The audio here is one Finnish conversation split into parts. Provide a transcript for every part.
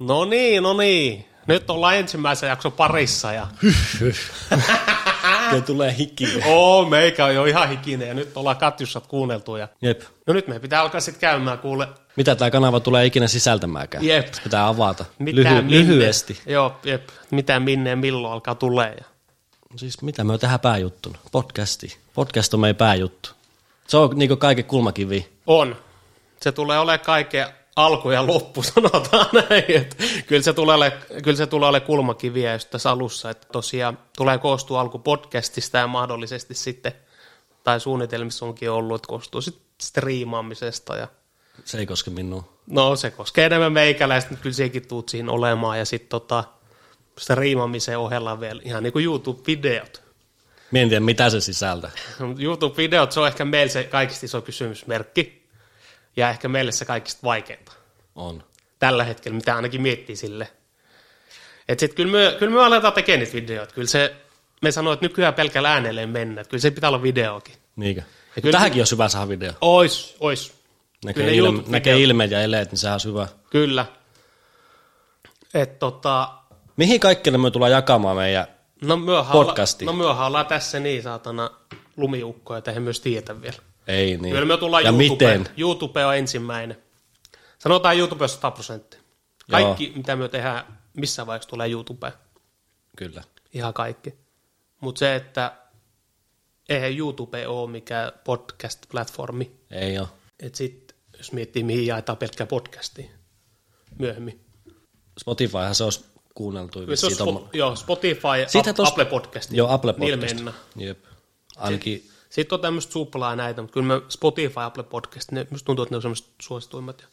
No niin, no niin. Nyt ollaan ensimmäisen jakson parissa ja Kyllä tulee hiki. oo, meikä on jo ihan hikinen ja nyt ollaan Katjussat kuunneltu ja Jep. no nyt meidän pitää alkaa sitten käymään kuule. Mitä tämä kanava tulee ikinä sisältämäänkään? Jep. Pitää avata Mitä Lyhy- minne- lyhyesti. Joo, jep. Mitä minne ja milloin alkaa tulee. Ja. Siis mitä me tehdään pääjuttuna? Podcasti. Podcast on meidän pääjuttu. Se on niinku kaiken kulmakivi. On. Se tulee olemaan kaiken alku ja loppu, sanotaan näin. Et kyllä, se tulee ole, kyllä se tulee ole kulmakiviä just tässä alussa, että tosiaan tulee koostua alku podcastista ja mahdollisesti sitten, tai suunnitelmissa onkin ollut, että koostuu sitten striimaamisesta ja Se ei koske minua. No se koskee enemmän meikäläistä, mutta kyllä sekin tuut siihen olemaan. Ja sitten tota, sitä riimamisen ohella vielä ihan niin kuin YouTube-videot. Mie en tiedä, mitä se sisältää. YouTube-videot, se on ehkä meillä se kaikista iso kysymysmerkki. Ja ehkä meille se kaikista vaikeinta On. tällä hetkellä, mitä ainakin miettii sille. Et sit kyllä me, kyllä me aletaan tekemään niitä videoita. Kyllä se, me sanoin, että nykyään pelkällä äänelle mennä. Et Kyllä se pitää olla videokin. Niinkö? kyllä- Kyllä... Tähänkin olisi hyvä saada video. Ois, ois. Näkee, ne ilme, YouTube-videot. näkee ilmeet ja eleet, niin sehän olisi hyvä. Kyllä. Et tota, Mihin kaikkelle me tullaan jakamaan meidän... No myöhään, Podcasti. Olla, no myöhään ollaan tässä niin saatana lumiukkoja, että he myös tietä vielä. Ei niin. Kyllä me tullaan ja YouTubeen. miten? YouTube on ensimmäinen. Sanotaan YouTube on 100 prosenttia. Kaikki, Joo. mitä me tehdään, missään vaiheessa tulee YouTubeen. Kyllä. Ihan kaikki. Mutta se, että eihän YouTube ole mikään podcast-platformi. Ei ole. Että sitten, jos miettii, mihin jaetaan pelkkää podcastia myöhemmin. Spotifyhan se olisi kuunneltu. Se on Spo- joo, Spotify, Niin, Siitä Ap- tos- Apple Podcast. Joo, Apple Podcast. Niillä mennään. Jep. Ainakin Sitten on tämmöistä suplaa näitä, mutta kyllä me Spotify ja Apple Podcast, ne, musta tuntuu, että ne on semmoiset suosituimmat. Ja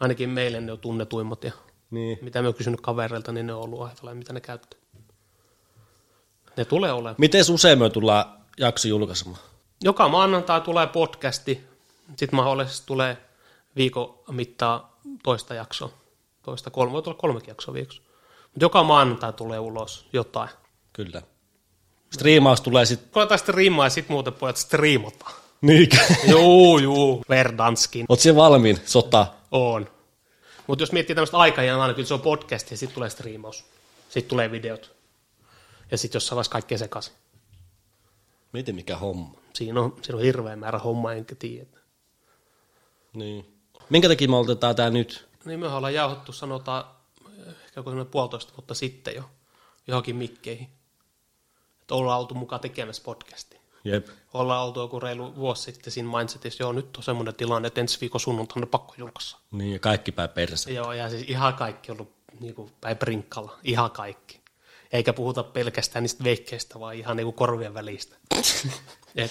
ainakin meille ne on tunnetuimmat. Ja Niin. mitä me oon kysynyt kavereilta, niin ne on ollut ajatella, mitä ne käyttää. Ne tulee olemaan. Miten usein me tullaan jakso julkaisemaan? Joka maanantai tulee podcasti, sitten mahdollisesti tulee viikon mittaa toista jaksoa. Toista kolme, voi tulla kolmekin jaksoa viikossa. Mutta joka maanantai tulee ulos jotain. Kyllä. Striimaus tulee sitten. Koetaan sitten riimaa ja sitten muuten pojat striimataan. Niinkö? Juu, juu. Verdanskin. Oot siellä valmiin sota? On. Mutta jos miettii tämmöistä aikajanaa, niin kyllä se on podcast ja sitten tulee striimaus. Sitten tulee videot. Ja sitten jossain vaiheessa kaikkea sekaisin. Mieti mikä homma. Siinä on, siinä on hirveä määrä hommaa, enkä tiedä. Niin. Minkä takia me otetaan tää nyt? Niin me ollaan jauhottu sanotaan eh, ehkä joku semmoinen puolitoista vuotta sitten jo johonkin mikkeihin. Että ollaan oltu mukaan tekemässä podcastia. Jep. Ollaan oltu joku reilu vuosi sitten siinä mindsetissa, joo nyt on semmoinen tilanne, että ensi viikon sunnuntaina pakko julkaista. Niin ja kaikki päin perässä. Joo, ja siis ihan kaikki on ollut niin kuin, päin prinkkalla, ihan kaikki. Eikä puhuta pelkästään niistä veikkeistä, vaan ihan niin kuin korvien välistä.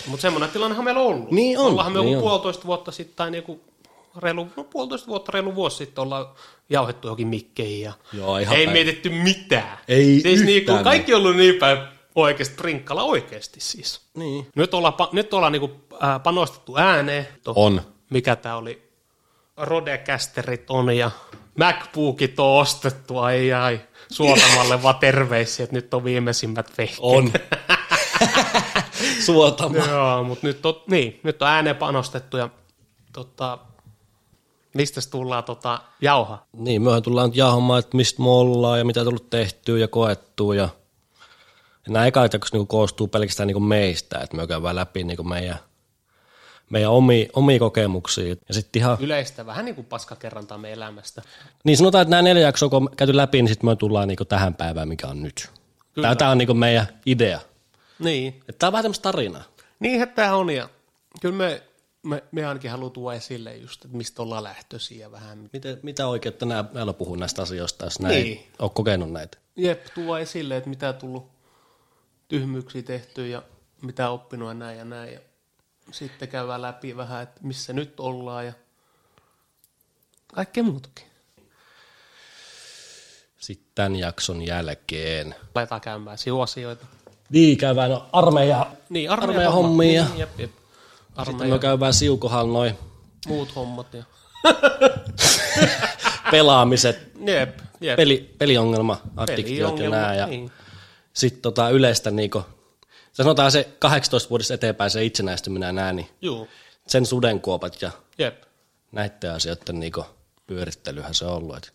Mutta semmoinen tilannehan meillä on ollut. Niin on, Ollaanhan me niin joku on. puolitoista vuotta sitten tai niin kuin reilu, no puolitoista vuotta, reilu vuosi sitten ollaan jauhettu johonkin mikkeihin. Ja Joo, ihan ei päin- mietitty mitään. Ei siis niin kuin, yhtään kaikki on ollut niin päin oikeasti prinkkalla oikeasti siis. Niin. Nyt ollaan, pa- nyt ollaan niin kuin, äh, panostettu ääneen. To- On. mikä tämä oli, Rodecasterit on ja MacBookit on ostettu, ai ai, Suotamalle vaan terveisiä, että nyt on viimeisimmät vehkeet. On. Suotama. Joo, mutta nyt on, niin, nyt on ääneen panostettu ja tota, mistä tullaan tota, jauha? Niin, myöhän tullaan nyt jauhamaan, että mistä me ollaan ja mitä tullut tehtyä ja koettua ja ja nämä ekat jakso niinku koostuu pelkästään niinku meistä, että me käydään läpi niinku meidän, meidän omia, omia kokemuksia. Ja sitten ihan Yleistä vähän niin kuin paskakerrantaa meidän elämästä. Niin sanotaan, että nämä neljä jaksoa, kun on käyty läpi, niin sitten me tullaan niinku tähän päivään, mikä on nyt. Kyllä. Tämä on niinku meidän idea. Niin. Tämä on vähän tämmöistä tarinaa. Niinhän tämä on ja kyllä me, me, me ainakin halutaan tuoda esille just, että mistä ollaan lähtöisiä ja vähän. Miten, mitä oikeutta nämä, näillä puhuu näistä asioista, jos näin Niin. niin. ole kokenut näitä? Jep, tuo esille, että mitä tullut tyhmyyksiä tehty ja mitä oppinut ja näin ja näin. Ja sitten käydään läpi vähän, että missä nyt ollaan ja kaikkea muutakin. Sitten tämän jakson jälkeen. Laitetaan käymään sivuasioita. Niin, käydään no, armeija. Niin, Armeijan hommia. Niin, jep, jep. Sitten me Armeijan käydään siukohan noin muut hommat. Ja... pelaamiset, Jep, jep. peli, peliongelma, addiktiot ja nää. Ja niin. sitten tota yleistä niinku, sanotaan se 18 vuodesta eteenpäin se itsenäistyminen ja nää, niin Juu, sen sudenkuopat ja jep. näiden asioiden niinku pyörittelyhän se on ollut. Et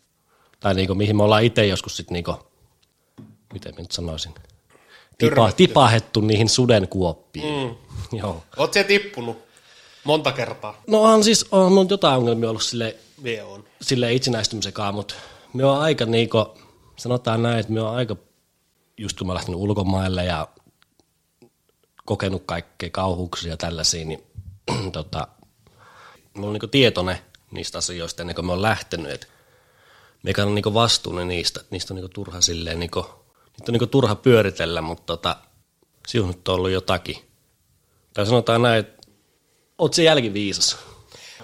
tai niinku, mihin me ollaan itse joskus sitten, niinku, miten mä nyt sanoisin, tipa, tipahettu niihin sudenkuoppiin. Mm. Joo. Oot se tippunut monta kertaa. No on siis, on mun jotain ongelmia ollut sille, Vie on. sille itsenäistymisekaan, mutta me on aika niinku, sanotaan näin, että me on aika, just kun mä oon lähtenyt ulkomaille ja kokenut kaikkea kauhuuksia ja tällaisia, niin tota, mä oon niinku tietoinen niistä asioista ennen kuin mä oon lähtenyt, että mikä on niinku vastuullinen niistä, että niistä on niinku turha silleen, niinku, niitä on niinku turha pyöritellä, mutta tota, sinulla nyt on ollut jotakin. Tai sanotaan näin, että oot se jälkiviisas.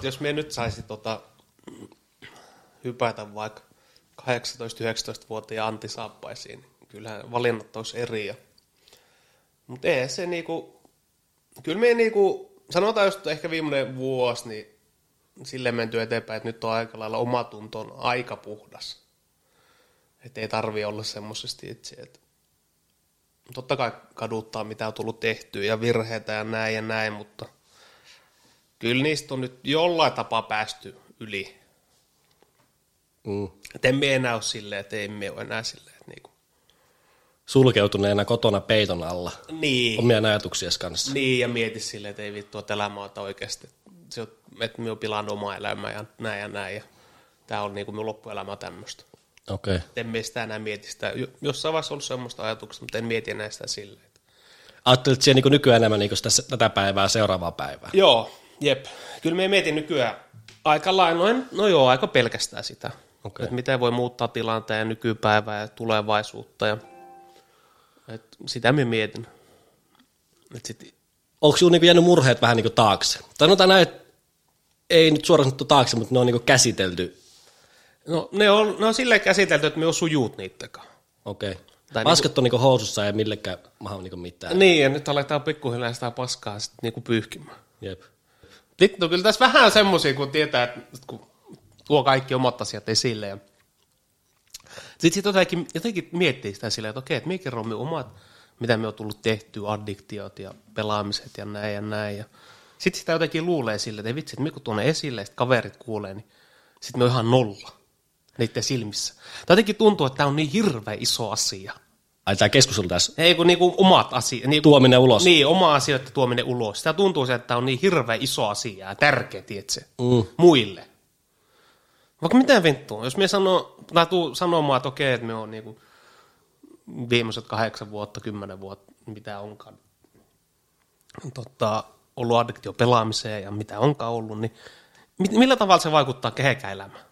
Jos me nyt saisi tota, hypätä vaikka 18-19-vuotiaan Antti Saappaisiin, niin kyllähän valinnat olisi eri. Mutta ei se niinku, kyllä me niinku, sanotaan just ehkä viimeinen vuosi, niin sille menty eteenpäin, että nyt on aika lailla omatunto on aika puhdas. Että ei tarvi olla semmoisesti itse, että totta kai kaduttaa, mitä on tullut tehtyä ja virheitä ja näin ja näin, mutta kyllä niistä on nyt jollain tapaa päästy yli. Mm. Et emme enää ole silleen, että emme ole enää silleen. Että niinku. Sulkeutuneena kotona peiton alla. Niin. Omia ajatuksia kanssa. niin, ja mieti silleen, että ei vittu, että elämä on oikeasti. Se on, että minä pilaan omaa elämää ja näin ja näin. Ja tämä on niinku minun loppuelämä tämmöistä. Okei. Okay. En minä sitä enää mieti sitä. Jo- Jossain vaiheessa ollut semmoista ajatuksesta, mutta en mieti enää sitä silleen. että- Ajattelet siihen niin nykyään enemmän niin sitä, tätä päivää seuraavaa päivää. Joo, jep. Kyllä me mietin nykyään aika lainoin, no joo, aika pelkästään sitä. Okei. Okay. Että miten voi muuttaa tilanteen ja nykypäivää ja tulevaisuutta. Ja, et sitä me mietin. Et sit, Onko sinulla niin jäänyt murheet vähän niin taakse? Tai sanotaan näin, että ei nyt suoraan sanottu taakse, mutta ne on niin käsitelty. no, ne on, ne on silleen käsitelty, että me on sujuut niittäkään. Okei. Tai niinku- Okay. Maskat on niin housussa ja millekään maha niin mitään. Niin, ja nyt aletaan pikkuhiljaa sitä paskaa sitten niinku pyyhkimään. Jep. Vittu, no kyllä tässä vähän semmoisia, kun tietää, että nyt kun tuo kaikki omat asiat esille. Ja... Sitten sit jotenkin, jotenkin miettii sitä silleen, että okei, että minä kerron minun omat, mitä me on tullut tehtyä, addiktiot ja pelaamiset ja näin ja näin. Ja... Sitten sitä jotenkin luulee silleen, että ei vitsi, että minä kun tuonne esille ja sit kaverit kuulee, niin sitten me on ihan nolla niiden silmissä. Tai jotenkin tuntuu, että tämä on niin hirveä iso asia. Ai tämä keskustelu tässä. Ei kun niinku omat asiat. Niinku, Tuominen ulos. Niin, oma asioiden tuominen ulos. Sitä tuntuu se, että tää on niin hirveä iso asia ja tärkeä, tiedätkö, Mm. muille. Vaikka mitä vittua, jos me sanoo, tai tuu sanomaan, että okei, että me on niinku viimeiset kahdeksan vuotta, kymmenen vuotta, mitä onkaan, totta, ollut addiktio pelaamiseen ja mitä onkaan ollut, niin mit- millä tavalla se vaikuttaa kehenkään elämään?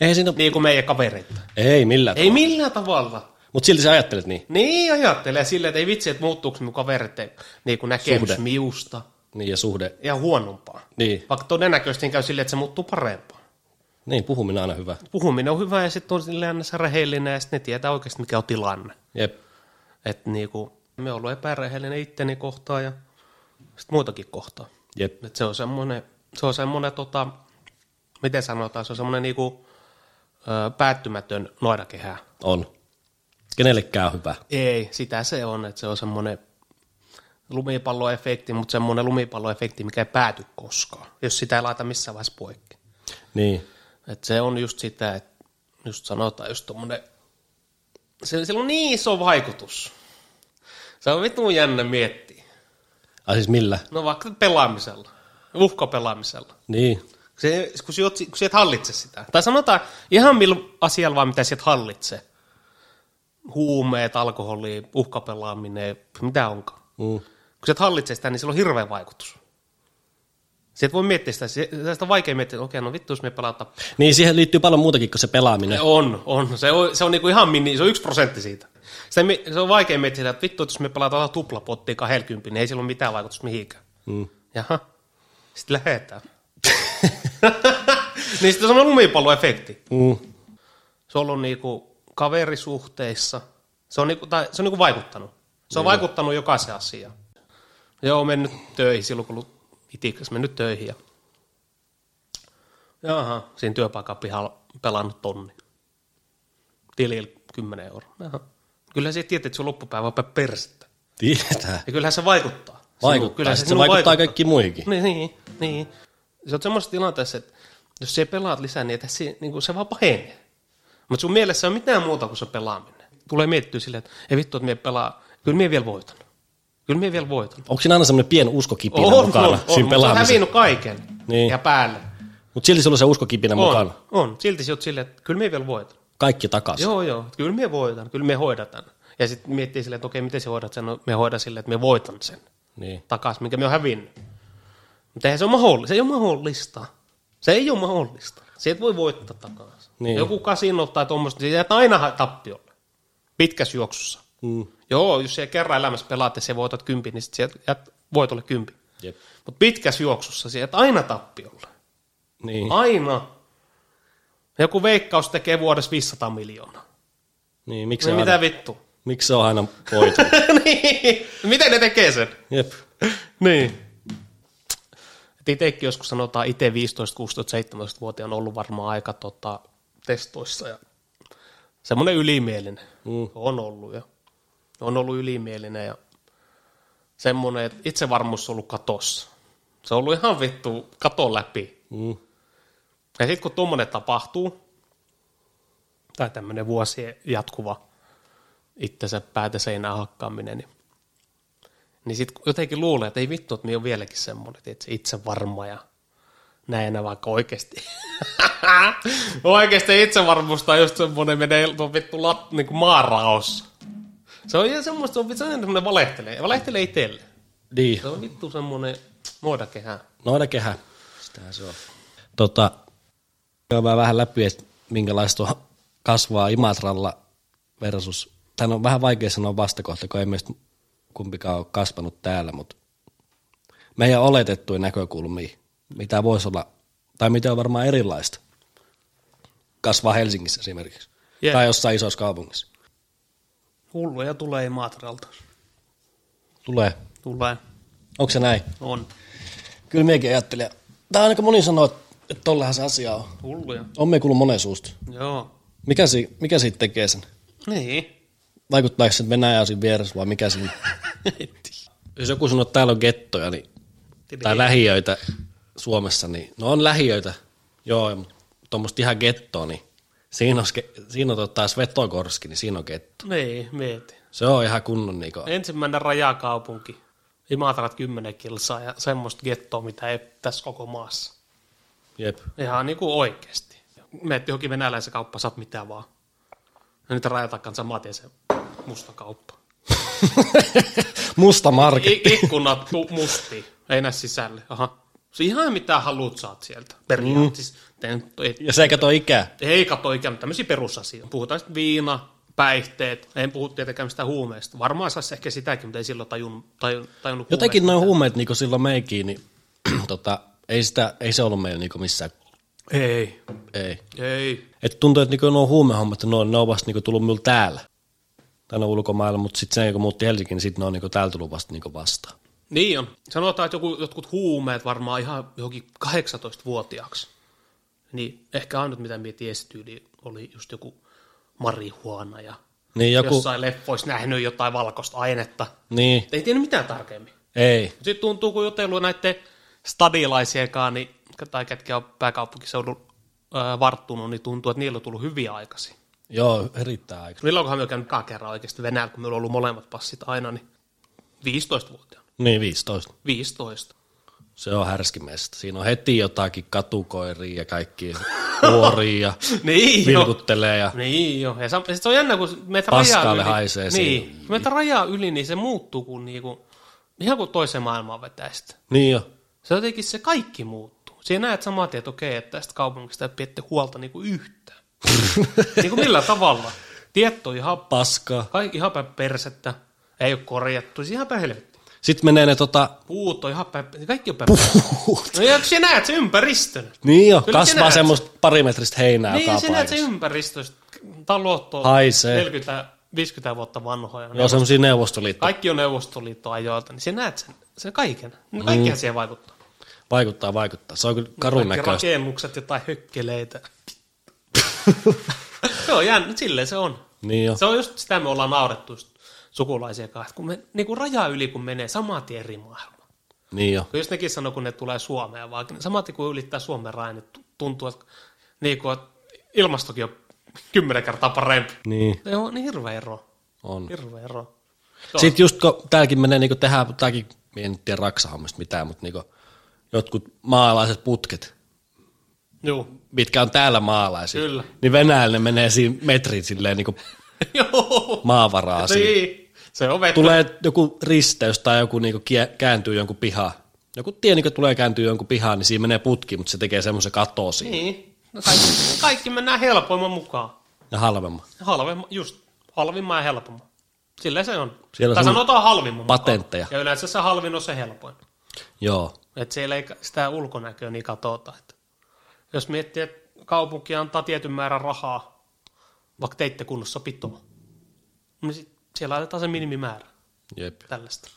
Ei siinä Niin kuin meidän kavereita. Ei millään. Ei millään tavalla. Mutta silti sä ajattelet niin. Niin ajattelee silleen, että ei vitsi, että muuttuuko mun kaverit niin kuin näkemys Suhde. miusta Niin ja suhde. ja huonompaa. Niin. Vaikka todennäköisesti käy silleen, että se muuttuu parempaan. Niin, puhuminen on aina hyvä. Puhuminen on hyvä ja sitten on silleen aina se rehellinen ja sitten ne tietää oikeasti mikä on tilanne. Jep. Että niinku, me ollut epärehellinen itteni kohtaan ja sitten muitakin kohtaan. Jep. Et se on semmoinen, se on semmoinen tota, miten sanotaan, se on semmoinen niinku, ö, päättymätön noirakehä. On. Kenellekään on hyvä. Ei, sitä se on, että se on semmoinen lumipalloefekti, mutta semmoinen lumipalloefekti, mikä ei pääty koskaan, jos sitä ei laita missään vaiheessa poikki. Niin. Et se on just sitä, että just sanotaan just tommonen, se, sillä on niin iso vaikutus. Se on vitun jännä miettiä. Ai siis millä? No vaikka pelaamisella, uhkapelaamisella. Niin. Se, kun, sä, oot- kun sä et hallitse sitä. Tai sanotaan ihan millä asialla vaan, mitä sä et hallitse. Huumeet, alkoholi, uhkapelaaminen, mitä onkaan. Mm. Kun sä et hallitse sitä, niin sillä on hirveä vaikutus. Sä et voi miettiä sitä, se- sitä on vaikea miettiä, että okei, no vittu, jos me pelataan. Niin, siihen liittyy paljon muutakin kuin se pelaaminen. On, on. Se on, se on niinku ihan mini, se on yksi prosentti siitä. Sitä, mi- se on vaikea miettiä sitä, että vittu, että jos me pelataan tuplapottia 20, niin ei sillä ole mitään vaikutusta mihinkään. Mm. Jaha, sitten lähetään. niin sitten se on lumipalloefekti. Mm. Se on ollut niinku kaverisuhteissa. Se on, niinku, tai se on niinku vaikuttanut. Se on vaikuttanut jokaisen asiaan. Joo, mennyt töihin silloin, kun ollut itikas, mennyt töihin. Ja... Jaha, siinä työpaikan pihalla pelannut tonni. Tilillä 10 euroa. Jaha. Kyllä se tietää, että se on loppupäivä on päin persettä. Tietää. Ja kyllähän se niinku- vaikuttaa. Sinun- Vaikuttaa. Se, se sinun vaikuttaa, vaikuttaa kaikki muihinkin. niin, niin, niin. niinku- Se on semmoisessa tilanteessa, että jos sä pelaat lisää, niin, että se, niin kuin se vaan pahenee. Mutta sun mielessä on mitään muuta kuin se pelaaminen. Tulee mietittyä silleen, että ei vittu, että mie pelaa. Kyllä mie vielä voitan. Kyllä mie vielä voitan. Onko siinä aina semmoinen pien uskokipinä On, mukana on, on, siinä mutta se on pelaamisessa? hävinnyt kaiken Niin. ja päälle. Mutta silti sulla on se uskokipinä On, mukana. on. Silti sä oot silleen, että kyllä mie vielä voitan. Kaikki takaisin. Joo, joo, että kyllä me voitan, kyllä me hoidetaan. Ja sitten miettii silleen, että okei, miten sä hoidat sen, no me hoidan silleen, että me voitan sen Niin. takaisin, minkä me on hävinnyt. Mutta eihän se ole mahdollista, se ei ole mahdollista. Se ei ole mahdollista. Se et voi voittaa takaisin. Niin. Niin. Joku kasino tai tuommoista, niin sä jäät aina ha- tappiolle, pitkässä juoksussa. Mm. Joo, jos sä kerran elämässä pelaat ja sä voitat kympin, niin sit sä jäät voitolle kympin. Jep. Mutta pitkässä juoksussa sä jäät aina tappiolle. Niin. Aina. Joku veikkaus tekee vuodessa 500 miljoonaa. niin. Miksi, No se mitä aina, vittu? miksi se on aina voitu? niin. Miten ne tekee sen? Jep. Niin. Itsekin joskus sanotaan, itse 15, 16, 17 vuotia on ollut varmaan aika tota, testoissa ja semmoinen ylimielinen Mm. mm. on ollut ja on ollut ylimielinen ja semmoinen, että itsevarmuus on ollut katossa. Se on ollut ihan vittu katon läpi. Mm. Ja sitten kun tuommoinen tapahtuu, tai tämmöinen vuosien jatkuva itsensä päätä seinään hakkaaminen, niin, niin sitten jotenkin luulee, että ei vittu, että minä on vieläkin semmoinen, että itse varma ja näinä vaikka oikeasti. oikeasti itsevarmuus on just semmoinen, menee tuo vittu lat, niin kuin maaraos. Se on ihan semmoista, se on vittu semmoinen valehtelee, valehtelee itselle. Niin. Se on vittu semmoinen muodakehä. Noida kehä. Sitähän se on. Tota, käydään vähän läpi, että minkälaista on kasvaa Imatralla versus, tämä on vähän vaikea sanoa vastakohta, kun ei meistä kumpikaan ole kasvanut täällä, mutta meidän oletettuja näkökulmia, mitä voisi olla, tai mitä on varmaan erilaista, kasvaa Helsingissä esimerkiksi, Jep. tai jossain isossa kaupungissa. Hulluja tulee Imatralta. Tulee. Tulee. Onko se näin? On. Kyllä minäkin ajattelin. Tämä on aika moni sanoo, että tollahan se asia on. Hulluja. On me kuullut monen suusta. Joo. Mikä, si- mikä siitä tekee sen? Niin. Vaikuttaako se, että Venäjä on siinä vieressä vai mikä siinä? Jos joku sanoo, että täällä on gettoja niin, tai lähiöitä Suomessa, niin no on lähiöitä, joo, mutta tuommoista ihan gettoa, niin siinä on, ske- siinä on tota Svetogorski, niin siinä on getto. niin, mieti. Se on ihan kunnon niin Ensimmäinen rajakaupunki. Imatrat 10 kilsaa ja semmoista gettoa, mitä ei tässä koko maassa. jep. Ihan niinku oikeesti. Meet johonkin venäläisen kauppaan, saat mitä vaan. Ja nyt rajatakaan samaa tien se musta kauppa. Musta market. I- ikkunat tu- musti, ei näe sisälle. Aha. Se ihan mitä haluat saat sieltä. Periaatteessa. Mm. Ei, Ja se ei kato ikää. ei kato ikään mitään tämmöisiä perusasioita. Puhutaan sitten viina, päihteet. En puhu tietenkään mistä huumeista. Varmaan saisi ehkä sitäkin, mutta ei silloin tajun, tajun, tajunnut Jotenkin noin huumeet niin silloin meikin, niin tota, ei, sitä, ei se ollut meillä niin missään. huumeita. Ei, Ei. ei. Et tuntuu, että niinku nuo huumehommat, ne on, ne on vasta niinku tullut minulla täällä. Tai ne on ulkomailla, mutta sitten sen kun muutti Helsinkiin, niin sitten ne on niinku täällä tullut vasta niinku vastaan. Niin on. Sanotaan, että joku, jotkut huumeet varmaan ihan johonkin 18-vuotiaaksi. Niin ehkä ainut, mitä mietin esityyli, oli just joku marihuana ja Niin joku... joku, jossain leffoissa nähnyt jotain valkoista ainetta. niin, Ei tiennyt mitään tarkemmin. ei, Sitten tuntuu, kun jutellut näiden stadilaisienkaan, niin, tai ketkä on pääkaupunkiseudun ö, varttunut, niin tuntuu, että niillä on tullut hyviä aikaisin. joo, erittäin aika. Milloinkohan me on käynyt kaa kerran oikeasti Venäjällä, kun meillä on ollut molemmat passit aina, niin 15-vuotiaana. Niin, 15. 15. Se on härskimestä. Siinä on heti jotakin katukoiria ja kaikki kuoria ja Niin jo. vilkuttelee ja Niin jo. Ja sitten se on jännä, kun meitä Paskalle rajaa yli. haisee niin, kun meitä rajaa yli, niin se muuttuu kuin, niinku, ihan kuin toisen maailman vetäistä. niin jo. Se jotenkin se kaikki muuttuu. Siinä näet saman tien, että okei, että tästä kaupungista ei pidetty huolta niinku yhtään. niinku millä tavalla? Tietty ihan, Paskaa. kaikki ihan päin persettä, ei ole korjattu, siis ihan päin helvettiä. Sitten menee ne tota, Puut on ihan päin, kaikki on päin No ja sinä näet se ympäristön. niin jo, Kyllä sinä kasvaa näet sen. semmoista parimetristä heinää Niin, joka sinä näet se paikassa. ympäristö, talot on Haisee. No 40, 50 vuotta vanhoja. Joo, semmoisia neuvostoliittoja. Kaikki on Neuvostoliittoajoilta, niin sinä näet sen, sen kaiken. Kaikkihan mm. siihen vaikuttaa. Vaikuttaa, vaikuttaa. Se on kyllä karun Kaikki näköistä. rakennukset, jotain hökkeleitä. se on jännä, silleen se on. Niin jo. Se on just sitä me ollaan naurettu just sukulaisia kanssa, kun me niin kuin raja yli, kun menee saman tien eri maailma. Niin jo. Kun jos nekin sanoo, kun ne tulee Suomeen, vaan saman tien kun ylittää Suomen rajan, niin tu- tuntuu, että, niin kuin, että niinku, ilmastokin on kymmenen kertaa parempi. Niin, Joo, niin hirveä ero. on. Hirveä ero. Joo. Sitten just kun täälläkin menee, niin tehdään, tämäkin, minä en tiedä raksahommista mitään, mutta niin jotkut maalaiset putket, Joo. mitkä on täällä maalaisia, Kyllä. niin Venäjällä ne menee siinä metrin silleen niin Joo. maavaraa siinä. Niin. Se on vettä. Tulee joku risteys tai joku niin kie, kääntyy jonkun pihaan. Joku tie niin tulee kääntyy jonkun pihaan, niin siinä menee putki, mutta se tekee semmoisen katoa siinä. Niin. No kaikki, kaikki mennään helpoimman mukaan. Ja halvemman. Halvemman, just halvimman ja helpomman. Silleen se on. Siellä Siellä tai on semmo- sanotaan halvimman mukaan. patentteja. Ja yleensä se halvin on se helpoin. Joo. Et siellä ei ka- sitä ulkonäköä niin katota. Että jos miettii, että kaupunki antaa tietyn määrän rahaa, vaikka teitte kunnossa pitoa, niin sit siellä laitetaan se minimimäärä Jep. tällaista.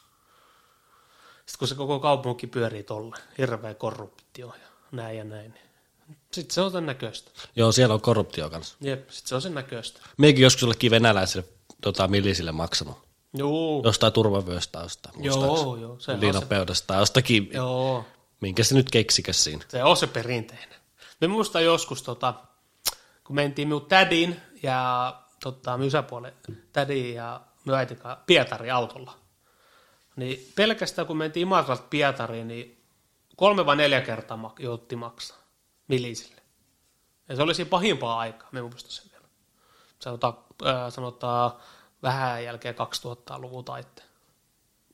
Sitten kun se koko kaupunki pyörii tolle, hirveä korruptio ja näin ja näin. niin Sitten se on sen näköistä. Joo, siellä on korruptio kanssa. Jep, sitten se on sen näköistä. Minäkin joskus jollekin venäläisille tota, millisille maksanut. Juu, Jostain turvavyöstä tai jostain. joo, joo. Se on se Liinapeudasta tai jostakin, Joo, minkä se nyt keksikäs siinä. se on se perinteinen. Me muistan joskus, tota, kun mentiin minun tädin ja tota, minun isäpuolen tädin ja minun äitin kanssa Pietari autolla. Niin pelkästään kun mentiin Imatralta Pietariin, niin kolme vai neljä kertaa mak- joutti maksaa milisille. Ja se oli siinä pahimpaa aikaa, me muistan sen vielä. Sanotaan, äh, sanotaan vähän jälkeen 2000-luvun taitteen.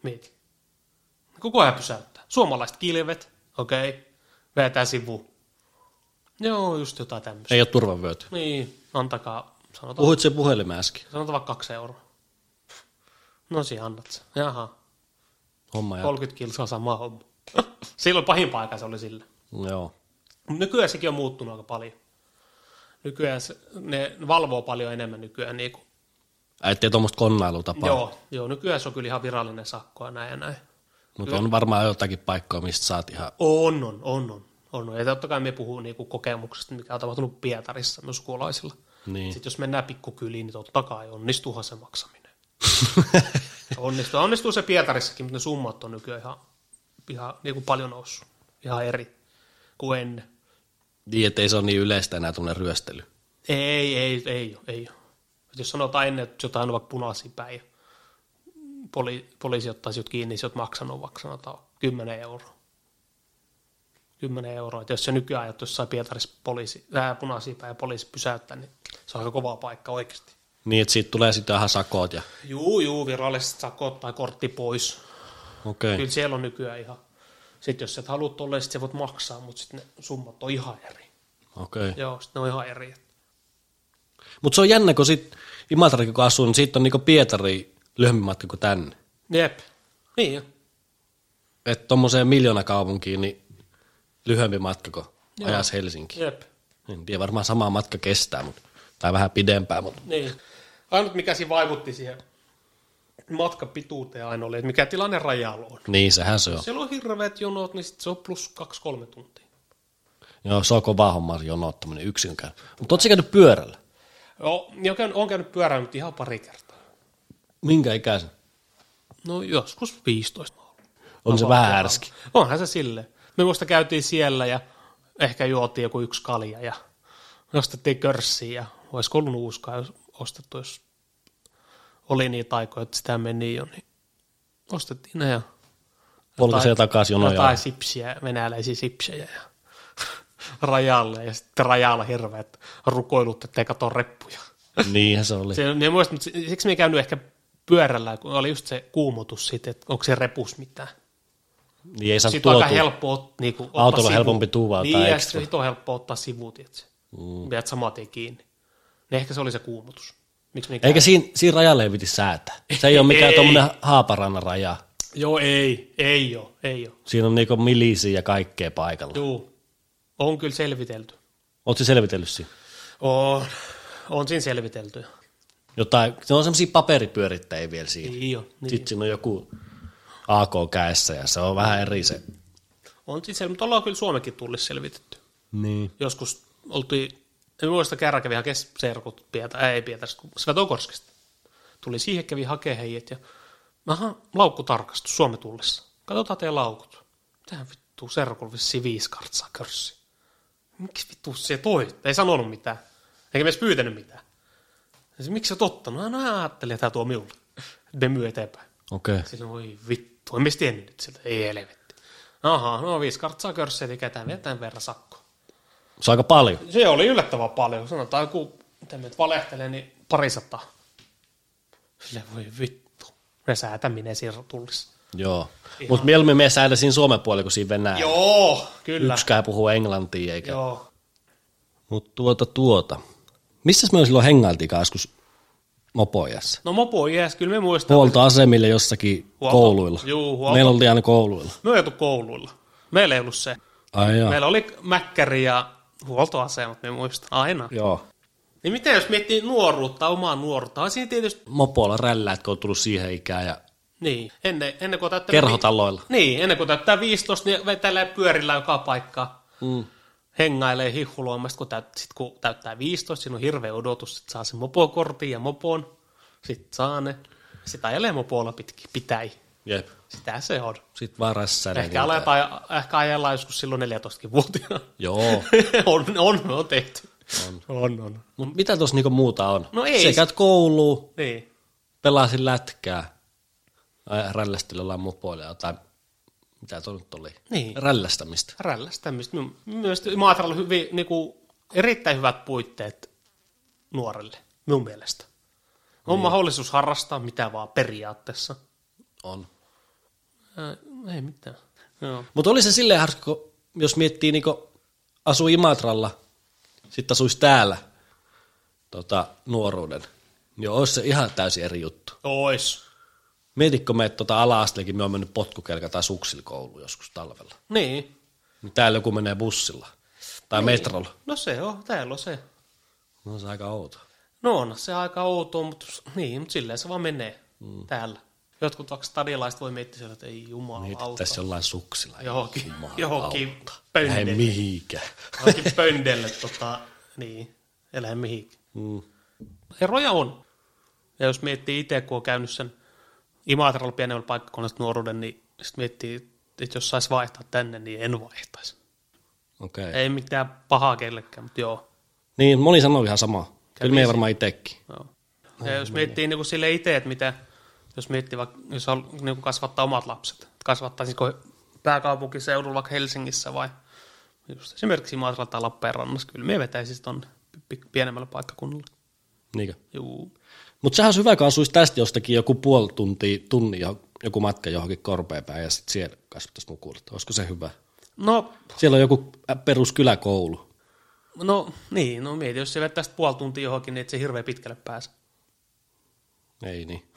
Mieti. Koko ajan pysäyttää. Suomalaiset kilvet, okei, okay. vetää sivu. Joo, just jotain tämmöistä. Ei ole turvavyötä. Niin, antakaa, sanotaan, Puhuit se puhelimeen äsken. sanotaan vaikka kaksi euroa. No siinä annat se. Jaha, Homma ja... 30 kilsaa sama homma. Silloin pahin paikka se oli sillä. Joo. Mut Nykyään sekin on muuttunut aika paljon. Nykyään se, ne valvoo paljon enemmän nykyään. Niin kuin, Ettei tuommoista konnailutapaa. Joo. joo, joo, nykyään se on kyllä ihan virallinen sakko ja näin ja näin. Mutta on varmaan jotakin paikkaa, mistä saat ihan... On, on, on, on. on. Ja totta kai me puhuu niinku kokemuksesta, mikä on tapahtunut Pietarissa myös sukulaisilla. Niin. Sitten jos mennään pikkukyliin, niin totta kai onnistuuhan se maksaminen. onnistuu, onnistuu se Pietarissakin, mutta ne summat on nykyään ihan, ihan niinku paljon noussut. Ihan eri kuin ennen. Niin, ettei se ole niin yleistä enää tuommoinen ryöstely. Ei, ei, ei, oo, ei. oo. Et Jos sanotaan ennen, että jotain on vaikka punaisia päin, ja poli, poliisi ottaisi sut kiinni, niin sä oot maksanut vaikka sanotaan 10 euroa. 10 euroa. Et jos se nykyään, että jossain Pietarissa poliisi, vähän punaisia päin ja poliisi pysäyttää, niin se on aika kova paikka oikeasti. Niin, että siitä tulee sitten ihan sakot ja... Juu, juu, viralliset sakot tai kortti pois. Okei. Okay. Kyllä siellä on nykyään ihan. Sitten jos sä et halua tolleen, sit sä voit maksaa, mutta sitten ne summat on ihan eri. Okei. Okay. Joo, sitten ne on ihan eri. Mutta se on jännä, kun sit Imatrakin kun asuu, niin siitä on niinku Pietari lyhyempi matka kuin tänne. Jep. Niin jo. Että tuommoiseen miljoonakaupunkiin, niin lyhyempi matka kuin ajas Helsinki. Jep. En tiedä, varmaan sama matka kestää, mutta, tai vähän pidempään, mutta Niin. Ainut mikä siinä vaikutti siihen matkan pituuteen aina oli, että mikä tilanne rajalla on. niin sehän se on. Siellä on hirveät jonot, niin sit se on plus 2-3 tuntia. Joo, se on kova homma se jonottaminen yksinkään. Mutta ootko sä käynyt pyörällä? Joo, niin on käynyt, on käynyt pyörällä nyt ihan pari kertaa. Minkä ikäisen? No joskus 15 on ollut. On No, se vähän ärski. Onhan se silleen. Me muista käytiin siellä ja ehkä juotiin joku yksi kalja ja ostettiin körssiä ja olisiko ollut uuskaa, jos ostettu, jos oli niitä aikoja, että sitä meni jo, niin ostettiin ne ja Polkaisee takaisin jonoja. jotain sipsiä, venäläisiä sipsejä ja rajalle ja sitten rajalla hirveät rukoilut, ettei kato reppuja. Niinhän se oli. Se, ne muista, mutta se- siksi me ei käynyt ehkä pyörällä, kun oli just se kuumotus siitä, että onko se repus mitään. Niin ei saa Sitten on tuotua. aika helppo ot, niinku, ottaa Autolla on sivu. helpompi tuuvaa niin, tai ja extra. sitten sit on helppo ottaa sivu, tiedätkö? Mm. Viet samaa tien kiinni. Niin ehkä se oli se kuumotus. Miksi me ei Eikä siinä, siinä rajalle ei piti säätää. Se ei ole mikään Ei. tuommoinen haaparannan raja. käy- Joo, ei, ei joo, ei joo. Siinä on niinku milisiä ja kaikkea paikalla. Joo, on kyllä selvitelty. Oletko selvitellyt siinä? On, on siinä selvitelty. Jotain, se on semmoisia paperipyörittäjiä vielä siinä. Niin joo, niin. Sitten siinä on joku AK kädessä ja se on vähän eri se. On siis selvä, mutta ollaan kyllä Suomenkin tullissa selvitetty. Niin. Joskus oltiin, en muista kerran kävi hakemaan serkut Pietar, ei Pietarista, kun Svetokorskista. Tuli siihen, kävi hakemaan heidät ja aha, laukkutarkastus Suomen tullissa. Katsotaan teidän laukut. Mitähän vittu serkulla vissiin viisi kartsaa körssi. Miksi vittu se toi? Ei sanonut mitään. Eikä me edes pyytänyt mitään. Ja se, miksi sä oot ottanut? No, mä ajattelin, että tää tuo minulle. Demy eteenpäin. Okei. Okay. Silloin voi vittu, en mä sitä tiennyt nyt sieltä, ei helvetti. Aha, no viisi kartsaa körsseet ja kätään vielä tämän verran sakko. Se on aika paljon. Se oli yllättävän paljon, sanotaan joku, mitä nyt valehtelee, niin parisataa. Sille voi vittu, ne säätäminen siinä tullissa. Joo. Mutta mieluummin me säädä siinä Suomen puolella kuin siinä Venäjällä. Joo, kyllä. Yksikään puhuu englantia eikä. Joo. Mutta tuota tuota. Missäs me silloin hengailtiin joskus mopojassa? No mopo iäs, kyllä me muistamme. Huoltoasemille jossakin Huolto- kouluilla. Juu, huolto- Meillä oltiin aina kouluilla. Me oltu kouluilla. Meillä ei ollut se. Ai joo. Meillä oli mäkkäri ja huoltoasemat, me muistan aina. joo. Niin mitä jos miettii nuoruutta, omaa nuoruutta, on siinä tietysti, Mopoilla rälläät, kun on tullut siihen ikään ja niin, ennen, ennen kuin täyttää... kerhotaloilla. Niin, ennen kuin täyttää 15, niin vetelee pyörillä joka paikkaa. Mm. Hengailee hihuloimasta, kun, täyt, sit kun täyttää 15, siinä on hirveä odotus, että saa sen mopokortin ja mopon. Sitten saa ne. Sitä ajelee mopolla pitkin, pitäi. Jep. Sitä se on. Sitten vaan rässäilee. Ehkä, niitä. aletaan, ehkä ajellaan joskus silloin 14-vuotiaana. Joo. on, on, on tehty. On. on, on. Mut mitä tuossa niinku muuta on? No ei Sä se- käyt kouluun, Niin. pelasin lätkää, Ai, rällästin jollain mopoilla jotain, mitä tuo nyt oli? Niin. Rällästämistä. Rälläs tämmöistä. Myös Maatralla on hyvin, niin kuin, erittäin hyvät puitteet nuorelle, minun mielestä. On mahdollisuus harrastaa mitä vaan periaatteessa. On. Ää, ei mitään. Joo. Mutta oli se silleen harska, kun jos miettii, niin asuu Imatralla, sitten asuisi täällä tota, nuoruuden, niin olisi se ihan täysin eri juttu. Ois. Mietitkö me, että tota ala-asteellakin me on mennyt potkukelka tai suksilla joskus talvella. Niin. Niin täällä joku menee bussilla tai metrolla. No se on, täällä on se. No se on aika outo. No on se aika outoa, mutta niin, mutta silleen se vaan menee mm. täällä. Jotkut vaikka stadilaiset voi miettiä siellä, että ei jumalauta. Tässä jollain suksilla. Johonkin, Jumalauta. johonkin Ei pöydelle. mihinkään. Ainakin pöndelle, tota, niin, elää mihinkään. Mm. Eroja on. Ja jos miettii itse, kun on käynyt sen Imatralla pienemmän paikkakunnasta nuoruuden, niin sitten miettii, että jos saisi vaihtaa tänne, niin en vaihtaisi. Okei. Okay. Ei mitään pahaa kellekään, mutta joo. Niin, moni sanoo ihan samaa. Kyllä me varmaan itsekin. joo. Ja jos miettii niin kuin sille itse, että mitä, jos miettii vaikka, jos halu- niin kuin kasvattaa omat lapset, että kasvattaisiko pääkaupunkiseudulla vaikka Helsingissä vai just esimerkiksi Imatralla tai Lappeenrannassa, kyllä me vetäisi tuonne pi- pienemmällä paikkakunnalla. Niinkö? Juu. Mutta sehän olisi hyvä, kun asuisi tästä jostakin joku puoli tuntia, tunni jo- joku matka johonkin korpeen päin ja sitten siellä kasvattaisi nukuudet. Olisiko se hyvä? No, Siellä on joku äh, peruskyläkoulu. no niin, no mieti, jos se vettäisi puoli tuntia johonkin, niin et se hirveän pitkälle pääse. Ei niin.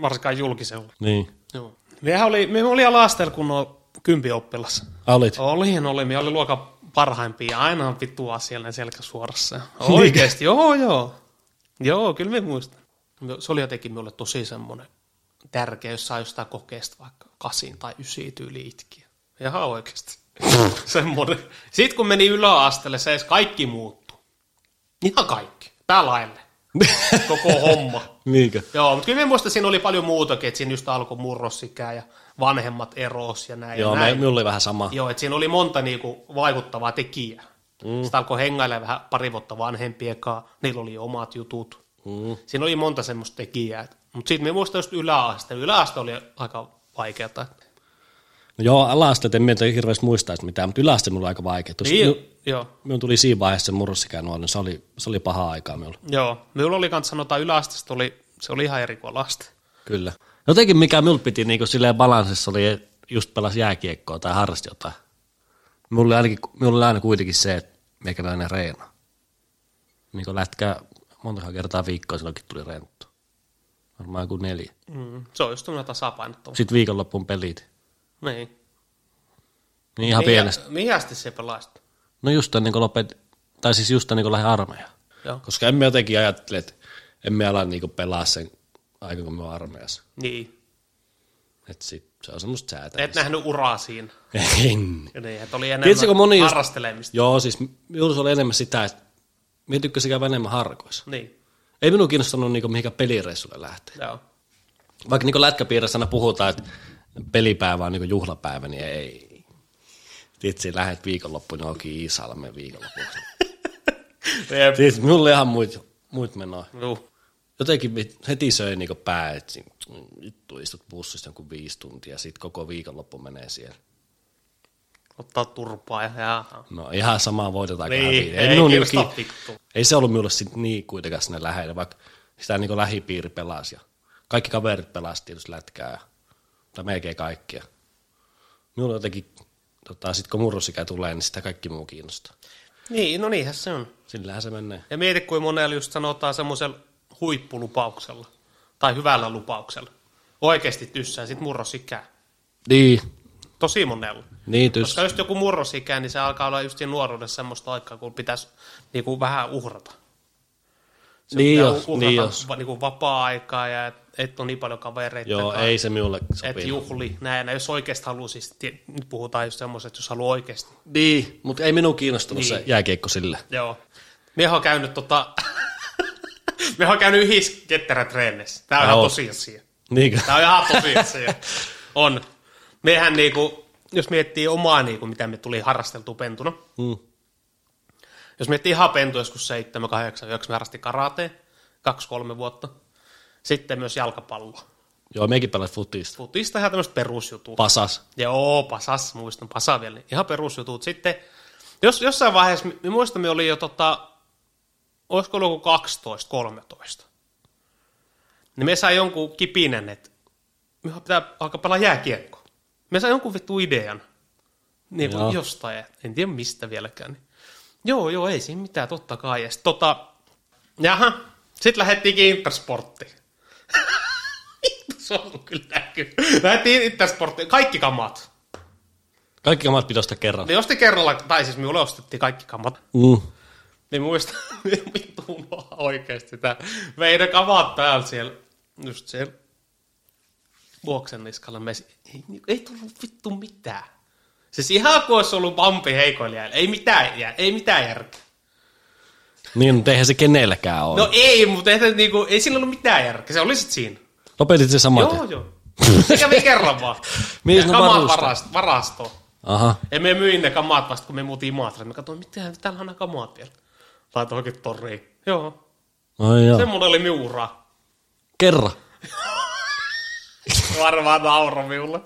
Varsinkaan julkisella. Niin. Joo. Mehän oli, me oli alasteella, kun on kympi oppilas. Olit. Olin, olin. Minä olin luokan parhaimpia. Aina on vittu asiallinen selkä suorassa. Niin. Oikeesti, joo, joo. Joo, kyllä me muistan. No, Se oli jotenkin minulle tosi semmoinen tärkeä, jos saa jostain kokeesta vaikka kasin tai ysi tyyli itkiä. Ihan oikeasti. semmoinen. Sitten kun meni yläasteelle, se edes kaikki muuttui. Ihan kaikki. Päälaille. Koko homma. Niinkö? Joo, mutta kyllä me muista, siinä oli paljon muutakin, että siinä just alkoi murrosikää ja vanhemmat eros ja näin. Joo, ja me, näin. minulla oli vähän sama. Joo, että siinä oli monta niinku vaikuttavaa tekijää. Mm. Sitä alkoi hengailla vähän pari vuotta vanhempien kanssa, niillä oli omat jutut. Mm. Siinä oli monta semmoista tekijää. Mutta sitten me muistan just yläaste. Yläaste oli aika vaikeata. No joo, ala-asteet en mietin hirveästi muistaisi mitään, mutta yläaste mulla oli aika vaikea. Tuossa Niin, niin. joo. Minun tuli siinä vaiheessa se murrosikä nuoren, se oli, se oli paha aikaa minulla. Joo, minulla oli kanssa sanotaan yläasteesta, oli, se oli ihan eri kuin alaste. Kyllä. Jotenkin mikä minulla piti niin silleen balansissa oli, että just pelasi jääkiekkoa tai harrasti jotain. Minulla oli, ainakin, minulla oli aina kuitenkin se, että meikäläinen reena. Niin kuin lätkää montakaan kertaa viikkoa silloinkin tuli renttu. Varmaan joku neljä. Mm. Se on just tämmöinen tasapainottava. Sitten viikonloppuun pelit. Niin. Niin ihan pienestä. Mihästi se pelasit. No just ennen kuin lopet, tai siis just ennen kuin lähdin armeijaan. Joo. Koska emme jotenkin ajattele, että emme ala niinku pelaa sen aikaa, kun me on armeijassa. Niin. Et sit, se on semmoista säätä. Et nähnyt uraa siinä. En. Ja niin, että oli enemmän Tiedätkö, kun moni just- harrastelemista. Joo, siis minulla se oli enemmän sitä, että mietitkö se käy enemmän harkoissa. Niin, Ei minun kiinnostanut niinku mihinkä pelireissulle lähteä. joo. Vaikka niinku lätkäpiirissä aina puhutaan, että pelipäivä on niinku juhlapäivä, niin ei. Tiedätkö, lähdet viikonloppuun johonkin Iisalmen viikonloppuun. Jep. Siis minulla oli ihan muut, muut menoa. Juu. Jotenkin vit- heti söi niin pää, että siinä, vittu istut bussista jonkun viisi tuntia, sit koko viikonloppu menee siellä. Ottaa turpaa ja jaha. No ihan sama voitetaan Niin, niin, ei kiinnosta vittu. ei se ollut minulle sit niin kuitenkaan sinne lähellä, vaikka sitä niin lähipiiri pelasi. Ja kaikki kaverit pelasi tietysti lätkää, ja- tai melkein kaikkia. Minulla jotenkin, tota, sit kun murrosikä tulee, niin sitä kaikki muu kiinnostaa. Niin, no niinhän se on. Sillähän se menee. Ja mieti, kuin monella just sanotaan semmoisella huippulupauksella tai hyvällä lupauksella. Oikeasti tyssää sit murrosikää. Niin, Tosi monella. niin Koska just joku murrosikä, niin se alkaa olla just siinä nuoruudessa semmoista aikaa, kun pitäisi niinku vähän uhrata. Se Niin pitää jos, uhrata niin jos. va- niinku vapaa-aikaa ja et, et ole niin paljon kavereita. Joo, ei se minulle Et sopii. juhli, näin, jos oikeasti haluaa, siis tie- nyt puhutaan just semmoisesta, jos haluaa oikeasti. Niin, mutta ei minun kiinnostanut niin. se jääkiekko sille. Joo. Miehän on käynyt tota... Miehän on käynyt yhdessä ketterätreenissä. Tää on ihan Joo. tosiasia. Niinkö? Tää on ihan tosiasia. on. Mehän niinku, jos miettii omaa niinku, mitä me tuli harrasteltu pentuna. Mm. Jos miettii ihan pentu joskus 7, 8, 9, me harrasti karateen. 2-3 vuotta. Sitten myös jalkapalloa. Joo, mekin pelaat futista. Futista ihan tämmöistä perusjutua. Pasas. Joo, pasas, muistan, pasa vielä. Ihan perusjutut. Sitten, jos, jossain vaiheessa, mi- muistan, me oli jo tota, olisiko ollut joku 12, 13. Niin me sai jonkun kipinen, että me pitää alkaa pelaa jääkiekko. Me sai jonkun vittu idean. Niin Joo. kuin jostain, en tiedä mistä vieläkään. Joo, joo, ei siinä mitään, totta kai. Ja sit, tota, jaha, sitten lähdettiinkin Intersporttiin. Vittu, se on kyllä näky. Lähdettiin Intersporttiin, kaikki kamat. Kaikki kamat pidosta kerran. Ne osti kerralla, tai siis minulle ostettiin kaikki kamat. Mm. Niin muista, vittu unoha oikeasti tää. Vei ne kamat täällä siellä, just siellä luoksen niskalla. Me ei, ei tullut vittu mitään. Siis ihan kuin olisi ollut pampi heikoilla jäillä. Ei mitään, jää- ei mitään järkeä. Niin, mutta eihän se kenelläkään ole. No No. ei, mutta ei, niinku, ei sillä ollut mitään järkeä. Se oli sit siinä. Lopetit se saman Joo, tien. joo. Se kävi kerran vaan. Mies no Ja ne kamat varustaa. varast- varastoon. Aha. Ja me myin ne kamat vasta, kun me muutiin maatra. Me katsoin, mitä täällä on nämä kamat vielä. Laitoin oikein toriin. Joo. Ai joo. Semmoinen oli miura. Kerran. Varmaan nauro minulle.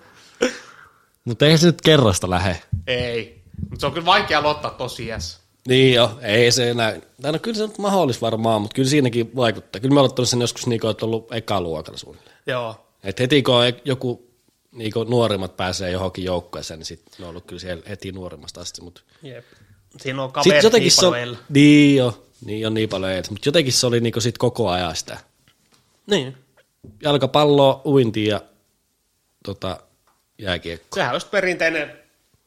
Mutta eihän se nyt kerrasta lähe. Ei. Mutta se on kyllä vaikea aloittaa tosias. Niin joo, ei se enää. Tai no kyllä se on mahdollis varmaan, mutta kyllä siinäkin vaikuttaa. Kyllä mä oon ottanut sen joskus niin kuin, että ollut ekaluokalla suunnilleen. Joo. Et heti kun on e- joku niin kuin nuorimmat pääsee johonkin joukkueeseen, niin sitten ne on ollut kyllä siellä heti nuorimmasta asti. Mutta Jep. Siinä on Sitten kaverit jotenkin se on, liipaloilla. niin jo, niin on niin paljon edes, mutta jotenkin se oli niinku sit koko ajan sitä. Niin. Jalkapalloa, uintia ja tota, jääkiekko. Sehän olisi perinteinen,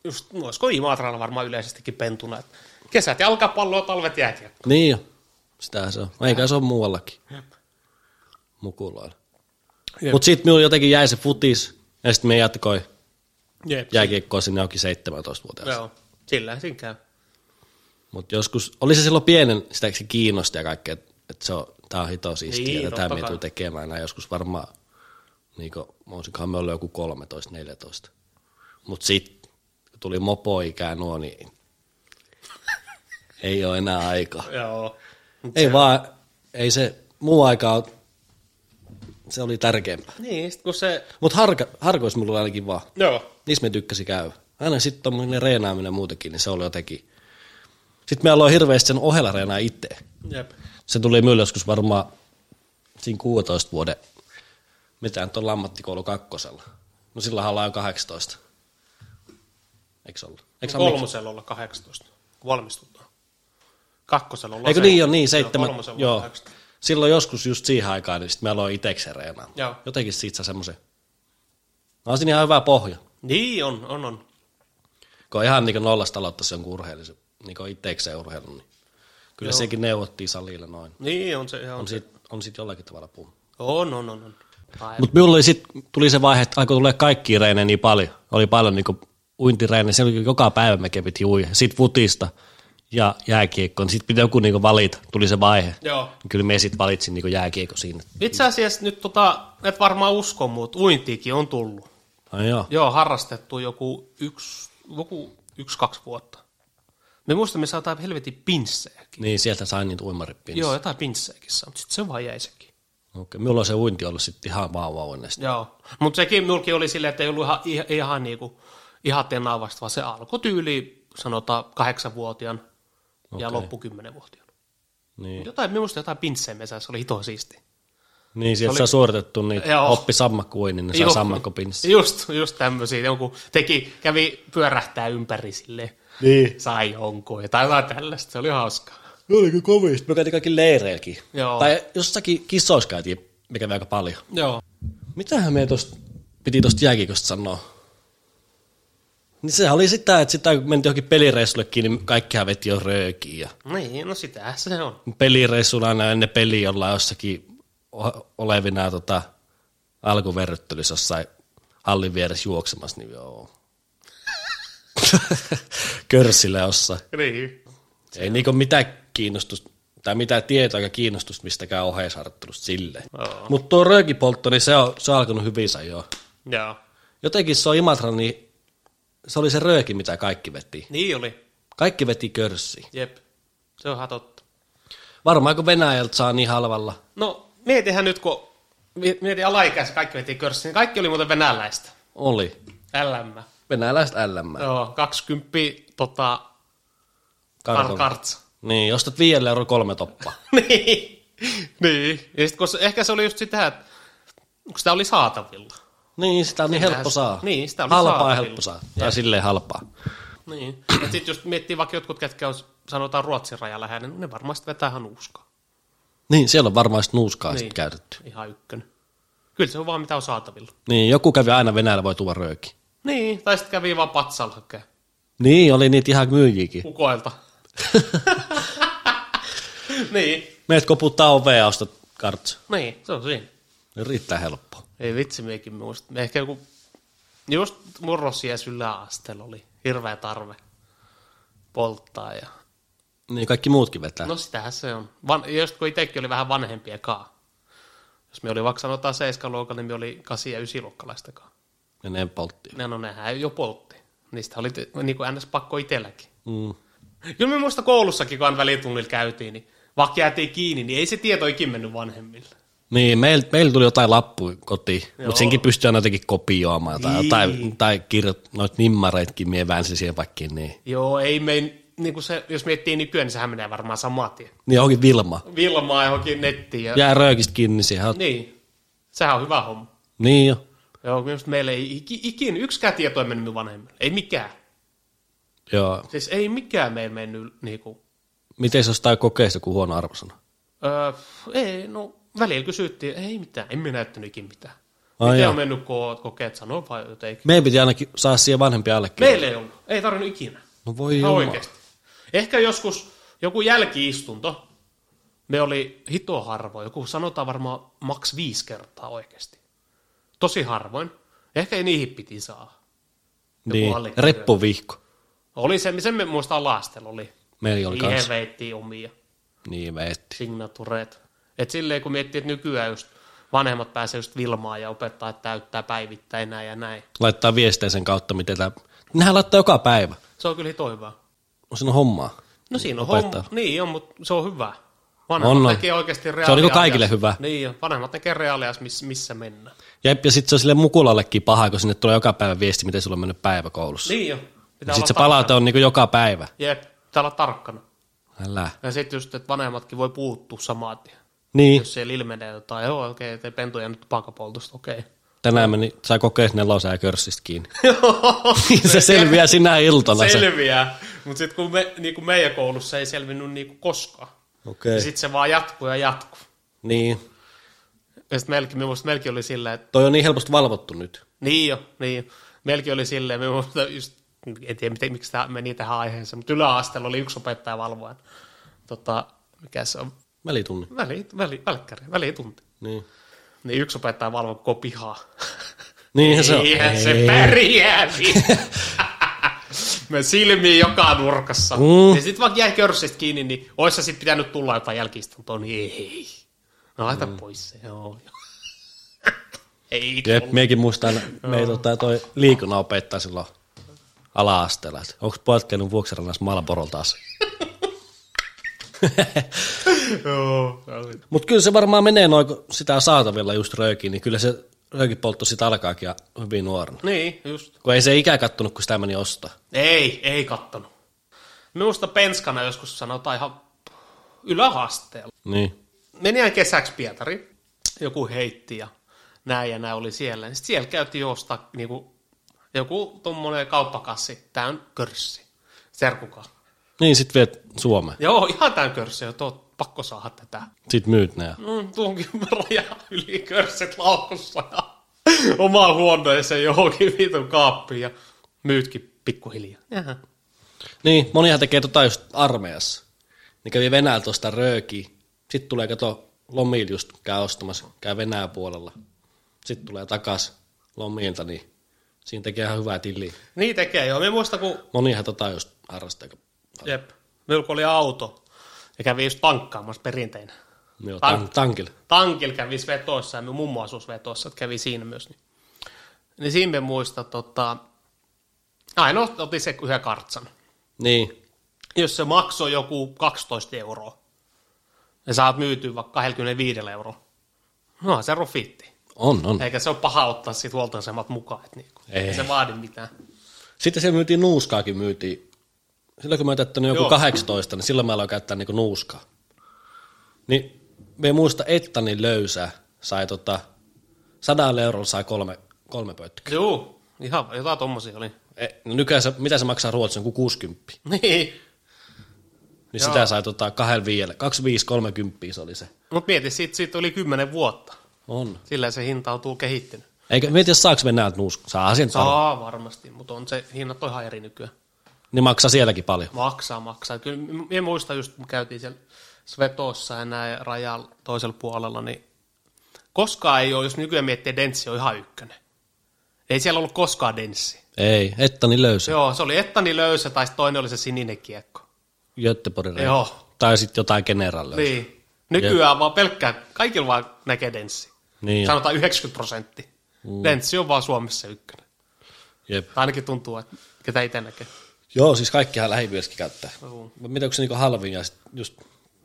just olisiko Imatralla varmaan yleisestikin pentuna. että Kesät jalkapalloa, talvet jääkiekko. Niin jo, sitähän se on. Eikä se ole muuallakin. Mukuloilla. Jep. Mutta sitten minulla jotenkin jäi se futis, ja sitten me jatkoi Jep. jääkiekkoa sinne auki 17-vuotiaasta. Joo. Sillä siinä käy. Mutta joskus, oli se silloin pienen, sitä se kiinnosti ja kaikkea, että se on, tää on hito siistiä, Niin, niin, ja totta tätä minä kai. tulen tekemään, ja joskus varmaan, niin kuin, olisikohan me ollut joku 13-14. Mutta sitten, kun tuli mopoikää nuo, niin ei ole enää aikaa. Joo. Ei vaan, ei se muu aika ole, se oli tärkeämpää. Niin, sit kun se... Mutta harka, harkois mulla oli ainakin vaan, Joo. niissä me tykkäsi käydä. Aina sitten tuommoinen reenaaminen muutenkin, niin se oli jotenkin. Sitten me aloin hirveästi sen ohella reenaa itse. Jep. Se tuli minulle joskus varmaan siinä 16 vuoden, mitään tuolla ammattikoulu kakkosella. No sillähän ollaan jo 18. Eikö se ollut? Eikö se ole mik- No Kolmosella olla 18, kun valmistutaan. Kakkosella olla Eikö seitsemän. niin jo, niin seitsemän. Joo, kolmosella olla Joo. 18. Silloin joskus just siihen aikaan, niin sitten me aloin itsekseen reenaa. Joo. Jotenkin siitä saa semmoisen. No on siinä ihan hyvä pohja. Niin, on, on, on. kun on ihan niin nollasta aloittaisi jonkun urheilisen, niin kuin itsekseen urheilun, niin kyllä Joo. Joo. sekin neuvottiin salilla noin. Niin, on se ihan. On sit, on sit jollakin tavalla puu. On, on, on. on. Aivan. Mutta minulla oli sit, tuli se vaihe, että alkoi tulla kaikki reinejä niin paljon. Oli paljon niin uintireinejä, se oli joka päivä me kävitin uija. Sitten futista ja jääkiekkoon. Sitten piti joku niin valita, tuli se vaihe. Joo. Kyllä me sitten valitsin niin jääkiekko siinä. Itse asiassa nyt tota, et varmaan usko, mutta uintiikin on tullut. Ai No joo. Joo, harrastettu joku yksi, joku yksi kaksi vuotta. Me muistamme, me saatiin helvetin pinssejäkin. Niin, sieltä sain niitä uimarippiin. Joo, jotain pinssejäkin saa, mutta sitten se vaan jäi sekin. Okei, minulla on se uinti ollut sitten ihan vauvavuonnesta. Joo, mutta sekin mulki oli silleen, että ei ollut ihan, ihan, ihan, niinku, ihan tenaavasta, vaan se alkoi tyyli sanotaan kahdeksanvuotiaan okay. ja Okei. loppu kymmenenvuotiaan. Niin. Jotain, minusta jotain pinssejä me saa, se oli hito siisti. niin, sieltä saa suoritettu niitä Joo. oppi sammakkuuinnin, niin saa sammakkopinssi. Just, just tämmöisiä, jonkun teki, kävi pyörähtää ympäri silleen, Niin. sai jonkun tai jotain tällaista, se oli hauskaa. Ne oli kyllä kovista. Me käytiin kaikki leireilläkin. Joo. Tai jossakin kissoissa käytiin, mikä kävi aika paljon. Joo. Mitähän me tosta, piti tosta jääkikosta sanoa? Niin sehän oli sitä, että sitä kun mentiin johonkin pelireissullekin, niin kaikkihan veti jo röökiin. Ja Niin, no sitä se on. pelireissulla aina ennen peliä ollaan jossakin o- olevina tota, alkuverryttelyssä jossain hallin vieressä juoksemassa, niin joo. Körsillä jossain. Niin. Ei niinku mitään kiinnostusta tai mitään tietoa eikä kiinnostusta mistäkään oheisharjoittelusta sille. Joo. Mutta tuo röökipoltto, niin se on, se on alkanut hyvissä jo. Joo. Jotenkin se on Imatra, niin se oli se rööki, mitä kaikki veti. Niin oli, Kaikki veti körssi. jep. Se on totta. Varmaan kun Venäjältä saa niin halvalla. No, mietihän nyt, kun mi- mietin alaikäisen, kaikki veti körssiin, niin kaikki oli muuten venäläistä. Oli. LM. Venäläiset LM. Joo, 20 tota, Kartalla. kar- kartsa. Niin, jos ostat 5 euroa kolme toppaa. niin. niin. Ja sit, kun se, ehkä se oli just sitä, että kun sitä oli saatavilla. niin, sitä on niin helppo saa. Niin, sitä oli halpaa ja saatavilla. helppo saa. Tai silleen halpaa. Niin. Ja sit just miettii vaikka jotkut, ketkä on sanotaan Ruotsin raja lähellä, niin ne varmasti vetää ihan uuskaa. Niin, siellä on varmaan sit nuuskaa niin. Niin. sit käytetty. Ihan ykkönen. Kyllä se on vaan mitä on saatavilla. Niin, joku kävi aina Venäjällä voi tuoda rööki. Niin, tai sitten kävi vaan patsalla hakemaan. Niin, oli niitä ihan myyjiäkin. Ukoilta. niin, Meet koputtaa ovea ja ostat kartsa. niin, se on siinä. Riittää helppoa. Ei vitsi, meikin muista. Ehkä joku, just murrosiäs yläasteella oli hirveä tarve polttaa. Ja... Niin, kaikki muutkin vetää. No. No sitähän se on. Van... ja Just kun itsekin oli vähän vanhempia kaa. Jos me oli vaikka sanotaan 7 luokalla, niin me oli 8 ja 9 luokkalaistakaan. Ja ne poltti. Ne no nehän jo poltti. Niistä oli te- niin kuin ns. pakko itselläkin. Mm. Kyllä me muista koulussakin, kun aina välitunnilla käytiin, niin vaikka jäätiin kiinni, niin ei se tieto ikin mennyt vanhemmille. Niin, meillä meil tuli jotain lappu kotiin, Joo. mutta senkin pystyy aina jotenkin kopioimaan tai, Niin. niin. tai, tai kirjo- noit nimmareitkin mie väänsin siihen vaikka niin. Joo, ei mein, niin kuin se, jos miettii nykyään, niin sehän menee varmaan saman tien. Niin johonkin Vilma. Vilmaa johonkin nettiin. Ja... Ja. Jää röökistä kiinni, niin siihen on... Niin, Niin, sehän on hyvä homma. niin jo. Joo, minusta meillä ei iki, ikin yksikään tieto ei mennyt minun vanhemmille. Ei mikään. Joo. Siis ei mikään meillä mennyt niinku... Miten se jostain kokeista joku huono arvosana? Öö, ei, no välillä kysyttiin, ei mitään, en minä näyttänyt ikin mitään. Ai Miten joo. on mennyt, kun oot kokeet sanoa vai jotenkin? Meidän piti ainakin saada siihen vanhempia allekirjoja. Meillä ei ollut, ei tarvinnut ikinä. No voi Ihan joo. oikeasti. Ehkä joskus joku jälkiistunto, me oli hito harvoin, joku sanotaan varmaan maks viisi kertaa oikeasti. Tosi harvoin. Ehkä ei niihin piti saa. Joku Niin, allekirjoitus. reppuvihko. Oli se, sen me muistaa laastella oli. Meillä oli Siihen kans. veittiin omia Niin, veetti. signatureet. Et silleen kun miettii, että nykyään just vanhemmat pääsee just Vilmaan ja opettaa, että täyttää päivittäin näin ja näin. Laittaa viestejä sen kautta, miten tämä... Nehän laittaa joka päivä. Se on kyllä hito hyvä. On siinä hommaa. No siinä on Opettaa. homma. Niin on, mutta se on hyvä. Vanhemmat On, on. tekee oikeasti niinku reaaliajassa. kaikille hyvä. Niin on. Vanhemmat tekee reaaliajassa, miss, missä mennään. Jep, ja sitten se on sille mukulallekin paha, kun sinne tulee joka päivä viesti, miten sulla on mennyt päivä koulussa. Niin, Niin on. Pitää sitten se tarkkana. palaute on niinku joka päivä. Jep, pitää olla tarkkana. Älä. Ja sitten just, että vanhemmatkin voi puuttua samaan tien. Niin, Jos siellä ilmenee jotain, joo okei, okay, pentuja nyt pakapoltosta, okei. Okay. tänään meni, sai kokea nelosen ja körssistä kiinni. Niin, se selviää sinä iltana se. Selviää, mutta sitten kun me, niin kuin meidän koulussa ei selvinnyt niin kuin koskaan. Okei. Ja sitten se vaan jatkuu ja jatkuu. Niin. Ja sitten melkein, minusta melkein oli silleen, että Toi on niin helposti valvottu nyt. Niin jo, niin jo. Meilläkin oli silleen, me muista just, en tiedä miten, miksi tämä meni niin tähän aiheeseen, mutta yläasteella oli yksi opettaja valvoen. Tota, mikä se on? Välitunni. Väli, väli, välkkäri, välitunti. Niin. Niin yksi opettaja valvoi koko pihaa. Niinhän Niin se on. Eihän se Ei. pärjää siinä. Me silmiin joka nurkassa. Mm. Ja sitten vaikka jäi körsistä kiinni, niin ois sitten pitänyt tulla jotain jälkiistuntoa, niin ei. No laita mm. pois se, joo. ei Jep, miekin muistan, me ei tota, toi liikunnan opettaja silloin ala-asteella, että onko poikkeilun vuoksi rannas Malboro taas? Joo. Mutta kyllä se varmaan menee noin, kun sitä on saatavilla just röökiin, niin kyllä se röökipoltto sitä alkaakin ja hyvin nuorena. Niin, just. Kun ei se ikä kattunut, kun sitä meni ostaa. Ei, ei kattonut. Minusta penskana joskus sanotaan ihan yläasteella. Niin. Meni ihan kesäksi Pietari. Joku heitti ja näin ja näin oli siellä. Sitten siellä käytiin josta niinku, joku tuommoinen kauppakassi. Tämä on körssi. Serkukaa. Niin, sit viet Suomeen. Joo, ihan tämän körssi. Joo, tuo- pakko saada tätä. Sit myyt ne. ja- Mm, tuunkin raja yli körsset laukussa ja omaan huoneeseen johonkin vitun kaappiin ja myytkin pikkuhiljaa. Jaha. Niin, monihan tekee tota just armeijassa. Ne kävi Venäjältä tuosta rööki. Sitten tulee, kato, lomil just käy ostamassa, käy Venäjän puolella. Sitten tulee takas lomilta, niin siinä tekee ihan hyvää tilliä. Niin tekee joo. Me muista kun, Monihan tota just harrastaa. kun- jep, meillä kun oli auto ja kävi just tankkaamassa perinteinen. Joo, Tank- tank- tankilla. Tankil kävi vetoissa ja minun mummo asuisi vetoissa, että kävi siinä myös. Niin, niin siinä me muista, tota, ainoa otin se yhden kartsan. Niin, Jos se maksoi joku 12 euroa, ja saat myytyä vaikka 25 euroa, no se rofiitti. on, on. Eikä se ole paha ottaa siitä huoltoasemat mukaan, että niinku, Ei. ei se vaadi mitään. Sitten se myytiin nuuskaakin myytiin. Silloin kun mä oon täyttänyt joku Joo. Joo. 18, niin silloin mä aloin käyttää niinku nuuskaa. Niin me ei muista, että niin löysä sai tota, sadalla eurolla sai kolme, kolme pötkyä. Joo, ihan jotain tommosia oli. E, no nykyään se, mitä se maksaa Ruotsissa, joku 60. Niin. Niin Joo. Joo. sitä sai tota kahdella viiellä, 25, 30 se oli se. Mutta mieti, siitä, siitä oli 10 vuotta. On. Sillä se hinta on tullut kehittynyt. Eikä, mieti, jos saaks Venäjältä nuuskaa. Saa sen Saa. Saa varmasti, mutta on se hinnat on ihan eri nykyään. Niin maksaa sielläkin paljon. Maksaa, maksaa. Kyllä m- minä muistan just, kun käytiin siellä Svetossa ja näin rajalla toisella puolella, niin koskaan ei ole, jos nykyään miettii, denssi on ihan ykkönen. Ei siellä ollut koskaan denssi. Ei, että niin löysä. Joo, se oli Ettani löysä tai sit toinen oli se sininen kiekko. Göteborgin Joo. Tai sitten jotain generaalia. Niin. Niin. Nykyään vaan pelkkää, kaikilla vaan näkee denssi. niin. Sanotaan 90 prosenttia. Mm. Denssi on vaan Suomessa ykkönen. Jep. Tai ainakin tuntuu, että ketä itse näkee. Joo, siis kaikkihan lähipiirissäkin käyttää. Juu. Mut Mitä onko se niinku halvin ja sit just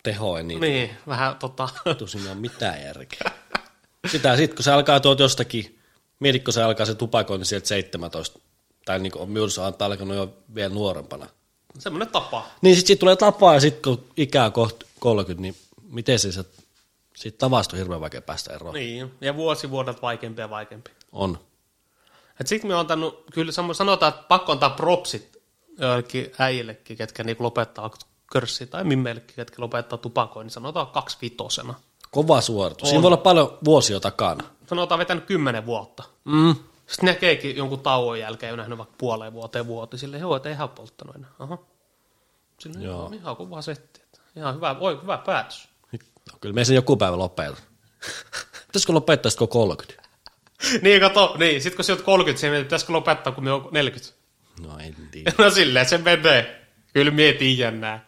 tehoin, niin Niin, vähän tota... tosin on mitään järkeä. Sitä sit, kun se alkaa tuolta jostakin, mietit, kun se alkaa se tupakointi sieltä 17, tai niinku on myrsä on alkanut jo vielä nuorempana. Semmoinen tapa. Niin sit siitä tulee tapaa ja sit kun ikää kohta 30, niin miten se, se siitä tavasta on hirveän vaikea päästä eroon. Niin. Niin, ja vuosi vuodelta vaikeampi ja vaikeampi. On. Et sit me on antanut, kyllä samo- sanotaan, että pakko antaa propsit joillekin äijillekin, ketkä niinku lopettaa körssiä, tai mimmeillekin, ketkä lopettaa tupakoin, niin sanotaan kaksi vitosena. Kova suoritus. On. Siinä voi olla paljon vuosia takana. Sanotaan vetänyt kymmenen vuotta. Mm. Sitten näkeekin jonkun tauon jälkeen, ei ole nähnyt vaikka puoleen vuoteen vuoteen, silleen, joo, et ei ihan polttanut enää. Aha. Silleen, Joo. joo. ihan kova setti. että Ihan hyvä, oi, hyvä päätös. No, kyllä me sen joku päivä lopeta. Pitäisikö lopettaa sitten kun 30? niin, kato, niin, sit kun sä oot 30, se pitäisikö lopettaa, kun me on 40. No en tiedä. No silleen se menee. Kyllä mie tiedän nää.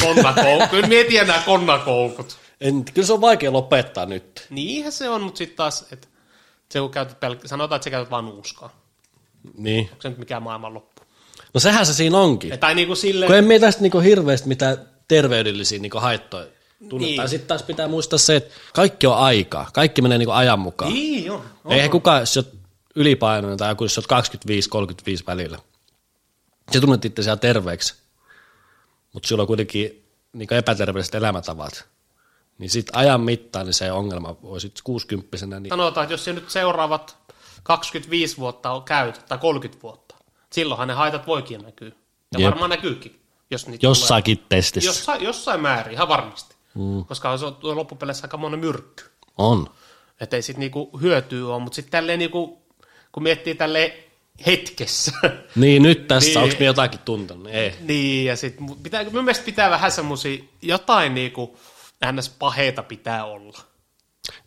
Konnakou- Kyllä mie tiedän nää konnakoukut. En, kyllä se on vaikea lopettaa nyt. Niinhän se on, mutta sitten taas, että se kun käytät pelk- sanotaan, että sä käytät vaan nuuskaa. Onko Niin. se nyt mikään maailmanloppu? No sehän se siinä onkin. Et, tai niinku silleen, Kun en mieti tästä niinku hirveästi mitä terveydellisiä niinku haittoja tunnetaan. Niin. Niin. Sitten taas pitää muistaa se, että kaikki on aikaa. Kaikki menee niinku ajan mukaan. Niin. niin joo. No, Eihän kukaan, jos sä oot ylipainoinen tai joku, jos sä oot 25-35 välillä. Se tunnet itse siellä terveeksi. Mutta sulla on kuitenkin niinku epäterveelliset elämäntavat. Niin sit ajan mittaan niin se ongelma voi sit 60 niin sanotaan, että jos sä nyt seuraavat 25 vuotta on käyt, tai 30 vuotta, silloinhan ne haitat voikin näkyy. Ja Jep. varmaan näkyykin, jos niitä jossakin tulee. testissä Jossain, jossain määrin, ihan varmasti. Mm. Koska se on tuo loppupeleissä aika monen myrkky. on. Että ei siitä niinku hyötyä ole, mutta sitten tälleen niinku, kun miettii tälle hetkessä, Niin nyt tässä, Niin. niin. onko me jotakin tuntenut? Ei. niin ja sitten pitää, mun mielestä pitää vähän semmosia, jotain niinku, ns. paheita pitää olla.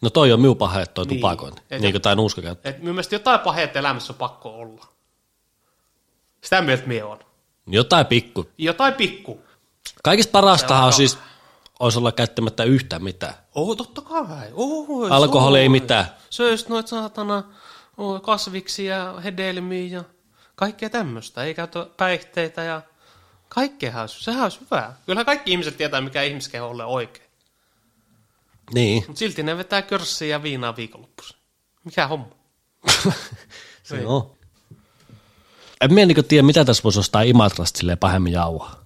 No toi on minun paha, että toi Niin. niin. tupakointi. Et- Niin kuin tai nuuskakäyttö. Et mun mielestä jotain paheita elämässä on pakko olla. Sitä mieltä mie on. Jotain pikku. Jotain pikku. Kaikista parastahan on on siis, olisi olla käyttämättä yhtään mitään. Oo, totta kai. Oo, Alkoholi ei soi. mitään. Söis noit saatana oo, kasviksia, hedelmiä ja kaikkea tämmöistä, ei käytä päihteitä ja kaikkea olisi, sehän olisi hyvä. Kyllähän kaikki ihmiset tietää, mikä ihmiskeholle on oikein. Niin, Mutta silti ne vetää körssiä ja viinaa viikonloppuisin. Mikä homma? Niin. se on. En minä niin tiedä, mitä tässä voisi ostaa Imatrasta silleen pahemmin jauhaa.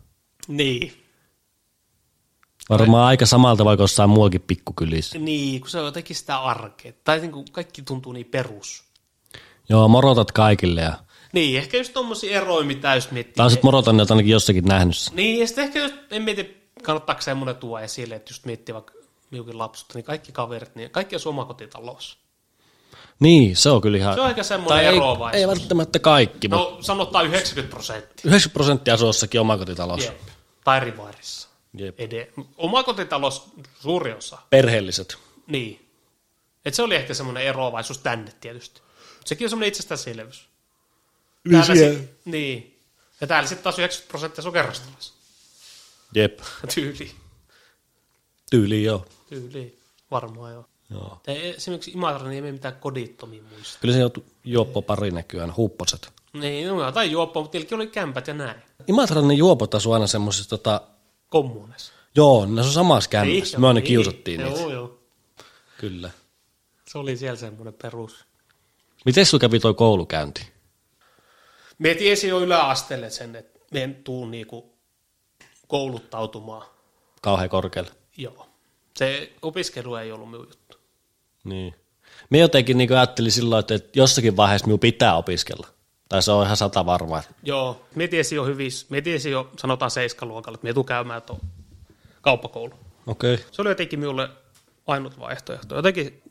Niin. Varmaan aika samalta vaikka jossain muuakin pikkukylissä. Niin, kun se on jotenkin sitä arkea. Tai niin kuin kaikki tuntuu niin perus. Joo, morotat kaikille ja... Niin, ehkä just tommosia eroja, mitä just miettii. Tai sitten morotan ne, että ainakin jossakin nähnyt sen. Niin, ja sitten ehkä just, en mieti, kannattaako semmoinen tuoda esille, että just miettii vaikka miukin lapsuutta, niin kaikki kaverit, niin kaikki on omakotitalossa. Niin, se on kyllä ihan... Se on aika semmoinen tai ei, eroavaisuus. ei välttämättä kaikki, no. mutta No sanotaan 90 prosenttia. 90 prosenttia asuu jossakin omakotitalossa. Jep. Tai rivarissa. Jep. Ede. Omakotitalous suuri osa. Perheelliset. Niin. Et se oli ehkä semmoinen eroavaisuus tänne tietysti. Mut Sekin on semmoinen itsestäänselvyys. Niin siellä. sit, niin. Ja täällä sitten taas 90 prosenttia on kerrostalossa. Jep, Tyyli. tyyli joo. Tyyli. Varmaan joo. joo. Tai esimerkiksi Imatrani ei mene mitään kodittomia muista. Kyllä se joutu juoppo pari näkyy aina, huupposet. Niin, no, tai juoppo, mutta niilläkin oli kämpät ja näin. Imatran ne juopot asuu aina semmoisessa tota... Kommunessa. Joo, ne on samassa kämmässä. Me aina kiusattiin niitä. Niin, Joo, joo. Kyllä. Se oli siellä semmoinen perus. Miten sulla kävi toi koulukäynti? Me tiesin jo yläasteelle sen, että me en tuu niinku kouluttautumaan. Kauhean korkealle. Joo. Se opiskelu ei ollut minun juttu. Niin. Me jotenkin niin ajattelin silloin, että että jossakin vaiheessa minun pitää opiskella. Tai se on ihan sata varmaa. Joo. Me tiesin jo hyvissä, me tiesin jo sanotaan seiskaluokalla, että me tuu käymään tuon kauppakoulu. Okei. Okay. Se oli jotenkin minulle ainut vaihtoehto. Jotenkin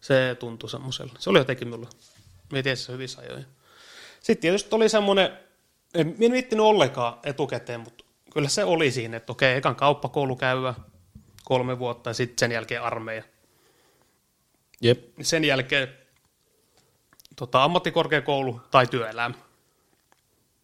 se tuntui semmoiselle. Se oli jotenkin minulle. Me tiesin se hyvissä ajoin. Sitten tietysti oli semmoinen, en minä en miettinyt ollenkaan etukäteen, mutta kyllä se oli siinä, että okei, ekan kauppakoulu käydä kolme vuotta ja sitten sen jälkeen armeija. Jep. sen jälkeen tota, ammattikorkeakoulu tai työelämä.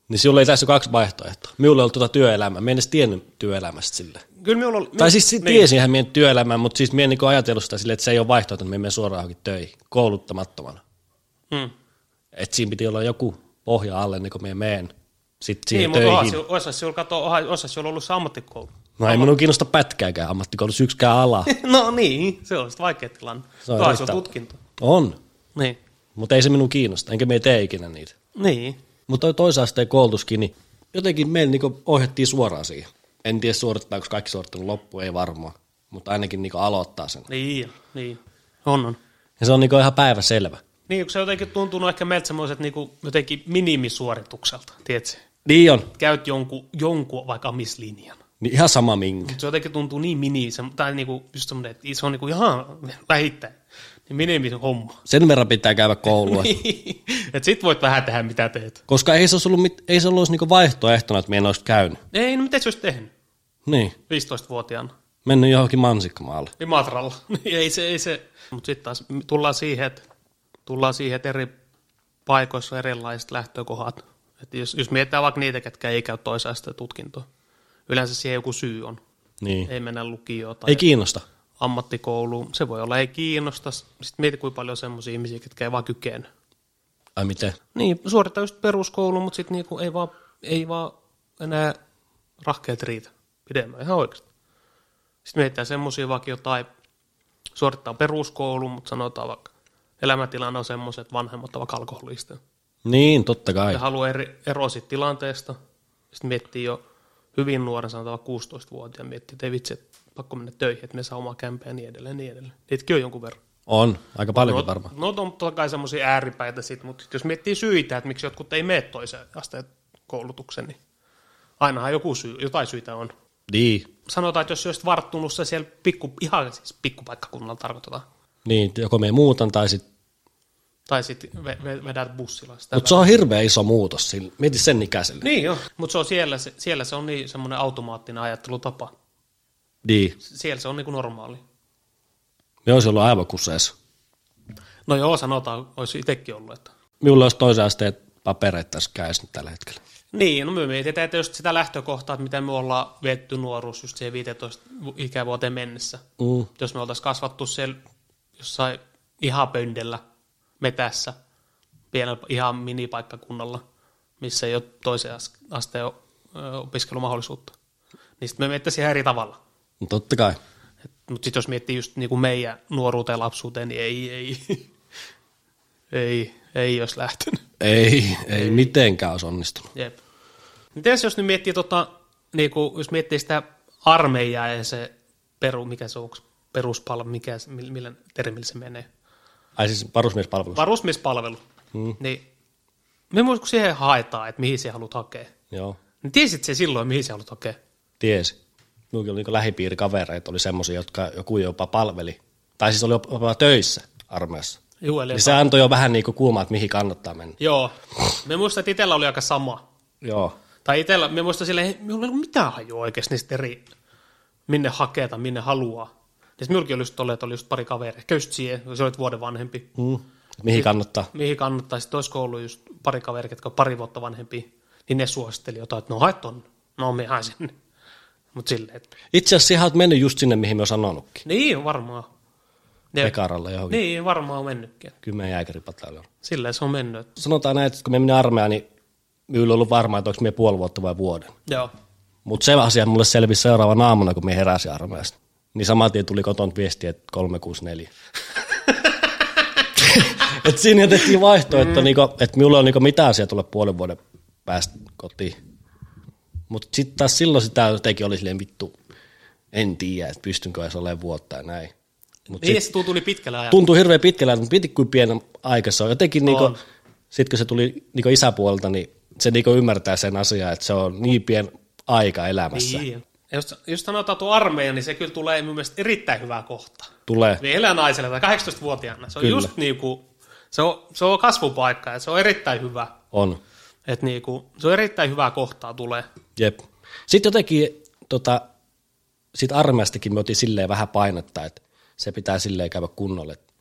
Niin sinulla ei tässä ole kaksi vaihtoehtoa. Minulla ei ollut tuota työelämää. Minä en edes tiennyt työelämästä sille. Kyllä minulla oli... Tai siis niin. tiesinhän minä työelämää, mutta siis minä en niin ajatellut sitä silleen, että se ei ole vaihtoehto, että minä menen suoraan johonkin töihin kouluttamattomana. Mm. Niin, Että siinä piti olla joku pohja alle, niin kuin minä menen sitten Niin, siihen niin, mutta töihin. osasi, osasi, sinulla kato, osasi sinulla ollut se ammattikoulu. No ei minun kiinnosta pätkääkään ammattikoulussa yksikään ala. no niin, se on sitten vaikea tilanne. Se on Tuo on erittäin- tutkinto. On, Niin. mutta ei se minun kiinnosta, enkä me tee ikinä niitä. Niin. Mutta toi toisen asteen koulutuskin, niin jotenkin meillä niinku ohjattiin suoraan siihen. En tiedä suorittaako kaikki suorittanut loppu, ei varmaan, mutta ainakin niinku aloittaa sen. Niin, niin. On, on. Ja se on niinku ihan päiväselvä. Niin, kun se jotenkin tuntunut ehkä meiltä semmoiset niinku, jotenkin minimisuoritukselta, tiedätkö? Niin on. Käyt jonkun, jonkun vaikka mislinjan. Niin ihan sama minkä. Mut se jotenkin tuntuu niin mini, se, tai niinku, just semmoinen, että se on niinku ihan vähittäin. Niin minimi homma. Sen verran pitää käydä koulua. Niin. Et sit voit vähän tehdä mitä teet. Koska ei se olisi ollut, mit- ei se ollut olisi niinku vaihtoehtona, että me en olisi käynyt. Ei, no mitä sä olisit tehnyt Niin, 15-vuotiaana? mennyt johonkin mansikkamaalle. Imatralla. Niin ei se, ei se. Mutta sitten taas tullaan siihen, että tullaan siihen, että eri paikoissa on erilaiset lähtökohdat. Et jos, jos mietitään vaikka niitä, ketkä ei käy toisaista tutkintoa, yleensä siihen joku syy on. Niin. Ei mennä lukioon tai Ei kiinnosta. ammattikouluun. Se voi olla ei kiinnosta. Sitten mieti, kuinka paljon on semmoisia ihmisiä, ketkä ei vaan kykene. Ai miten? Niin, suorittaa just peruskoulun, mutta sitten niinku ei, vaan, ei vaan enää rahkeet riitä pidemmän, ihan oikeasti. Sitten mietitään semmoisia vaikka jotain, suorittaa peruskoulun, mutta sanotaan vaikka elämäntilanne on semmoiset, että vanhemmat ovat vaikka alkoholista. Niin, totta kai. Ja haluaa eri, eroa siitä tilanteesta. Sitten miettii jo hyvin nuoren, sanotaan vaikka 16-vuotiaan, miettii, että ei vitsi, että pakko mennä töihin, että me saa omaa kämpää ja niin edelleen, niin edelleen. Niitäkin on jonkun verran. On, aika paljon No, varmaan. no on totta kai semmoisia ääripäitä sitten, mutta jos miettii syitä, että miksi jotkut ei mene toiseen asteen koulutuksen, niin ainahan joku syy, jotain syitä on. Niin. Sanotaan, että jos olisit varttunut se siellä pikku, ihan siis pikkupaikkakunnalla tarkoitetaan, Niin, joko me muutan tai sitten tai sitten ve- ve- vedät bussilla sitä. Mutta se on hirveä iso muutos, sille. mieti sen ikäiselle. Niin joo, mutta se on siellä, se, siellä se on niin semmoinen automaattinen ajattelutapa. Niin. Siellä se on niin kuin normaali. Me olisi ollut aivan kuseessa. No joo, sanotaan, olisi itsekin ollut, että Minulla olisi toisen asteen papereita tässä kädessä nyt tällä hetkellä. Niin, no me mietitään että just sitä lähtökohtaa, että miten me ollaan vetty nuoruus just siihen 15 vu- ikävuoteen mennessä. Mm. Jos me oltaisiin kasvattu siellä jossain ihan pöndellä metässä, pienellä ihan minipaikkakunnalla, missä ei ole toisen as- asteen ö, opiskelumahdollisuutta. Niin sitten me miettäisiin ihan eri tavalla. No totta kai. Mutta sitten jos miettii just niinku meidän nuoruuteen ja lapsuuteen, niin ei, ei, ei, ei olisi lähtenyt. Ei, ei, ei. mitenkään olisi onnistunut. Jep. Miten jos nyt miettii, tota, niinku, jos miettii sitä armeijaa ja se peru, mikä se on, peruspalvelu, mikä, se- mil- millä termillä se menee, Ai siis varusmiespalvelus. Va- varusmiespalvelu, hmm. niin me muistin, kun siihen haetaan, että mihin se haluat hakea. Joo, Niin tiesit se silloin, mihin se haluat hakea? tiesi. Minulla oli niin lähipiirikavereita, oli semmoisia, jotka joku jopa palveli. Tai siis oli jopa jopa töissä armeijassa. Juu, eli Niin se antoi jo vähän niin kuin kuumaa, että mihin kannattaa mennä. Joo. Me muistan, että itsellä oli aika sama. Joo. Tai itsellä, me muistan silleen, minulla ei ollut mitään hajua oikeasti niistä eri, minne hakea tai minne haluaa. Ja sitten minullakin oli just tolle, että oli just pari kaveria, ehkä just siihen, kun sä olet vuoden vanhempi, Mm. Mihin kannattaa? mihin kannattaisi, että olisiko ollut just pari kaveria, jotka on pari vuotta vanhempi, niin ne suositteli jotain, että no hae ton, no me haen sinne. Mutta silleen, että Itse asiassa ihan olet mennyt just sinne, mihin me on sanonutkin. niin varmaan. Ne, Pekaralla johonkin. Niin. niin varmaan on mennytkin. Kymmenen jääkäripataljoon. Silleen se on mennyt. Sanotaan näin, että kun me menin armeijaan, niin minulla on ollut varmaa, että onko me puoli vuotta vai vuoden. Joo. Mutta se asia mulle selvisi seuraavana aamuna, kun me heräsin armeijasta. Niin saman tien tuli koton viesti, että 364. et siinä jätettiin vaihtoehto, mm. niinku, että minulla on niinku mitään asiaa tulla puolen vuoden päästä kotiin. Mutta sitten taas silloin sitä jotenkin oli silleen vittu, en tiedä, että pystynkö edes olemaan vuotta ja näin. Mut Niin, se tuntuu niin pitkällä ajalla. tuntuu hirveän pitkällä, mutta piti kuin pienen aika se on. Jotenkin niinku, sit kun se tuli niinku isäpuolelta, niin se niinku ymmärtää sen asian, että se on niin pien aika elämässä. Niin. Niin. Ja Jos, jos sanotaan tuo armeija, niin se kyllä tulee mun mielestä erittäin hyvää kohtaa. Tulee. Vielä naiselle tai 18-vuotiaana. Se on Kyllä. kyllä. just niin kuin, se on, se on kasvupaikka ja se on erittäin hyvä. On. Et niin kuin, se on erittäin hyvää kohtaa tulee. Jep. Sitten jotenkin tota, sit armeijastakin me otin silleen vähän painetta, että se pitää silleen käydä kunnolla. että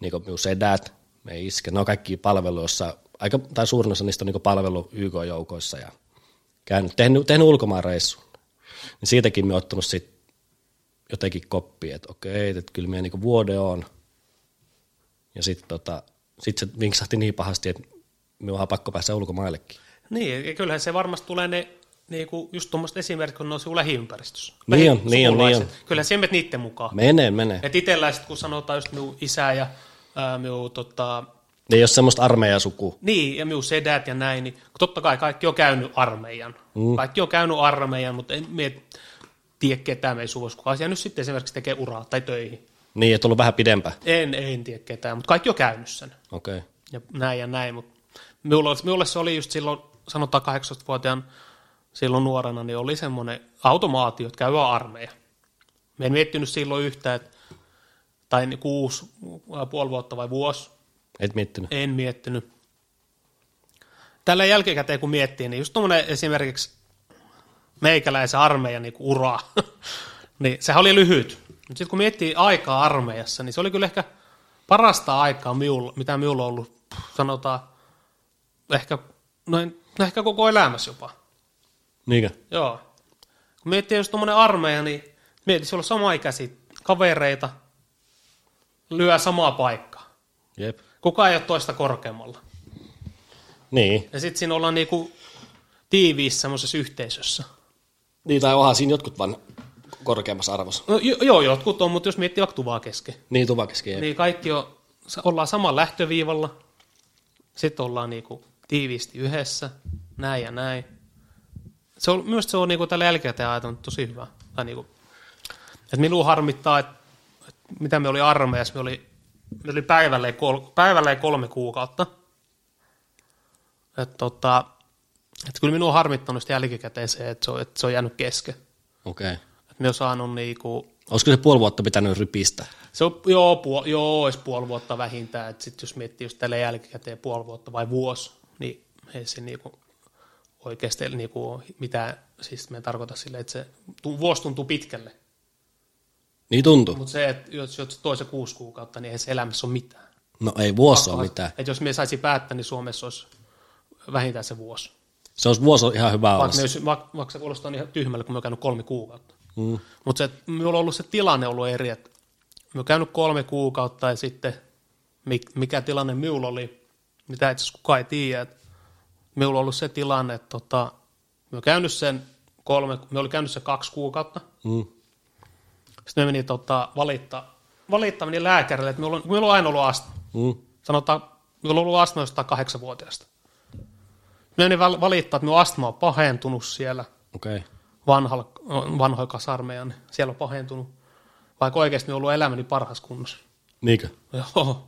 Niin kuin minun sedät, me iske, ne on kaikki palveluissa, aika, tai suurin osa niistä on niin palvelu YK-joukoissa ja käynyt, tehnyt, tehnyt ulkomaanreissun. Niin siitäkin me ottanut sit jotenkin koppia, että okei, että kyllä meidän niin vuode on. Ja sitten tota, sit se vinksahti niin pahasti, että minun on pakko päästä ulkomaillekin. Niin, ja kyllähän se varmasti tulee ne, niin kuin, just tuommoiset esimerkit, kun ne on sinun lähiympäristössä. Niin on, niin on, niin on. Lähisukulaiset. Kyllähän sinä menet niiden mukaan. Menee, menee. Et itsellä sit, kun sanotaan just minun isä ja ää, minun tota, Ei ole semmoista armeijasukua. Niin, ja minun sedät ja näin, niin totta kai kaikki on käynyt armeijan. Mm. Kaikki on käynyt armeijan, mutta en mie tiedä ketään meidän suvussa, kuka asia nyt sitten esimerkiksi tekee uraa tai töihin. Niin, että ollut vähän pidempään. En, en tiedä ketään, mutta kaikki on käynyt sen. Okei. Okay. Ja näin ja näin, mutta minulle, minulle se oli just silloin, sanotaan 18-vuotiaan silloin nuorena, niin oli semmoinen automaatio, että käy vaan armeija. Me en miettinyt silloin yhtään, että, tai niin kuusi, äh, puoli vuotta vai vuosi, Et miettinyt. en miettinyt. Tällä jälkikäteen kun miettii, niin just tuommoinen esimerkiksi meikäläisen armeijan niin ura, niin sehän oli lyhyt. Mutta sitten kun miettii aikaa armeijassa, niin se oli kyllä ehkä parasta aikaa, miulla, mitä minulla on ollut, puh, sanotaan, ehkä, noin, no ehkä koko elämässä jopa. Niinkö? Joo. Kun miettii just tuommoinen armeija, niin mieti, sulla on samaikäisiä kavereita, lyö samaa paikkaa. Jep. Kukaan ei ole toista korkeammalla. Niin. Ja sitten siinä ollaan niinku tiiviissä semmoisessa yhteisössä. Niin, tai onhan siinä jotkut vaan korkeammassa arvossa. No, jo, joo, jotkut on, mutta jos miettii vaikka tuvaa kesken, Niin, tupakeski. Niin. niin kaikki on, sa- ollaan saman lähtöviivalla, sitten ollaan niinku tiiviisti yhdessä, näin ja näin. Se on, myös se on niinku tällä jälkikäteen ajatellut tosi hyvä. Tai niinku, että minua harmittaa, että et mitä me oli armeijassa, me oli, me oli päivälleen, kol, päivälleen kolme kuukautta. Että tota, et kyllä minua on harmittanut sitä jälkikäteen se, että se, on, että se on jäänyt kesken. Okei. Okay. Että me on saanut niinku, Olisiko se puoli vuotta pitänyt rypistä? se on, joo, puol, joo, olisi puoli vuotta vähintään, että sitten jos miettii just tälle jälkikäteen puoli vuotta vai vuosi, niin ei se niinku oikeasti niinku ole mitään, siis me tarkoita sille, että se tu, vuosi tuntuu pitkälle, Niin tuntuu. mutta se, että jos, jos toisen kuusi kuukautta, niin ei se elämässä ole mitään. No ei vuosi ole mitään. Että jos me saisi päättää, niin Suomessa olisi vähintään se vuosi. Se olisi vuosi ihan hyvä olla. Vaikka, ne, olisi- vaikka, vaikka se kuulostaa niin ihan tyhmälle, kun mä oon käynyt kolme kuukautta. Mm. Mutta se, että minulla on ollut se tilanne ollut eri, että mä oon käynyt kolme kuukautta ja sitten mi- mikä tilanne minulla oli, mitä itse asiassa kukaan ei tiedä, että Minulla on ollut se tilanne, että tota, me käynyt sen kolme, me oli käynyt se kaksi kuukautta. Mm. Sitten me meni tota, valittaa, valittaa meni lääkärille, että minulla on, minulla on aina ollut astma. Mm. Sanotaan, minulla on ollut astma jostain kahdeksanvuotiaasta. Me meni val- valittaa, että minun astma on pahentunut siellä Okei. Okay. vanhalla, vanhoja kasarmeja, niin siellä on pahentunut. Vaikka oikeasti minä ollut elämäni parhaassa kunnossa. Niinkö? Joo.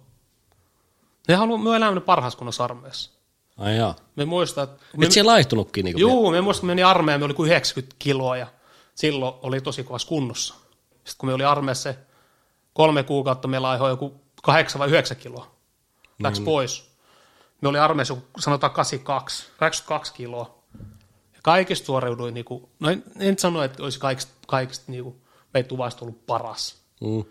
Ne haluaa, me elämme parhaassa kunnossa armeijassa. Ai jaa. Me muistan, että... Me, Et siellä laihtunutkin niinku vielä? juu, me muistan, kun meni armeijaan, me oli kuin 90 kiloa ja silloin oli tosi kovassa kunnossa. Sitten kun me oli armeijassa se kolme kuukautta, meillä laihoi joku 8 vai 9 kiloa. Läks mm. pois. Me oli armeijassa joku, sanotaan 82, 82 kiloa. Ja kaikista suoriuduin, niin kuin, no en, en sano, että olisi kaikista, kaikista niin kuin, meitä tuvasta ollut paras. Mm.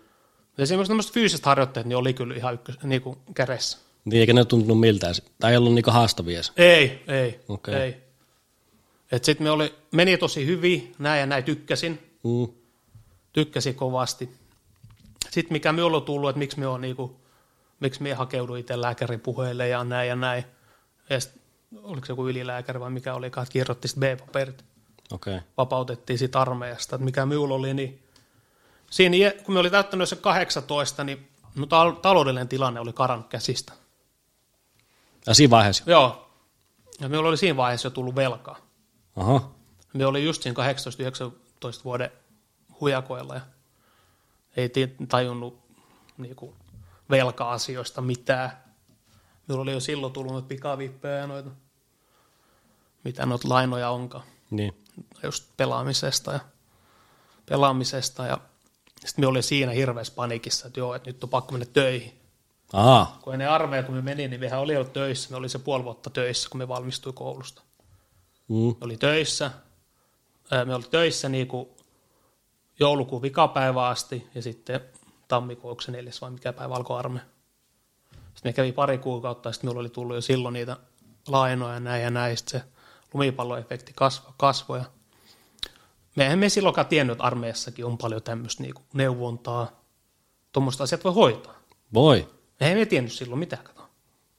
Esimerkiksi tämmöiset fyysiset harjoitteet niin oli kyllä ihan ykkö, niin kuin kädessä. Niin, eikä ne tuntunut miltään. Tai ei ollut niinku haastavia. se. Ei, ei, Okei. okay. ei. Et sit me oli, meni tosi hyvin, näin ja näin tykkäsin, Mm. tykkäsin kovasti. Sitten mikä me on tullut, että miksi me on niinku, miksi me hakeuduin itse lääkärin puheille ja näin ja näin. Ja sit, oliko se joku ylilääkäri vai mikä oli, että kirjoitti sitten B-paperit. Okei. Okay. Vapautettiin siitä armeijasta, että mikä minulla oli, niin siinä, iä- kun me oli täyttänyt se 18, niin mun tal- taloudellinen tilanne oli karannut käsistä. Ja siinä vaiheessa. Joo. Ja minulla oli siinä vaiheessa jo tullut velkaa. Aha. Me oli just siinä 18-19 vuoden hujakoilla ja ei ti- tajunnut niinku velka-asioista mitään. Minulla oli jo silloin tullut noita pikavippejä ja noita, mitä noita lainoja onkaan, Niin. just pelaamisesta ja pelaamisesta ja sitten me oli siinä hirveässä panikissa, että joo, että nyt on pakko mennä töihin. Aha. Kun ennen armeija, kun me menin, niin mehän oli ollut töissä, me oli se puoli vuotta töissä, kun me valmistui koulusta Mm. oli töissä. Ää, Me oli töissä niin kuin joulukuun vikapäivä asti ja sitten tammikuun, onko se neljäs vai mikä päivä alkoi arme. Sitten me kävi pari kuukautta ja sitten minulla oli tullut jo silloin niitä lainoja ja näin ja näin. Sitten se lumipalloefekti kasvoi kasvoi. ja Me eihän me silloinkaan tiennyt, että armeijassakin on paljon tämmöistä niin neuvontaa. Tuommoista asiat voi hoitaa. Voi. Ei me tiennyt silloin mitään, kato.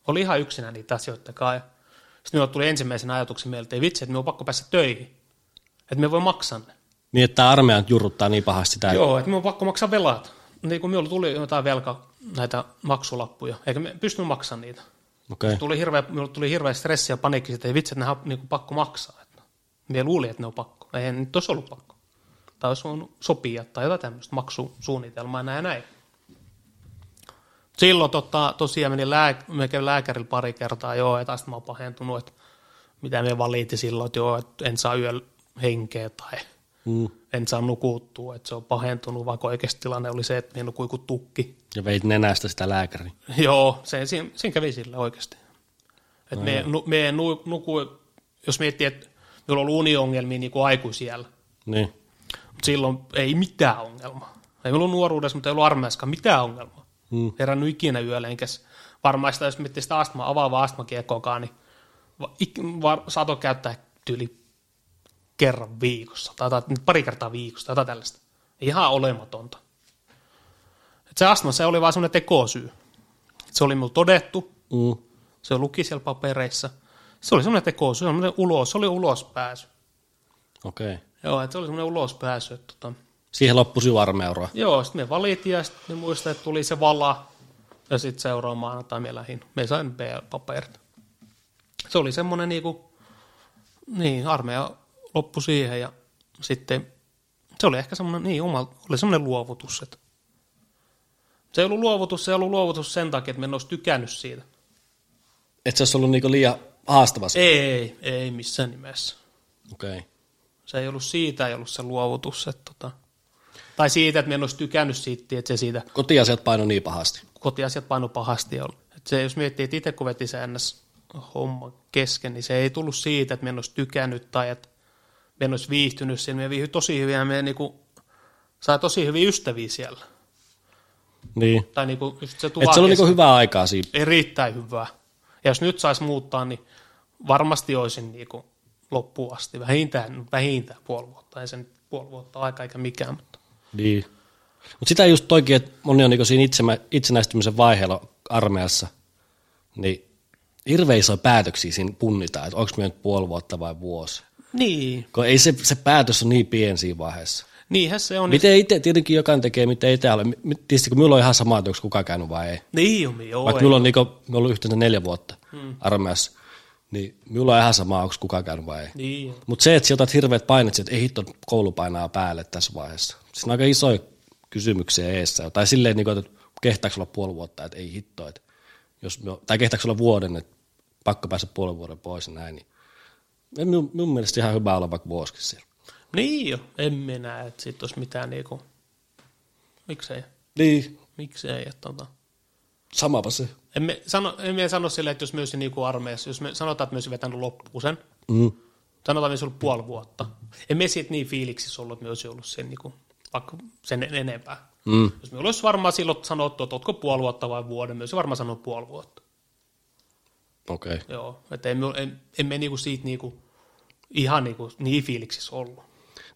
Oli ihan yksinään niitä asioita kai. Sitten minulle tuli ensimmäisen ajatuksen mieltä, ei vitsi, että me on pakko päästä töihin. Että me voi maksaa ne. Niin, että tää armeija nyt jurruttaa niin pahasti sitä. Joo, että me on pakko maksaa velat. Niin kun minulla tuli jotain velka, näitä maksulappuja, eikä me pystynyt maksamaan niitä. Okei. Okay. Tuli hirveä, minulle tuli hirveä stressi ja paniikki, että ei vitsi, että ne on niin pakko maksaa. Että me luulin, että ne on pakko. Ei nyt olisi ollut pakko. Tai olisi voinut sopia tai jotain tämmöistä maksusuunnitelmaa ja näin ja näin. Silloin tota, tosiaan meni lää, me kävin lääkärillä pari kertaa, joo, ja taas mä oon pahentunut, että mitä me valitti silloin, että joo, että en saa yöllä henkeä tai Mm. en saa nukuttua, että se on pahentunut, vaikka oikeasti tilanne oli se, että minä nukuin kuin tukki. Ja veit nenästä sitä lääkäriä. Joo, se, siinä, siinä kävi sillä oikeasti. Et me, nu, me nu, nuku, jos miettii, että meillä on ollut uniongelmia niin kuin aikuisiellä, Niin. mutta silloin ei mitään ongelmaa. Ei meillä ollut nuoruudessa, mutta ei ollut armeijassakaan mitään ongelmaa. Mm. Herännyt ikinä yöllä, enkä s- varmaan sitä, jos miettii sitä astmaa, avaavaa astmakiekkoakaan, niin va, ik, var, saattoi käyttää tyyli kerran viikossa, tai, tai pari kertaa viikossa, tai jotain tällaista. Ihan olematonta. Et se astma, se oli vaan semmoinen tekosyy. Se oli minulla todettu, Mm. se luki siellä papereissa. Se oli semmoinen tekosyy, semmoinen ulos, se oli ulospääsy. Okei. Okay. Joo, et se oli semmoinen ulospääsy, että tota, Siihen loppui syy armeuroa. Joo, sitten me valitin ja sitten muistan, että tuli se vala ja sitten seuraava maanantai me lähdin. Me sain B-paperit. Se oli semmoinen niinku, niin armeija loppu siihen ja sitten se oli ehkä semmoinen, niin oma, oli semmoinen luovutus, että se ei ollut luovutus, se ei ollut luovutus sen takia, että me en olisi tykännyt siitä. Et se olisi ollut niinku liian haastavassa. Ei, ei missään nimessä. Okei. Okay. Se ei ollut siitä, ei ollut se luovutus, että tota, tai siitä, että me en olisi tykännyt siitä, että se siitä Kotiasiat paino niin pahasti. kotiasiat paino pahasti. ja- Et se, jos miettii, että itse kun veti se NS-homma kesken, niin se ei tullut siitä, että me en olisi tykännyt tai että me en olisi viihtynyt siellä. Me viihdyin tosi hyvin ja me niinku, sai tosi hyviä ystäviä siellä. Niin. Tai niinku, just se Et tuva se kesken. oli niinku hyvää aikaa siinä. erittäin hyvää. Ja jos nyt saisi muuttaa, niin varmasti olisin niinku loppuun asti. Vähintään, vähintään puoli vuotta. Ei se nyt puoli vuotta aika eikä mikään, mutta Niin. Mutta sitä just toikin, että moni on niinku siinä itsemä, itsenäistymisen vaiheella armeijassa, niin hirveän isoja päätöksiä siinä punnitaan, että onko me nyt puoli vuotta vai vuosi. Niin. Kun ei se, se päätös on niin pieni siinä vaiheessa. Niinhän se on. Miten Mm. itse, tietenkin jokainen tekee, mitä itse ole. Mi- Tietysti kun minulla on ihan sama, että onko kukaan käynyt vai ei. Niin on, joo. Vaikka ei. minulla on niinku, me ollut yhteensä neljä vuotta hmm. armeijassa, niin minulla on ihan sama, onko kukaan käynyt vai ei. Niin. Mutta se, että sä otat hirveät painet, että ei hitto koulu painaa päälle tässä vaiheessa. Siinä on aika isoja kysymyksiä eessä. Tai silleen, niinku, että kehtaako olla puoli vuotta, että ei hitto. Että jos, me- tai kehtaako olla vuoden, että pakko päästä puolen vuoden pois ja näin. Niin. Ei Minun, minun mielestä ihan hyvä olla vaikka vuosikin siellä. Niin jo, en minä, että siitä olisi mitään niinku, miksei, Niin, miksei, että tota. samapa se. En me sano, en me sano silleen, että jos myös niinku armeijassa, jos me sanotaan, että myös vetänyt loppuun sen, Mm. sanotaan myös ollut puoli vuotta. En me siitä niin fiiliksissä ollut, että me olisi ollut sen niinku, vaikka sen en- enempää. Mm. Jos me olisi varmaan silloin sanottu, että ootko puoli vuotta vai vuoden, me olisi varmaan sanonut puoli vuotta. Okei. Okay. Joo, että emme, em, emme niinku siitä niinku, ihan niinku, niin fiiliksissä ollut.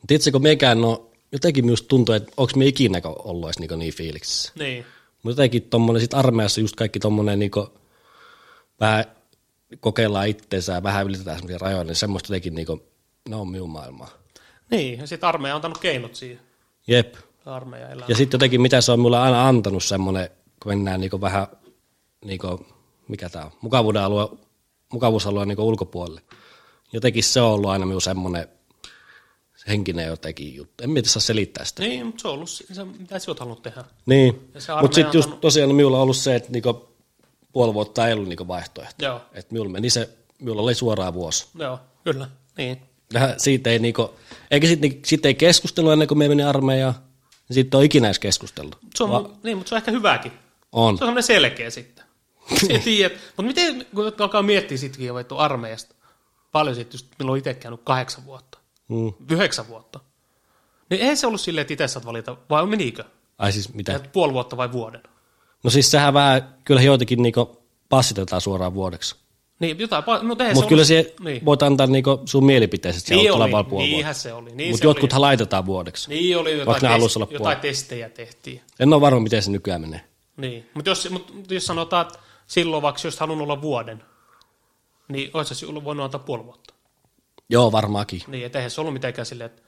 Tiedätkö, kun mekään no, jotenkin minusta tuntuu, että onko me ikinä ollut edes niinku niin fiiliksissä. Niin, Mutta jotenkin tuommoinen sit armeijassa just kaikki tuommoinen niinku, vähän kokeillaan itteensä ja vähän ylitetään semmoisia rajoja, niin semmoista jotenkin niinku, ne on minun maailmaa. niin ja sitten armeija on antanut keinot siihen, Jep. armeija elää. Ja sitten jotenkin, mitä se on mulle aina antanut semmoinen, kun mennään niinku vähän, niinku, mikä tämä on, mukavuuden alue, mukavuusalueen niinku ulkopuolelle. Jotenkin se on ollut aina minun semmoinen henkinen jotenkin juttu. En mieti saa selittää sitä. Niin, mutta se on ollut se, se, mitä sä oot halunnut tehdä. Niin, Ja se mutta armeija sitten just antanut- tosiaan minulla on ollut se, että niinku puoli vuotta ei ollut niinku vaihtoehto. Joo, Että minulla meni se, minulla oli suoraan vuosi. joo, kyllä, niin. Ja siitä ei niinku, eikä sit, niinku- sit ei keskustelu ennen kuin me meni armeijaan. niin Siitä on ikinä edes keskustellut. Se on, Va- niin, mutta se on ehkä hyväkin. Se On. on semmoinen selkeä sitten. Sä tiedät, mutta miten, kun jotka alkaa miettiä sitkin jo vittu armeijasta, paljon sitten just, milloin itse käynyt kahdeksan vuotta, Mm. yhdeksän vuotta, niin eihän se ollut silleen, että itse saat valita, vai menikö? Ai siis mitä? Et puoli vuotta vai vuoden? No siis sehän vähän, kyllä joitakin niinku passitetaan suoraan vuodeksi. Niin, jotain, pa- mutta eihän Mutta kyllä ollut, se niin. voit antaa niinku sun mielipiteesi, että siellä Niin on oli, tulevalla puoli vuotta. niinhän se oli. Niin Mutta se jotkuthan oli. laitetaan vuodeksi. Niin oli, jotain, ne halusi test, olla puoli- jotain testejä tehtiin. En ole varma, miten se nykyään menee. Niin, mutta jos, mut jos sanotaan, että silloin vaikka jos olisit halunnut olla vuoden, niin olisit sä ollut voinut antaa puoli vuotta. Joo, varmaankin. Niin, että eihän se ollut mitenkään silleen, että,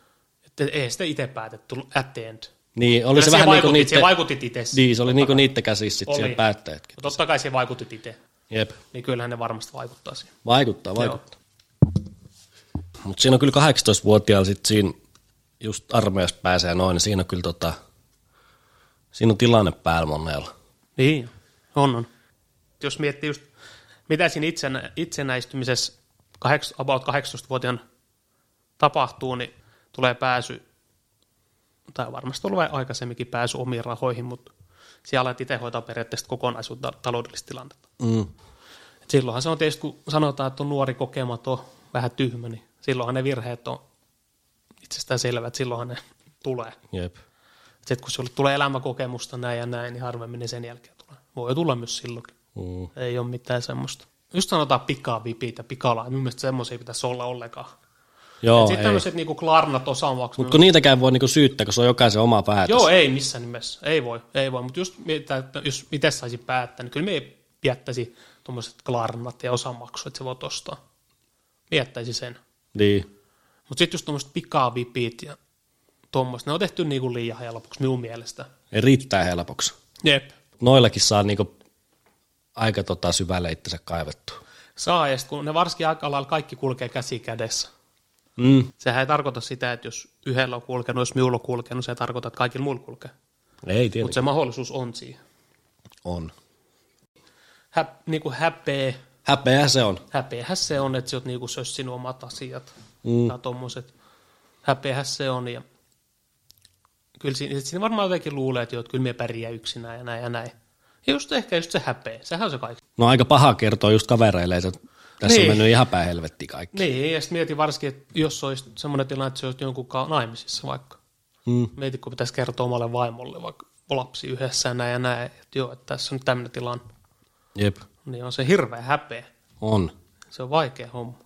että eihän sitä itse päätetty at the end. Niin, oli Kyllä se siihen vähän niinku vaikutit, siihen niitten, vaikutit itse. niin, se oli niinku niitten käsissä sit Oli. siellä päättäjätkin. Mutta totta kai siihen vaikutit itse, Jep. niin kyllähän ne varmasti vaikuttaa siihen. Vaikuttaa, vaikuttaa. Mutta siinä on kyllä 18-vuotiaalla sit siinä, just armeijasta pääsee noin, niin siinä on kyllä tota, siinä on tilanne päällä monella. Niin, on, on. Jos miettii just, mitä siinä itsenä, itsenäistymisessä kaheks, about 18-vuotiaan tapahtuu, niin tulee pääsy, tai varmasti tulee aikaisemminkin pääsy omiin rahoihin, mutta siellä alat itse hoitaa periaatteessa kokonaisuutta taloudellista tilannetta. Mm. Et silloinhan se on tietysti, kun sanotaan, että on nuori kokematon, vähän tyhmä, niin silloinhan ne virheet on itsestään selvät, silloinhan ne tulee. Jep. Sitten kun sulle tulee elämäkokemusta näin ja näin, niin harvemmin ne sen jälkeen tulee. Voi tulla myös silloinkin. Mm. Ei ole mitään semmoista. Just sanotaan pikavipit ja pikalaa. Mun mielestä semmoisia ei pitäisi olla ollenkaan. Joo, Sitten ei. tämmöiset niinku klarnat osaamaksi. Mutta kun niitäkään voi niinku syyttää, kun se on jokaisen oma päätös. Joo, ei missään nimessä. Ei voi, ei voi. Mutta just mietitään, että jos itse saisi päättää, niin kyllä me ei jättäisi tuommoiset klarnat ja osamaksut, että se voit ostaa. Miettäisi sen. Niin. Mutta sitten just tuommoiset pikavipit ja tuommoiset, ne on tehty niinku liian helpoksi minun mielestä. Ei riittää helpoksi. Jep. Noillakin saa niinku aika tota syvälle itsensä kaivettua. Saa, ja sit kun ne varsinkin aika lailla kaikki kulkee käsi kädessä. Mm. Sehän ei tarkoita sitä, että jos yhdellä on kulkenut, jos minulla on kulkenut, se ei tarkoita, että kaikilla muilla kulkee. Ei Mutta tietenkin. se mahdollisuus on siihen. On. Hä, niin kuin häpeä, Häpeä se on. häpeähän se on, että sä oot niin kuin sössin omat asiat Mm. mm. tai tommoset. Häpeähän se on. Ja kyllä siinä, sit siinä varmaan jotenkin luulee, että, joo, että kyllä me pärjää yksinään ja näin ja näin. Ja just ehkä just se häpeä, sehän on se kaikki. No aika paha kertoa just kavereille, että tässä niin. Niin. on mennyt ihan päin helvettiin kaikki. Niin, ja sitten mieti varsinkin, että jos olisi semmoinen tilanne, että se olisi jonkun kanssa naimisissa vaikka. Mm. Mieti, kun pitäisi kertoa omalle vaimolle vaikka lapsi yhdessä ja näin ja näin, että joo, että tässä on nyt tämmöinen tilanne, Jep. niin on se hirveä häpeä. On. Se on vaikea homma.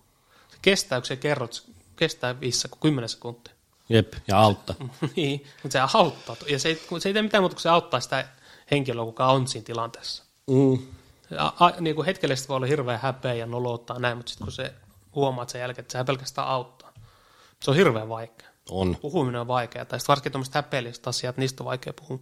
Se kestää, kun sä kerrot, se kestää viisi kuin kymmenen sekuntia. Jep. Ja autta. niin, mutta se auttaa. Ja se ei, kun se ei tee mitään muuta, kun se auttaa sitä henkilöä, kuka on siinä tilanteessa. Mm. Se a, a, niin kuin hetkellisesti voi olla hirveä häpeä ja nolouttaa näin, mutta sitten kun se huomaat sen jälkeen, että sehän pelkästään auttaa. Se on hirveän vaikea. On. Puhuminen on vaikeaa, tai sitten varsinkin tuommoiset häpeelliset asiat, niistä on vaikea puhua.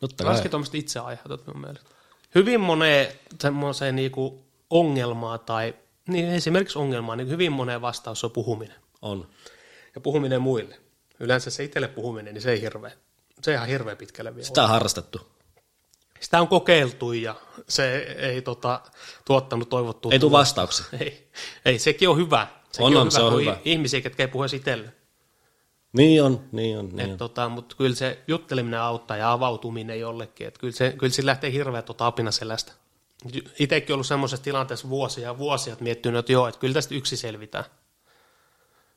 Totta kai. Varsinkin tuommoiset itse aiheutut minun mielestä. Hyvin moneen semmoiseen niinku ongelmaa tai, niin esimerkiksi ongelmaa, niin hyvin moneen vastaus on puhuminen. On. Ja puhuminen muille. Yleensä se itselle puhuminen, niin se ei hirveä. Se ei ihan hirveä pitkälle vielä. Sitä on harrastettu. Sitä on kokeiltu ja se ei tota, tuottanut toivottua. Ei tule vastauksia. ei, ei, sekin on hyvä. Sekin On, on, se on kun hyvä. Ihmisiä, ketkä ei puhu edes itselle. Niin on, niin on, niin Niin. on. Tota, mutta kyllä se jutteleminen auttaa ja avautuminen jollekin. Et kyllä, se, kyllä siinä lähtee hirveä tota apinaselästä. Itsekin ollut semmoisessa tilanteessa vuosia ja vuosia, että miettinyt, että joo, että kyllä tästä yksi selvitään.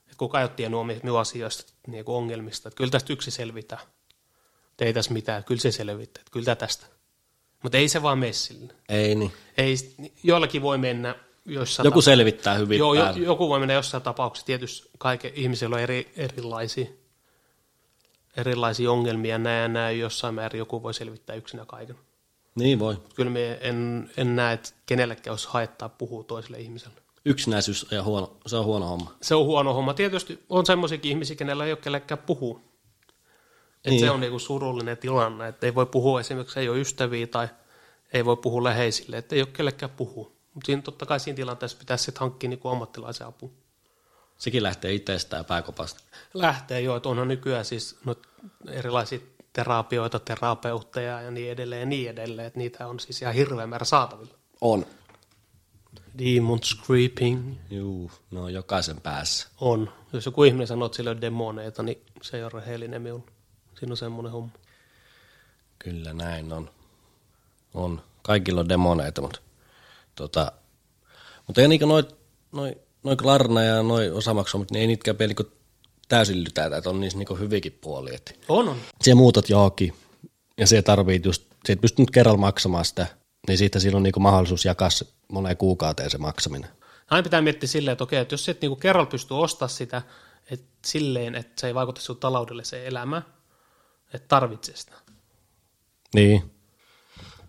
Et kukaan ei ole tiennyt omi- minun asioista, niin kuin ongelmista. Et kyllä tästä yksi selvitään. Et ei tässä mitään, kyllä se selvittää. Et kyllä tää tästä. Mutta ei se vaan mene sille. Ei niin. Ei, joillakin voi mennä jossain Joku selvittää hyvin Joo, jo, päälle. joku voi mennä jossain tapauksessa. Tietysti kaiken ihmisillä on eri, erilaisia, erilaisia ongelmia. Näin ja näin jossain määrin joku voi selvittää yksinä kaiken. Niin voi. Kyllä me en, en näe, että kenellekään olisi haittaa puhua toiselle ihmiselle. Yksinäisyys ja huono, se on huono homma. Se on huono homma. Tietysti on semmoisiakin ihmisiä, kenellä ei ole kellekään puhua. Et Niin. Se on niinku surullinen tilanne, että ei voi puhua esimerkiksi, ei ole ystäviä tai ei voi puhua läheisille, että ei ole kellekään puhua. Mutta siinä totta kai siinä tilanteessa pitäisi sitten hankkia niinku ammattilaisen apua. Sekin lähtee itsestään ja pääkopasta. lähtee jo, että onhan nykyään siis no, erilaisia terapioita, terapeutteja ja niin edelleen ja niin edelleen, että niitä on siis ihan hirveä määrä saatavilla. On. Demon screeping Juu, no on jokaisen päässä. on. Jos joku ihminen sanoo, että sillä on demoneita, niin se ei ole rehellinen minulla. Siinä on semmoinen homma. Kyllä näin on. On. Kaikilla on demoneita, mutta, tota, mutta ei niinkö noin noi, noi Klarna ja noin osamaksumit, niin ei niitäkään pidä niinku täysin lytätä, että on niissä niinku hyvikin puoli. Että On, on. se muutat johonkin ja se tarvii just, se et pystynyt kerralla maksamaan sitä, niin siitä silloin niinku mahdollisuus jakaa se moneen kuukauteen se maksaminen. Aina pitää miettiä silleen, että okei, että jos sä et niinku kerralla pysty ostamaan sitä et silleen, että se ei vaikuta sun taloudelliseen elämään, että tarvitsee sitä. Niin.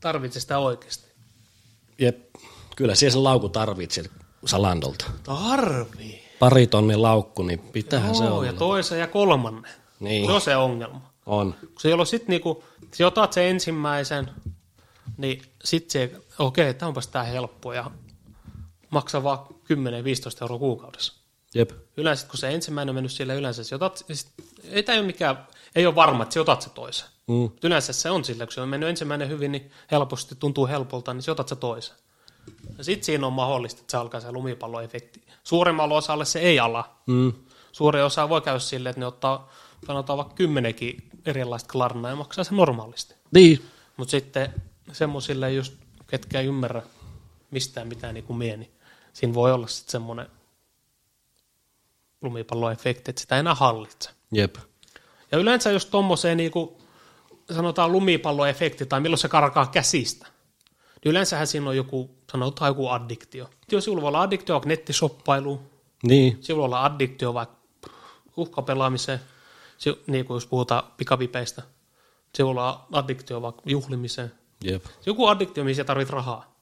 Tarvitsee sitä oikeasti. Jep. Kyllä siellä se laukku tarvitsee Salandolta. Tarvii. Pari tonnin laukku, niin pitäähän se Joo, olla. ja No. toisen ja kolmannen. Niin. Se on se ongelma. On. Kun se, jolloin sit niinku, sä otat sen ensimmäisen, niin sit se, okei, tämä onpas tää helppo ja maksaa vaan 10-15 euroa kuukaudessa. Jep. Yleensä kun se ensimmäinen on mennyt sille, yleensä se otat, sit, ei tää ei ole mikään, ei ole varma, että sä otat se toisen. Mm. Mut Yleensä se on sillä, kun se on mennyt ensimmäinen hyvin, niin helposti tuntuu helpolta, niin sä otat se toisen. Ja sit siinä on mahdollista, että se alkaa se lumipalloefekti. Suurimmalle osalle se ei ala, Mm. Suuri osa voi käydä silleen, että ne ottaa, sanotaan vaikka kymmenenkin erilaista klarnaa ja maksaa se normaalisti. Niin. Mutta sitten semmoisille just, ketkä ei ymmärrä mistään mitään niin kuin mie, niin siinä voi olla sitten semmoinen lumipalloefekti, että sitä ei enää hallitse. Jep. Ja yleensä jos tuommoiseen niin kuin, sanotaan lumipalloefekti tai milloin se karkaa käsistä, niin yleensähän siinä on joku, sanotaan joku addiktio. Jos sinulla voi olla addiktio vaikka nettishoppailuun, Niin. Silloin olla addiktio vaikka uhkapelaamiseen, si- niin kuin jos puhutaan pikavipeistä. Silloin olla addiktio vaikka juhlimiseen. Jep. Joku addiktio, mihin sä tarvit rahaa,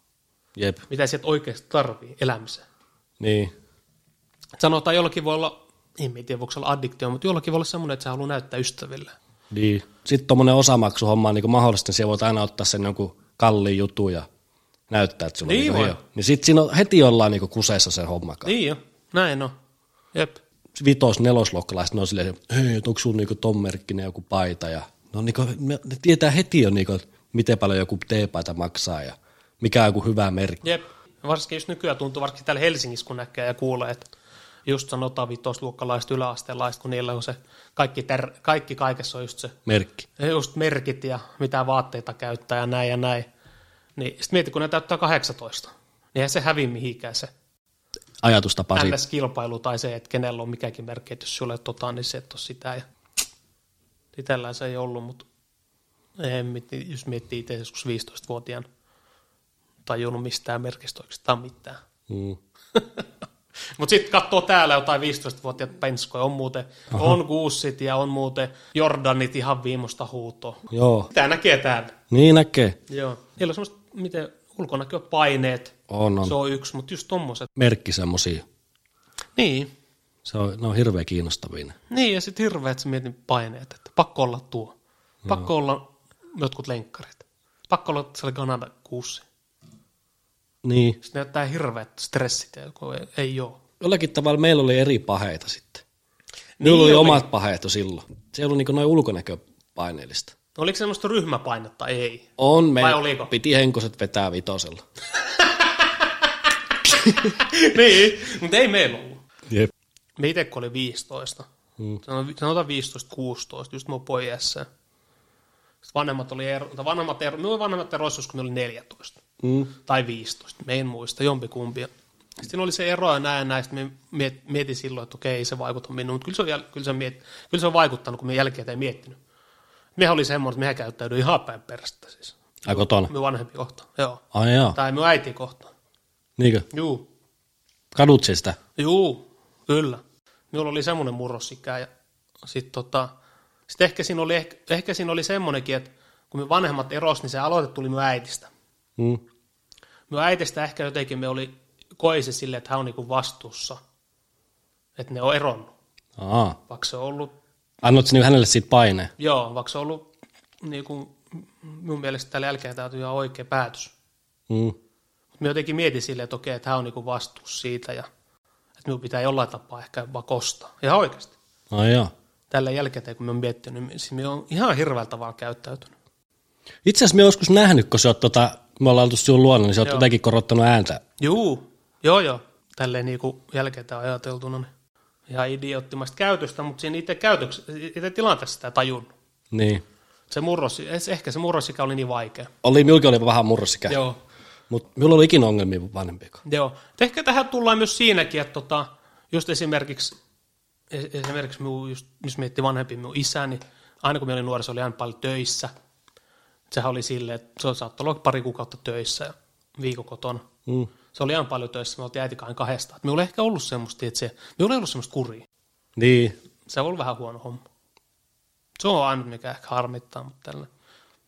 Jep. mitä sä et oikeasti tarvii elämiseen. Niin. Sanotaan, jollakin voi olla, en mä tiedä voiko se olla addiktio, mutta jollakin voi olla semmoinen, että sä haluaa näyttää ystäville. Niin. Sitten tuommoinen osamaksuhomma on niin mahdollista, niin siellä voit aina ottaa sen jonkun kalliin jutun ja näyttää, että sulla Niin on voi. niin, niin sitten siinä on, heti ollaan niin kuseessa sen homman kanssa. Niin jo, näin on. Jep. vitos nelosluokkalaiset, ne on silleen, hei, et onko sulla niinku ton merkkinen joku paita ja no niinku, ne ne tietää heti jo niinku, että miten paljon joku T-paita maksaa ja mikä on joku hyvä merkki. Jep. Varsinkin just nykyään tuntuu, varsinkin täällä Helsingissä, kun näkee ja kuulee, että just sanotaan vitosluokkalaiset yläasteenlaiset, kun niillä on se, kaikki, ter- kaikki kaikessa on just se merkki. Ja just merkit ja mitä vaatteita käyttää ja näin ja näin. Niin sitten mieti, kun ne täyttää 18, niin eihän se hävi mihinkään se Ajatustapa siitä. NS-kilpailu tai se, että kenellä on mikäkin merkki, että jos sulle tota, niin se et ole sitä. Ja... Itellään se ei ollut, mutta ei, mit- jos miettii itse joskus 15-vuotiaana, tajunnut mistään merkistä oikeastaan mitään. Mm. Mutta sitten katsoo täällä jotain 15-vuotiaat penskoja, on muuten, on kuussit ja on muuten Jordanit ihan viimosta huutoa. Joo, Mitä näkee täällä? niin näkee. Joo. Niillä on semmoista, miten ulkonäköpaineet, On, on. se on yksi, mutta just tommoset. Merkki semmosia. Niin, Se on, ne on hirveän kiinnostavia. ne. niin ja sitten hirveät sä mietin paineet, että pakko olla tuo, pakko olla jotkut lenkkarit, pakko olla siellä Kanada kuusi. Niin. Sitten näyttää hirveät stressit, ja kun ei, ei ole. Jollakin tavalla meillä oli eri paheita sitten. Niillä oli, Niin oli. omat paheet jo silloin. Se ei ollut niin noin ulkonäköpaineellista. Oliko semmoista ryhmäpainetta? Ei. On, me Vai oliko? piti henkoset vetää vitosella. niin, mutta ei meillä ollut. Jep. Me itse kun oli 15, mm. sanotaan 15-16, just mun pojassa. Sitten vanhemmat oli ero, tai vanhemmat ero, minun vanhemmat erosi joskus, kun ne oli 14 Mm. tai 15, me en muista, jompikumpi. Sitten oli se ero ja näin ja näin, sitten me miet- mietin silloin, että okei, ei se vaikuta minuun, mutta kyllä se on, jäl- kyllä se on, miet- kyllä se on vaikuttanut, kun me jälkeen ei miettinyt. Mehän oli semmoinen, että mehän käyttäydyin ihan päin perästä siis. Ai kotona. Me vanhempi kohtaan, joo. Ai jaa. Tai minun äiti kohtaan. Niinkö? Juu, Kadut sä sitä? Juu, kyllä. Minulla oli semmoinen murrosikä ja sitten tota, sit ehkä, siinä oli, ehkä, ehkä siinä oli semmoinenkin, että kun me vanhemmat eros, niin se aloite tuli minun äitistä. Mm. Minun äitistä ehkä jotenkin me oli koise sille, että hän on niinku vastuussa, että ne on eronnut. Aa. Vaikka se on ollut, Annot sinä hänelle siitä paineen? joo, vaikka se on ollut niinku, minun mielestä tällä jälkeen täytyy ihan oikea päätös. Mm. Mut Mä jotenkin mietin silleen, että okei, että hän on niinku vastuussa siitä ja että minun pitää jollain tapaa ehkä vaan kostaa. Ihan oikeasti. Ai jaa. tällä jälkeen, kun mä oon miettinyt, niin siis mä oon ihan hirveällä tavalla käyttäytynyt. Itse asiassa mä oon joskus nähnyt, kun sä oot tota, me ollaan oltu sinun luona, niin sä oot Joo. jotenkin korottanut ääntä. Juu, joo joo, tälleen niinku jälkeen ajateltuna, niin ihan idioottimaista käytöstä, mutta siinä itse, käytöks, itse tilanteessa sitä ei tajunnut. Niin. Se murros, ehkä se murrosikä oli niin vaikea. Oli, minullakin oli vähän murrosikä. Joo. Mutta minulla oli ikinä ongelmia vanhempia kanssa. Joo. Et Ehkä tähän tullaan myös siinäkin, että tota, just esimerkiksi, es- esimerkiksi minun, just, jos miettii vanhempi minun isä, niin aina kun minä olin nuori, se oli aina paljon töissä. Sehän oli silleen, että se saattoi olla pari kuukautta töissä ja viikon kotona. Mm. Se oli ihan paljon töissä, me oltiin äitikaan kahdestaan. Minulla ei ehkä ollut semmoista, että se, minulla ei ollut semmoista kuria. Niin. Se on ollut vähän huono homma. Se on aina, mikä ehkä harmittaa, mutta tällä.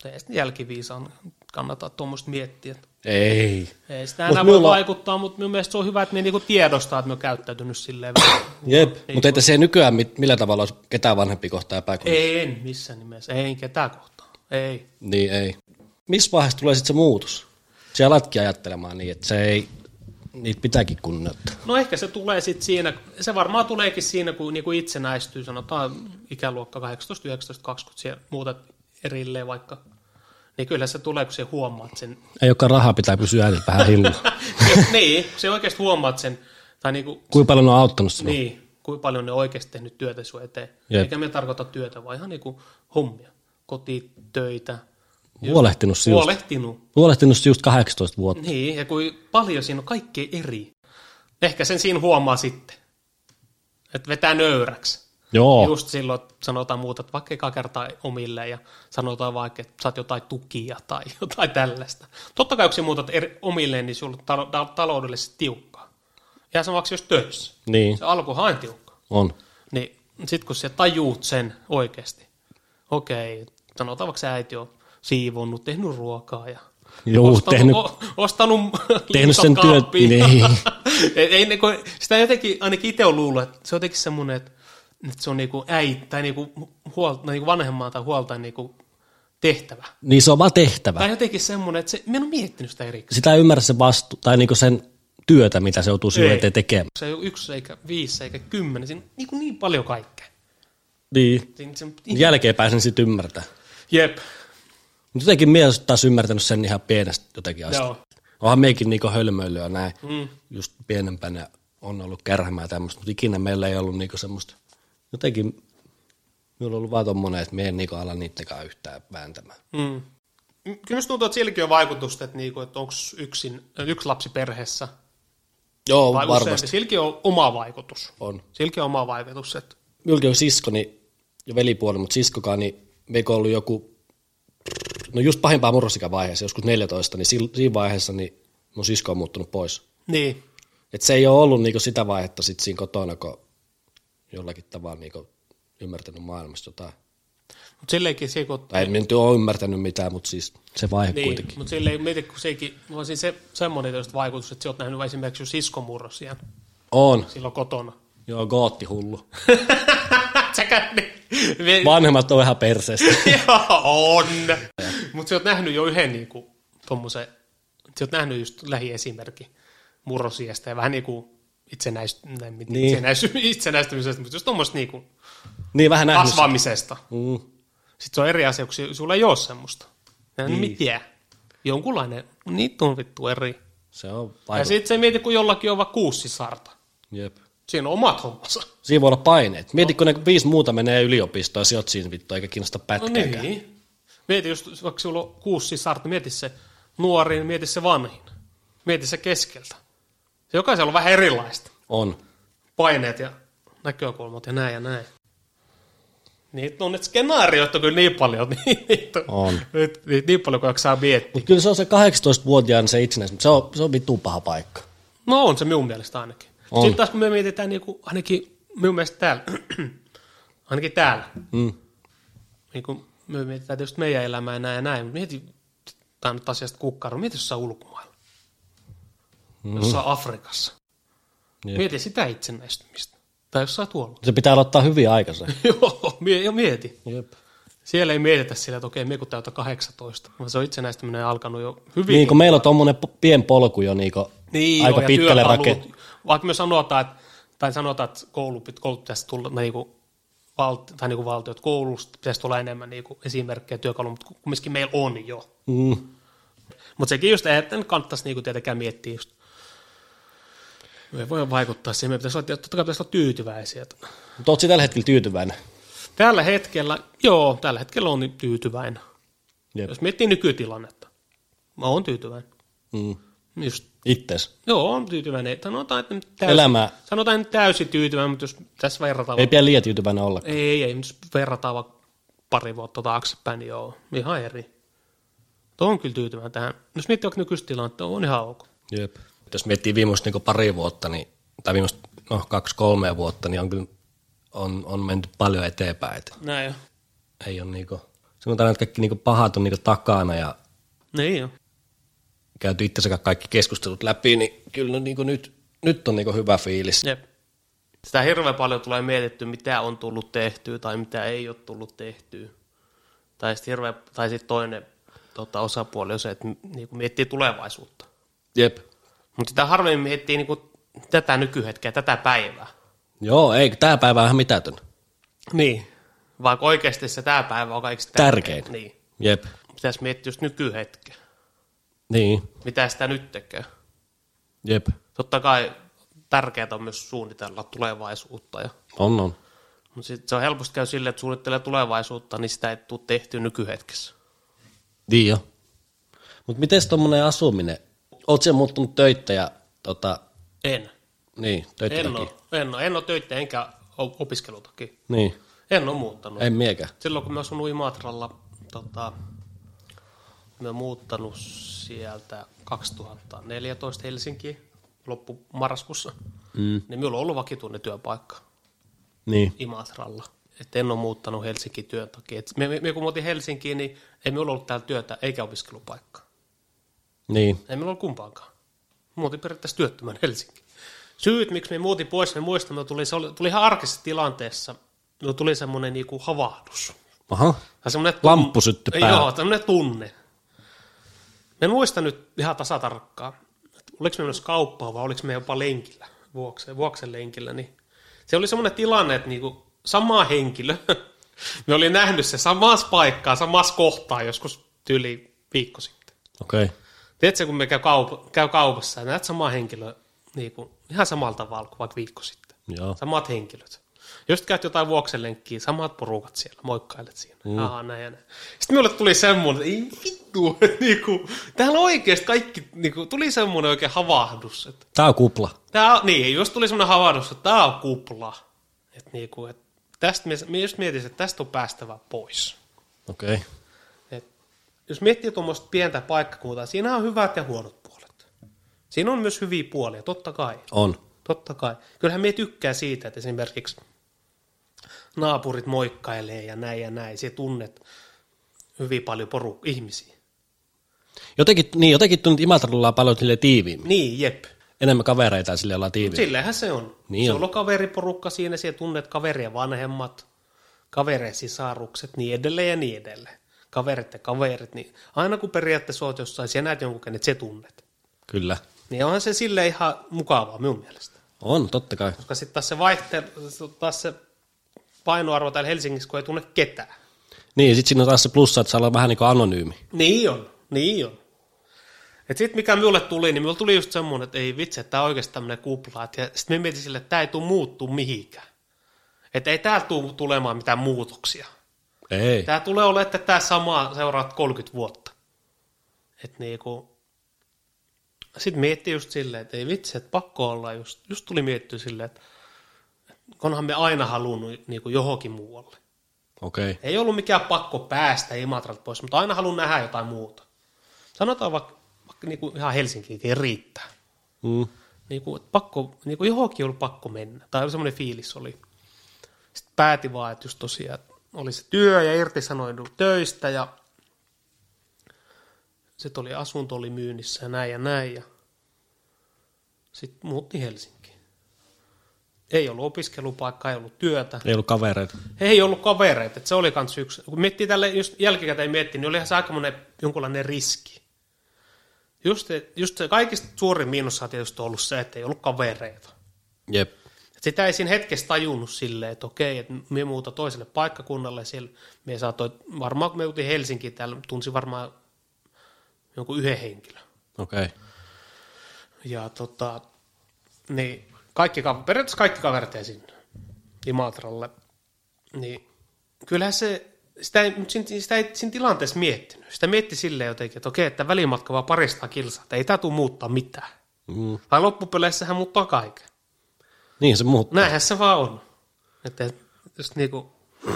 Ei sitten jälkiviisaan kannata tuommoista miettiä. että Ei. ei sitä Mut enää voi mulla- vaikuttaa, mutta minun mielestä se on hyvä, että me niinku tiedostaa, että me on käyttäytynyt silleen. vähän. Jep. Mutta että se nykyään mit, millä tavalla olisi ketään vanhempi kohtaa epäkohta? ei, en missään nimessä, ei ketään kohtaan. Ei. Niin ei. Missä vaiheessa tulee sitten se muutos? Sä alatkin ajattelemaan niin, että se ei, niitä pitääkin kunnioittaa. No ehkä se tulee sitten siinä, se varmaan tuleekin siinä, kun niinku itsenäistyy, sanotaan ikäluokka 18, 19, 20, siellä muutat erilleen vaikka. Niin kyllä se tulee, kun se huomaat sen. Ei olekaan rahaa, pitää pysyä äänet vähän hillalla. niin, kun se oikeasti huomaat sen, tai niinku, Kuinka paljon ne on auttanut sinua? niin, kuinka paljon ne on oikeasti tehnyt työtä sun eteen. Jep. Eikä me tarkoita työtä, vaan ihan niinku hommia, kotitöitä, Huolehtinut sinusta. huolehtinut. Huolehtinut sinusta 18 vuotta. Niin, ja kuin paljon siinä on kaikkea eri. Ehkä sen siinä huomaa sitten, että vetää nöyräksi. Joo. Just silloin että sanotaan muuta, että vaikka eka kertaa omille ja sanotaan vaikka, että saat jotain tukia tai jotain tällaista. Totta kai, kun sä muutat eri, omilleen, niin sulla on talo- ta- taloudellisesti tiukkaa. Ihan samaksi jos töissä. Niin, Se alkuhan on tiukkaa. on. Niin sit kun sä tajuut sen oikeasti, okei, sanotaan vaikka sä äiti on siivonnut, tehnyt ruokaa ja Joo, tehnyt- o, ostanut tehnyt sen liikakaappia. työt- niin. ei, ei, niinku, sitä jotenkin, ainakin itse on luullut, että se on jotenkin semmoinen, että, että se on niinku äiti tai niinku huolta, niinku vanhemmaa tai huolta niinku tehtävä. Niin se on vaan tehtävä. Tai jotenkin semmoinen, että se, mä en ole miettinyt sitä erikseen. Sitä ei ymmärrä se vastu, tai niinku sen työtä, mitä se joutuu sinun Ei. eteen tekemään. Se ei ole yksi eikä viisi eikä kymmenen, siinä on niin, niin paljon kaikkea. Niin. Siinä, se, Jälkeen pääsen sitten ymmärtää. jep, Mut Jotenkin minä olen taas ymmärtänyt sen ihan pienestä jotenkin asti. joo. Onhan meikin niinku hölmöilyä näin. Mm. Just pienempänä on ollut kärhämää ja tämmöistä, mutta ikinä meillä ei ollut niinku semmoista. Jotenkin minulla on ollut vaan tommonen, että minä en niinku ala niittäkään yhtään vääntämään. Mm. Kyllä musta tuntuu, että silläkin on vaikutusta, että, niinku, että onko yksin, yksi lapsi perheessä. Joo, Vai varmasti useampi. Silläkin on oma vaikutus. on. Silläkin on oma vaikutus. Että, Minullakin on siskoni ja velipuoli, mutta siskokaan, niin meikö ollut joku, no just pahimpaa murrosikän vaiheessa, joskus 14, niin sil- siinä vaiheessa niin mun sisko on muuttunut pois. niin, Et se ei ole ollut niinku sitä vaihetta sit siinä kotona, kun jollakin tavalla niinku ymmärtänyt maailmasta jotain. Mutta silleenkin se, kun... Tai en nyt ole ymmärtänyt mitään, mutta siis se vaihe niin, Niin, kuitenkin. mutta silleen mieti, kun sekin, on siis se, semmoinen tietysti vaikutus, että sä oot nähnyt esimerkiksi jo siskomurrosia On. silloin kotona. Joo, gootti hullu. Säkä, niin, Vanhemmat on vähän perseestä. Joo, on. Mutta sä oot nähnyt jo yhden niinku, tommosen, sä oot nähnyt just lähiesimerkki murrosiästä ja vähän niinku itsenäist, näin, mit- Niin. itsenäis, itsenäistymisestä, mutta just tommoista niinku niin vähän nähnyt. sen. kasvamisesta. Mm. Sitten se on eri asia, kun si- sulla ei ole semmoista. Ja niin. mitä? Jonkunlainen, niitä on vittu eri. Se on Ja vaikutus. sitten se mieti, kun jollakin on vaan kuusi sisarta. Jep. Siinä on omat hommansa. Siinä voi olla paineet. Mieti, kun ne viisi muuta menee yliopistoon ja sä oot siinä vittu, eikä kiinnosta No pätkääkään. niin. Mieti just, vaikka sulla on kuusi sisarta, mieti se nuorin, mieti se vanhin. Mieti se keskeltä. Se jokaisella on vähän erilaista. On. Paineet ja näkökulmat ja näin ja näin. Niitä on nyt skenaarioita kyllä niin paljon. Niin, niitä On. Nyt, niitä niin paljon kuin jaksaa miettiä. Mutta kyllä se on se 18-vuotiaan se itsenäisyys, mutta se on, se on vittu paha paikka. No on se minun mielestä ainakin. On. Sitten taas kun me mietitään niinku, ainakin minun mielestä täällä, ainakin täällä, Mm. niin kun me mietitään tietysti meidän elämää ja näin ja näin, mutta mieti, tämä on nyt asiasta kukkaro, mieti jossain ulkomailla, mm-hmm. jossain Afrikassa. Jep. Mieti sitä itsenäistymistä. Tai jossain tuolla. Se pitää aloittaa hyvin aikaisin. Joo, mie, jo mieti. Jep. Siellä ei mietitä sillä, että okei, mie kun täytä 18, vaan se on itsenäistyminen alkanut jo hyvin. Niin, kun meillä on tuommoinen pien polku jo niin Niin, aika joo, ja pitkälle työkalut. rakennettu. Vaikka me sanotaan, että, tai sanotaan, että koulut, pit- koulut pitäisi tulla, niin kuin, valti, tai niin kuin valtiot, koulusta pitäisi tulla enemmän niin kuin esimerkkejä työkaluja, mutta kumminkin meillä on jo. Mm. Mutta sekin just, että nyt kannattaisi niin kuin tietenkään miettiä just. Me voi vaikuttaa siihen, me pitäisi olla, totta kai pitäisi olla tyytyväisiä. Mutta oot sä tällä hetkellä tyytyväinen? Tällä hetkellä, joo, tällä hetkellä on tyytyväinen. Jep. Jos miettii nykytilannetta, mä oon tyytyväinen. Mm. Just, Ittees. joo, on tyytyväinen. Sanotaan, että nyt täysin, Elämää. Sanotaan nyt täysin tyytyväinen, mutta jos tässä verrataan... Ei pidä liian tyytyväinen olla. Ei, ei, jos verrataan vaikka pari vuotta taaksepäin, niin joo, ihan eri. Tuo on kyllä tyytyväinen tähän. No Jos miettii vaikka nykyistä tilannetta, on ihan ok. Jep. Jos miettii viimeistä niin pari vuotta, niin, tai viimeistä no, kaksi kolmea vuotta, niin on kyllä on, on menty paljon eteenpäin. Et Näin jo. ei ole niinku, sanotaan, että kaikki niinku pahat on niinku takana ja Niin jo. käyty itsensä kanssa kaikki keskustelut läpi, niin kyllä no, niinku nyt, nyt on niinku hyvä fiilis. Jep. Sitä hirveän paljon tulee mietitty, mitä on tullut tehtyä tai mitä ei ole tullut tehtyä. Tai sitten hirveän, tai sit toinen tota, osapuoli on se, että niinku miettii tulevaisuutta. Jep. Mutta sitä harvemmin miettii niinku tätä nykyhetkeä, tätä päivää. Joo, ei, tämä päivä on ihan mitätön. Niin. Vaikka oikeasti se tämä päivä on kaikista Tärkein. Niin. Jep. pitäisi miettiä just nykyhetkeä. Niin, Mitä sitä nyt tekee? jep. Totta kai tärkeää on myös suunnitella tulevaisuutta. Ja, On, on. mutta sit se on helposti käy silleen, että suunnittelee tulevaisuutta, niin sitä ei tule tehtyä nykyhetkessä. Niin jo. Mutta miten tuommoinen asuminen? Oot sä muuttunut töitä ja tota, En. niin, töitä En ole, en, ole, en ole töitä enkä o- opiskelutakin. Niin, En ole muuttanut. en miekään. Silloin kun mä asun Imatralla, tota, mä oon muuttanut sieltä 2014 Helsinkiin loppumarraskuussa, Mm. niin minulla on ollut vakituinen työpaikka. Niin. Imatralla. Et en ole muuttanut Helsinkiin työn takia. Et me, me, me kun muutin Helsinkiin, niin ei minulla ollut täällä työtä eikä opiskelupaikkaa. Niin. Ei minulla ollut kumpaankaan. Muutin periaatteessa työttömän Helsinkiin. Syyt, miksi me muutin pois, me muistan, me tuli, se oli, tuli ihan arkisessa tilanteessa. Me tuli semmoinen niinku havahdus. Aha. Tai semmoinen Lamppu syttyi päälle. Joo, tämmöinen tunne. Mä en muista nyt ihan tasatarkkaan, että oliko me myös kauppaa vai oliko me jopa lenkillä, vuoksen, vuoksen lenkillä. Niin se oli semmoinen tilanne, että niinku sama henkilö, me oli nähnyt se samassa paikkaa, samassa kohtaa joskus tyyli viikko sitten. Okei. Okay. Tiedätkö, kun me käy, kaup- käy kaupassa ja näet samaa henkilöä niinku, ihan samalla tavalla kuin vaikka viikko sitten. Joo. No. Samat henkilöt. Jos käyt jotain vuoksenlenkkiä, samat porukat siellä, moikkailet siinä. Mm. Aha, näin ja näin. Sitten minulle tuli semmoinen, että ei vittu, että niinku, täällä oikeasti kaikki, niinku, tuli semmoinen oikein havahdus. Että Tää on kupla. tää, on- niin, jos tuli semmoinen havahdus, että tämä on kupla. Että niinku, et tästä, mies- minä just mietin, että tästä on päästävä pois. Okei. Okay. Et jos miettii tuommoista pientä paikkakuntaa, siinä on hyvät ja huonot puolet. Siinä on myös hyviä puolia, totta kai. On. Totta kai. Kyllähän me tykkää siitä, että esimerkiksi naapurit moikkailee ja näin ja näin. Se tunnet hyvin paljon poru- ihmisiä. Jotenkin, niin, jotenkin tunnet Imatralla paljon sille tiiviimmin. Niin, jep. Enemmän kavereita sille ollaan tiiviimmin. Sillähän se on. Niin se on. on ollut kaveriporukka siinä, siellä tunnet kaverien vanhemmat, kavereen sisarukset, niin edelleen ja niin edelleen. Kaverit ja kaverit, niin aina kun periaatteessa oot jossain, sä näet jonkun, kenet se tunnet. Kyllä. Niin onhan se sille ihan mukavaa minun mielestä. On, totta kai. Koska sitten taas se vaihtelu, taas se painoarvo täällä Helsingissä, kun ei tunne ketään. Niin, sit siinä on taas se plussa, että saa olla vähän niin kuin anonyymi. Niin on, niin on. Et sit mikä minulle tuli, niin minulle tuli just semmoinen, että ei vitsi, että tämä on oikeasti tämmöinen kupla. Et Ja sitten me mietin sille, että tämä ei tule muuttuu mihinkään. Että ei täällä tule tulemaan mitään muutoksia. Ei. Tämä tulee olemaan, että tämä sama seuraat 30 vuotta. Et niinku, sitten miettii just silleen, että ei vitsi, että pakko olla, just, just tuli miettiä silleen, että että onhan me aina halunnut niinku johonkin muualle. Okei. Okay. Ei ollut mikään pakko päästä Imatralta pois, mutta aina haluan nähdä jotain muuta. Sanotaan vaikka, vaikka niinku ihan Helsinkiinkin riittää. Mm. Niinku, et pakko, niinku johonkin oli pakko mennä. Tai semmoinen fiilis oli. Sitten päätin vaan, että just tosiaan että oli se työ ja irtisanoidu töistä ja sitten oli asunto oli myynnissä ja näin ja näin. Ja sitten muutti Helsinkiin. Ei ollut opiskelupaikkaa, ei ollut työtä Ei ollut kavereita. he ei ollut kavereita, että se oli kans yksi. Kun miettii tälle, just jälkikäteen miettii, niin olihan se aika monen jonkunlainen riski. Just, just se kaikista suurin miinus on tietysti ollut se, että ei ollut kavereita. Jep. Et sitä ei siinä hetkessä tajunnut silleen, että okei, että me muuta toiselle paikkakunnalle. Siellä me saatoi, varmaan kun me joutiin Helsinkiin täällä, tunsi varmaan jonkun yhden henkilön. Okei. Okay. Ja tota, niin kaikki, kav- periaatteessa kaikki kaverit jäi sinne Imatralle. Niin kyllähän se, sitä ei, mut sin- sitä ei siinä tilanteessa miettinyt. Sitä mietti silleen jotenkin, että okei, että välimatka vaan parista kilsaa, että ei tämä tule muuttaa mitään. Mm. Tai loppupeleissähän muuttaa kaiken. Niin se muuttuu. Näinhän se vaan on. Että just niinku,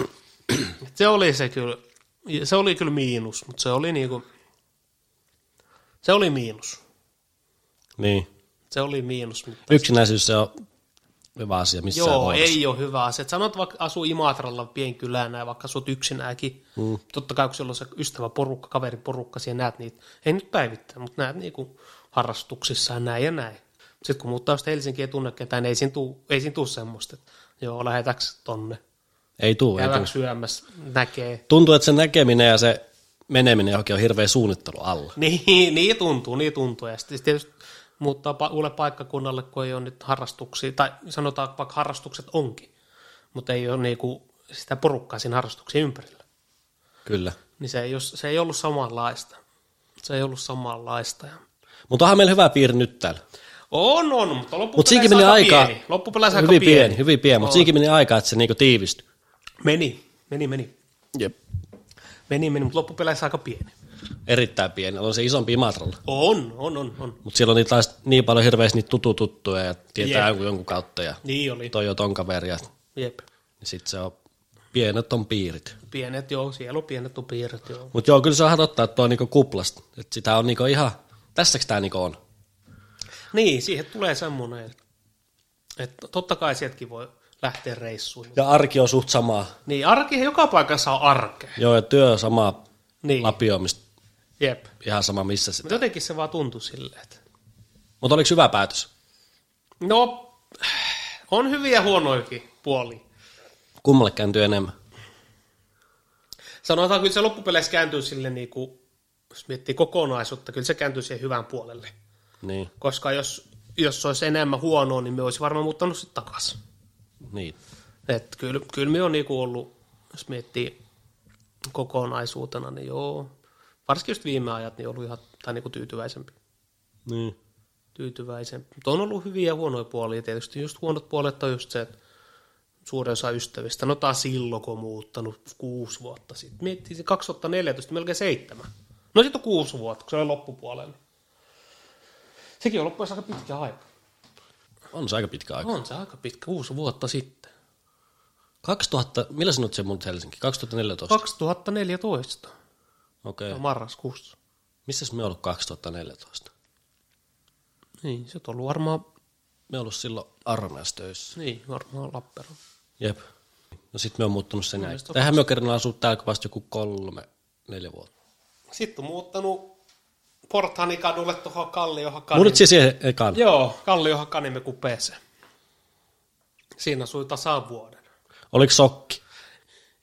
että se oli se kyllä, se oli kyllä miinus, mutta se oli niinku, se oli miinus. Niin. Se oli miinus, mutta Yksinäisyys se on hyvä asia missään Joo, hoidossa. ei ole hyvä asia. Et Sanot vaikka asuu Imatralla pienkylänä ja vaikka asut yksinäänkin. Mm. Totta kai kun sulla on se ystäväporukka, kaveriporukka, siellä näet niitä, ei nyt päivittäin, mutta näet niinku harrastuksissa ja näin ja näin. Sitten kun muuttaa sitä Helsinkiä ja tunne ketään, niin ei siinä tuu, ei siinä tuu semmoista, että joo, lähetäks tonne, Ei tuu. Ei tuu. käydäänkö syömässä, näkee. Tuntuu, että se näkeminen ja se meneminen johonkin on hirveä suunnittelu alla. Niin, niin tuntuu, niin tuntuu. Ja sitten tietysti muuttaa pa- uudelle paikkakunnalle, kun ei ole nyt harrastuksia, tai sanotaan vaikka harrastukset onkin, mutta ei ole niinku sitä porukkaa siinä harrastuksen ympärillä. Kyllä. Niin se ei, ole, se ei ollut samanlaista. Se ei ollut samanlaista. Ja Mutta onhan meillä hyvä piiri nyt täällä. on, on, mutta Mutta loppupeleissä siinäkin meni aikaa. pieni. Loppupeleissä aika hyvin pieni. pieni. Hyvin pieni, mutta siinäkin meni aikaa, että se niinku tiivistyi. Meni, meni, meni. Jep. Meni, meni, mutta loppupeleissä aika pieni. Erittäin pieni. On se isompi Imatralla. On, on, on, on. Mutta siellä on niitä taas niin paljon hirveästi niitä tutu tuttuja ja tietää Jep. jonkun, jonkun kautta ja Niin oli. toi on ton kaveri ja Jep. sit se on pienet on piirit. Pienet, joo, siellä on pienet tupiirit, joo. Mutta joo, kyllä se on totta, että tuo on niinku kuplasta. Et sitä on niinku ihan, tässäks tää niinku on. Niin, siihen tulee semmoinen, että- että totta kai sieltäkin voi lähteä reissuun. Ja arki on suht samaa. Niin, arki, joka paikassa on arkea. Joo, ja työ on samaa Niin, lapioimista, jep. ihan sama missä se. Mutta jotenkin se vaan tuntui silleen, että Mutta oliko hyvä päätös? no, on hyviä ja huonoikin puolia. Kummalle kääntyy enemmän? Sanotaan kyllä se loppupeleissä kääntyy sille niin kuin, jos miettii kokonaisuutta, kyllä se kääntyy siihen hyvän puolelle. Niin, Koska jos, jos se olisi enemmän huonoa, niin me olisi varmaan muuttanut sitten takaisin. niin. Et kyllä, kyllä me on niinku ollut, jos miettii kokonaisuutena, niin joo. Varsinkin just viime ajat, niin ollut ihan, tai niinku tyytyväisempi. niin. tyytyväisempi. Mutta on ollut hyviä ja huonoja puolia. Tietysti just huonot puolet on just se, että suurin osa ystävistä, no taas silloin kun on muuttanut kuusi vuotta sitten. Miettii se 2014, melkein seitsemän. No sitten on kuusi vuotta, kun se oli loppupuolella. Sekin on loppuessa aika pitkä aika. On se aika pitkä aika. On se aika pitkä, kuusi vuotta sitten. 2000, millä sinä olet se mun Helsinki? 2014? 2014, Okei. ja Okay. marraskuussa. Missäs me ollut 2014? Niin, se on ollut varmaan, Me ollut silloin armeijassa töissä. niin, varmaan Lappeenranta. Jep. No sit me on muuttunut se näin. Tähän me on kerran asuu täällä vasta joku kolme, neljä vuotta. Sitten on muuttanut Porthanikadulle tuohon Kalliohakanimme. Muudut siis siihen ekaan. Joo, Kalliohakanimme kupeeseen. Siinä asui tasan vuoden. Oliko sokki?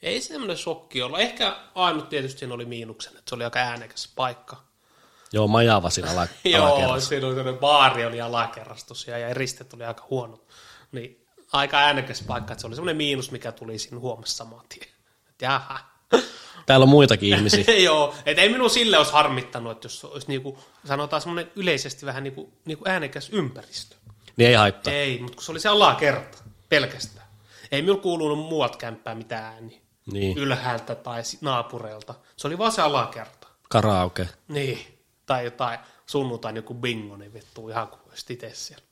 Ei semmoinen shokki ollut. Ehkä ainut tietysti siinä oli miinuksen, että se oli aika äänekäs paikka. Joo, majava siinä ala, Joo, alakerrassa. siinä oli sellainen baari oli alakerras tosiaan ja eristet oli aika huono. Niin aika äänekäs paikka, että se oli semmoinen miinus, mikä tuli siinä huomassa saman tien. Et Jaha. Täällä on muitakin ihmisiä. Joo, et ei minun sille olisi harmittanut, että jos olisi niinku, sanotaan semmoinen yleisesti vähän niinku, niinku äänekäs ympäristö. Niin ei haittaa. Ei, mutta kun se oli se alakerta pelkästään. Ei minulla kuulunut muualta kämppää mitään ääniä. Niin, ylhäältä tai si- naapureilta. Se oli vaan se alakerta. karaoke. Niin. Tai jotain sunnuntain joku bingo, niin vittu ihan kuin olisit itse siellä.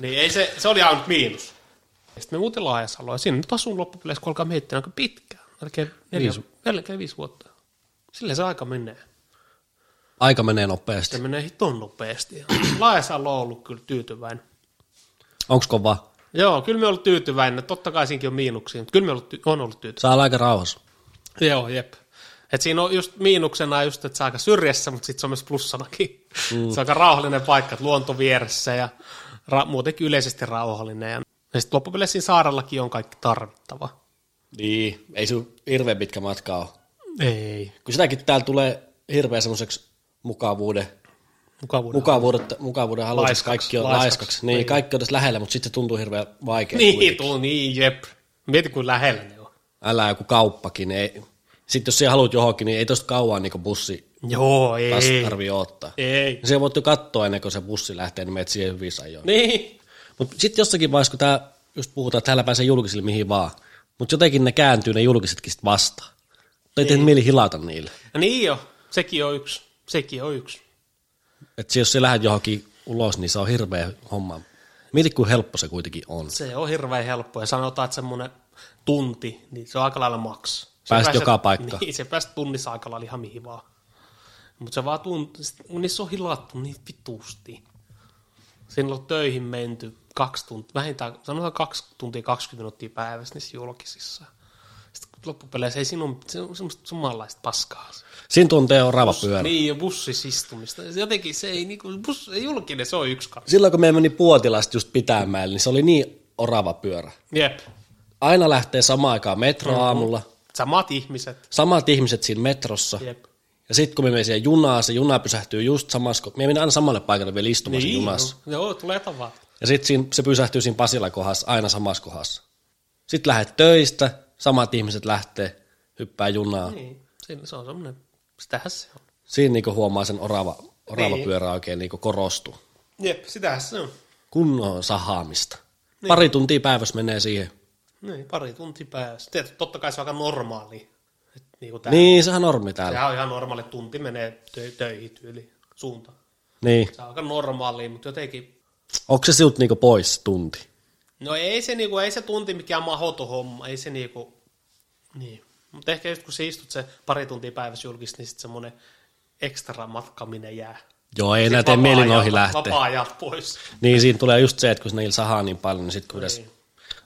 niin ei se, se oli ainut miinus. Sitten me muuten Laajasaloon ja siinä nyt asun loppupeleissä, kun alkaa miettiä aika pitkään. Melkein, neljä, Viisi. melkein viisi vuotta. Sillä se aika menee. Aika menee nopeasti. Se menee hiton nopeasti. Laajasalo on ollut kyllä tyytyväinen. Onks kova? Joo, kyllä me ollut tyytyväinen. Totta kai siinäkin on miinuksia, mutta kyllä me ollut, ty- on ollut tyytyväinen. Saa olla aika rauhassa. Joo, jep. Et siinä on just miinuksena just, että se on aika syrjässä, mutta sitten se on myös plussanakin. Mm. Se on aika rauhallinen paikka, että luonto vieressä ja ra- muutenkin yleisesti rauhallinen. Ja, ja sitten loppupeleissä siinä saarellakin on kaikki tarvittava. Niin, ei se hirveän pitkä matka ole. Ei. Kun sitäkin täällä tulee hirveän semmoiseksi mukavuuden, Mukavuuden. mukavuuden, mukavuuden haluaiseksi. Laiskaksi, Kaikki on laiskaksi. laiskaksi. Niin, kaikki on tässä lähellä, mutta sitten se tuntuu hirveän vaikealta. niin, tuu, niin, jep. Mieti kuin lähellä ne on. Älä joku kauppakin. Ei. Sitten jos sinä haluat johonkin, niin ei tosta kauan niin bussi Joo, taas ei. tarvii ottaa. Ei. Se voit jo katsoa ennen kuin se bussi lähtee, niin menet siihen hyvissä ajoin. Niin. Mutta sitten jossakin vaiheessa, kun tää, just puhutaan, että täällä pääsee julkisille mihin vaan, mutta jotenkin ne kääntyy ne julkisetkin sit vastaan. Tai ei tehnyt Niin. mieli hilata niille. Ja niin jo. Sekin on yksi. Sekin on yksi. Että jos sä lähdet johonkin ulos, niin se on hirveä homma. Mieti, kuin helppo se kuitenkin on. Se on hirveän helppo. Ja sanotaan, että semmoinen tunti, niin se on aika lailla maks. Se Pääset joka paikkaan. Niin, se pääset tunnissa aika lailla ihan mihin vaan. Mutta se vaan tunti, niissä on hilattu niin vitusti. Siinä on töihin menty kaksi tuntia, vähintään sanotaan kaksi tuntia 20 minuuttia päivässä niissä julkisissa. Sitten loppupeleissä ei siinä ole se on semmoista samanlaista paskaa. Siinä tuntee on rava pyörä. Niin, ja bussissa istumista. Jotenkin se ei, niinku, bus, julkinen, se on yksi kanssa. Silloin kun me meni Puotilasta just pitämään, niin se oli niin orava pyörä. Jep. Aina lähtee samaan aikaan metro aamulla, Samat ihmiset. samat ihmiset siinä metrossa. Jep. Ja sitten kun me menee siihen junaan, se juna pysähtyy just samassa, kun me menen aina samalle paikalle vielä istumaan niin, junassa. joo, joo, tulee tavat. Ja sitten se pysähtyy siinä Pasilan kohdassa, aina samassa kohdassa. Sitten lähdet töistä, samat ihmiset lähtee, hyppää junaa. Niin. Niin, siinä se on semmoinen, sitähän se on. Siinä niinku huomaa sen orava, orava Niin. niin. pyörä oikein niinku korostuu. Jep, sitähän se on. Kunnon sahaamista. Niin. Pari tuntia päivässä menee siihen. Niin, pari tuntia päässä. Tiedät, totta kai se on aika normaali. Et, niin kuin tää. Niin. Niin, sehän on normi täällä. Sehän on ihan normaali, tunti menee tö- töihin tyyli suunta. Niin. Se on aika normaali, mutta jotenkin, Onko se siltä niinku pois tunti? no ei se, niinku, ei se tunti mikään mahoto homma, ei se niinku, niin. Mutta ehkä just kun sä istut se pari tuntia päivässä julkisesti, niin sitten semmoinen ekstra matkaminen jää. Joo, ei enää Sit tee mieli vapaa-ajalla- noihin lähteä. Vapaa-ajat pois. Niin, siinä tulee just se, että kun niillä sahaa niin paljon, niin sitten kun pitäisi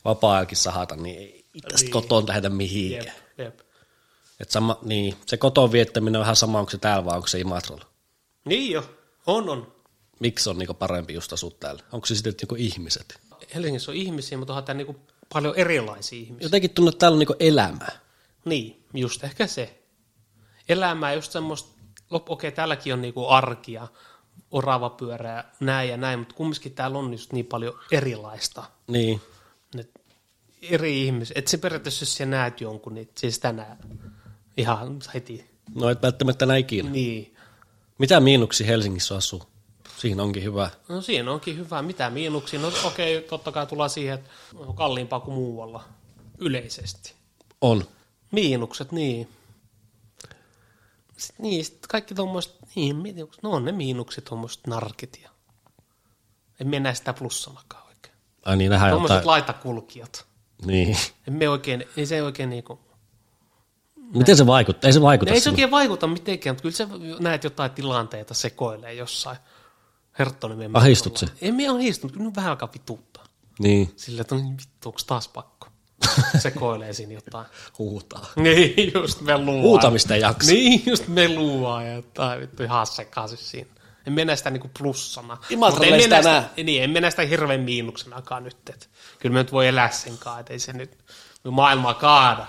vapaa-ajallakin sahata, niin ei tästä Niin. niin. kotoon lähdetä mihinkään. Jep, jep. Et sama, niin, se koton viettäminen on ihan sama, onko se täällä vai onko se Imatralla. Niin jo, on on. Miksi se on niinku parempi just asua täällä? Onko se sitten niinku ihmiset? Helsingissä on ihmisiä, mutta onhan täällä niinku paljon erilaisia ihmisiä. Jotenkin tuntuu, että täällä on niinku elämää. Niin, just ehkä se. Elämää just semmoista, lop, okei, täälläkin on niinku arkia, orava pyörää, näin ja näin, mutta kumminkin täällä on just niin paljon erilaista. Niin. Et eri ihmisiä. Et se periaatteessa, jos sä näet jonkun, niin siis tänään ihan heti. No et välttämättä näin ikinä. Niin. Mitä miinuksia Helsingissä asuu? Siinä onkin hyvä. No siinä onkin hyvä. Mitä miinuksia? No okei, totta kai tullaan siihen, että on kalliimpaa kuin muualla yleisesti. On. Miinukset, niin. Sitten, niin, sit kaikki tuommoiset, niin, miinukset, no on ne miinukset, tuommoiset narkit ja en me näe sitä plussanakaan oikein. Ai niin, nähdään Tuommoiset jotain. laitakulkijat, Niin. en me oikein, ei se oikein niinku, Miten se vaikuttaa? Ei se ne vaikuta ei se sinun- oikein vaikuta mitenkään, mutta kyllä sä näet jotain tilanteita sekoilee jostsain. Herttoniemen Ahdistut metrolla. En me ahdistunut, kyllä nyt vähän alkaa vituttaa. Niin. Sillä, että no niin vittu, onko taas pakko? sekoilee siinä jotain. Huutaa. Niin, just meluaa. Huutamista ei jaksa. Niin, just meluaa ja jotain vittu ihan sekaisin siinä. En mennä sitä niinku plussana. Imatralle Mut en sitä mennä näe. Niin, en mennä sitä hirveän miinuksenakaan nyt. Et. Kyllä me nyt voi elää sen kanssa, et ei se nyt me maailmaa kaada.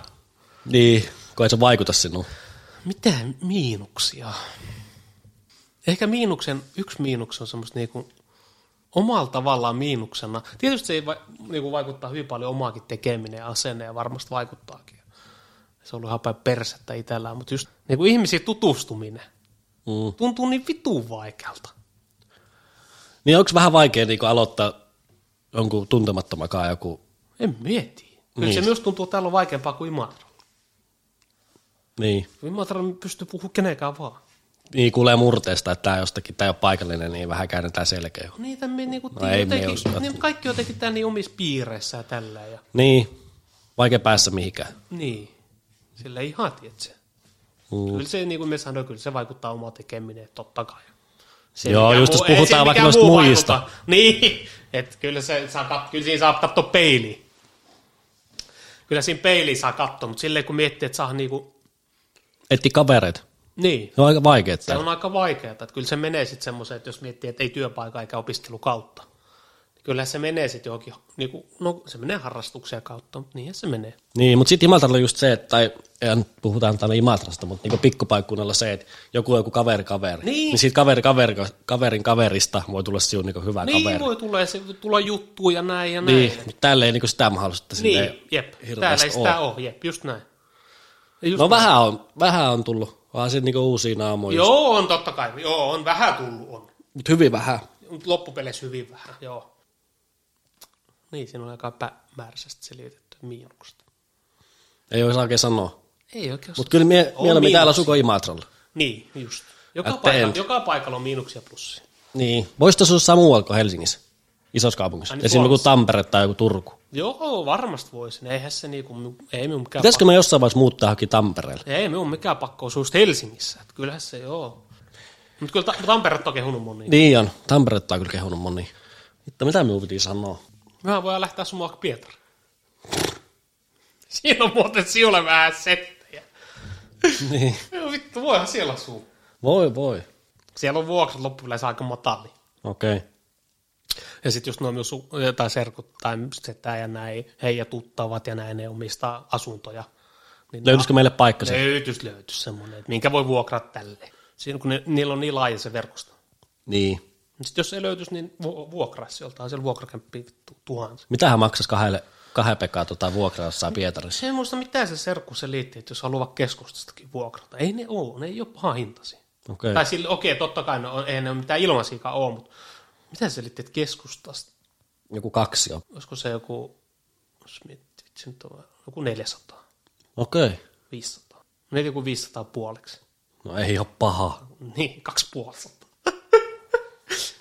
Niin, kun ei se vaikuta sinuun. Mitä miinuksia? Ehkä miinuksen, yksi miinus on semmoista niinku omalla tavallaan miinuksena. Tietysti se ei va, niinku vaikuttaa hyvin paljon omaakin tekeminen ja asenne ja varmasti vaikuttaakin. Se on ollut ihan päin persettä itsellään, mutta just niinku ihmisiin tutustuminen Mm. tuntuu niin vitun vaikealta. Niin onko vähän vaikea niin aloittaa jonkun tuntemattomakaan joku, En mieti. Kyllä Niin. se myös tuntuu, että täällä on vaikeampaa kuin Imatra. niin, Imatra pystyy puhumaan kenenkään vaan. niin kuulee murteesta, että tämä jostakin, tämä ei ole paikallinen, niin vähän käännetään selkeä. Niitä me niinku, No ei me jotenkin, osata. niin kaikki on jotenkin täällä niin omissa piireissä ja tällä ja Niin, vaikea päässä mihinkään. Niin, sillä ei ihan tietse. Mm. Kyllä se, niin kuin me sanoin, kyllä se vaikuttaa omaa tekeminen, totta kai. Se, Joo, mikä just jos muu- ei se puhutaan mikään vaikka noista muu muijista. vaikuta. Niin, että kyllä, se, saa, kat- kyllä siinä saa katsoa peiliin. Kyllä siinä peiliin saa katsoa, mutta silleen kun miettii, että saa niinku, Etti kavereita. niin, Se on aika vaikea. se on aika vaikeaa. Että kyllä se menee sitten semmoiseen, että jos miettii, että ei työpaikka eikä opiskelu kautta. niin Kyllä se menee sitten johonkin, niinku, no se menee harrastuksia kautta, mutta niinhän se menee. Niin, mutta sitten Imatralla on just se, että, tai ja nyt puhutaan täällä Imatrasta, mutta niinku pikkupaikkuunnalla se, että joku on joku kaveri kaveri. Niin. niin siitä kaveri, kaveri, kaverin kaverista voi tulla sinun niinku hyvä Niin, kaveri. voi tulla, ja se, tulla juttuja ja näin ja näin. Niin, mutta täällä ei niinku sitä mahdollisuutta Niin, jep. Täällä ei sitä ole. ole, jep, just näin. Ja Just No vähän on, vähän on tullut, vaan sitten niinku uusia naamoja. Joo, on totta kai. Joo, on vähän tullut, on. Mutta hyvin vähän. Mutta loppupeleissä hyvin vähän, joo. Niin, siinä on aika päämääräisesti selitetty miinuksesta. Ei osaa oikein sanoa. Ei oikeastaan. Mutta kyllä mie, On mieluummin miinus. täällä suko Imatralla. Niin, just. Joka, At the paikalla, end. joka paikalla on miinuksia plussia. Niin. Voisitko se olla muualla kuin Helsingissä? Isossa kaupungissa. Ai niin, Esimerkiksi joku Suomessa. Tampere tai joku Turku. Joo, varmasti voisin. Eihän se niinku, ei minun mikään Pitäisikö me jossain vaiheessa muuttaa johonkin Tampereelle? Ei minun mikään pakko osuus Helsingissä. Et kyllähän se, joo. Mutta kyllä Ta- Tamperetta on kehunut moni. Niin on. Tamperetta on kyllä kehunut moni. Mutta mitä minun piti sanoa? Mehän voidaan lähteä sun mukaan Pietari. Siinä on muuten sinulle vähän settejä. niin. Joo, vittu, voihan siellä asua. Voi voi. Siellä on vuokrat loppupeleissä aika matali. Okei. Okay. Ja sitten just nuo myös su- tai serkut tai setää ja näin, hei ja tuttavat ja näin, ne omistaa asuntoja. Niin Löytyisikö meille paikka se? löytys löytys semmoinen, että minkä voi vuokraa tälle. Siinä kun ne, niillä on niin laaja se verkosto. Niin. Sitten jos ei löytyisi, niin vu- vuokraisi joltain siellä vuokrakämppiä vittu tuhansia. Mitähän maksaisi kahdelle, kahden pekaa tota vuokraa jossain Pietarissa? Se ei Siis muista mitään se serkku se liittyy, että jos haluaa vaikka keskustastakin vuokrata. Ei ne ole, ne ei ole paha hintasi. Okei. Tai Okay. sille, okei, totta kai ne on, ei ne ole mitään ilmaisiakaan ole, mutta mitä se liittyy, että keskustasta? Joku kaksi on. Olisiko se joku, jos miettii, vitsi, nyt on vähän- joku 400, Okei. Okay. 500. Ne joku 500 puoliksi. No ei ole paha. Niin, kaksi puolisataa.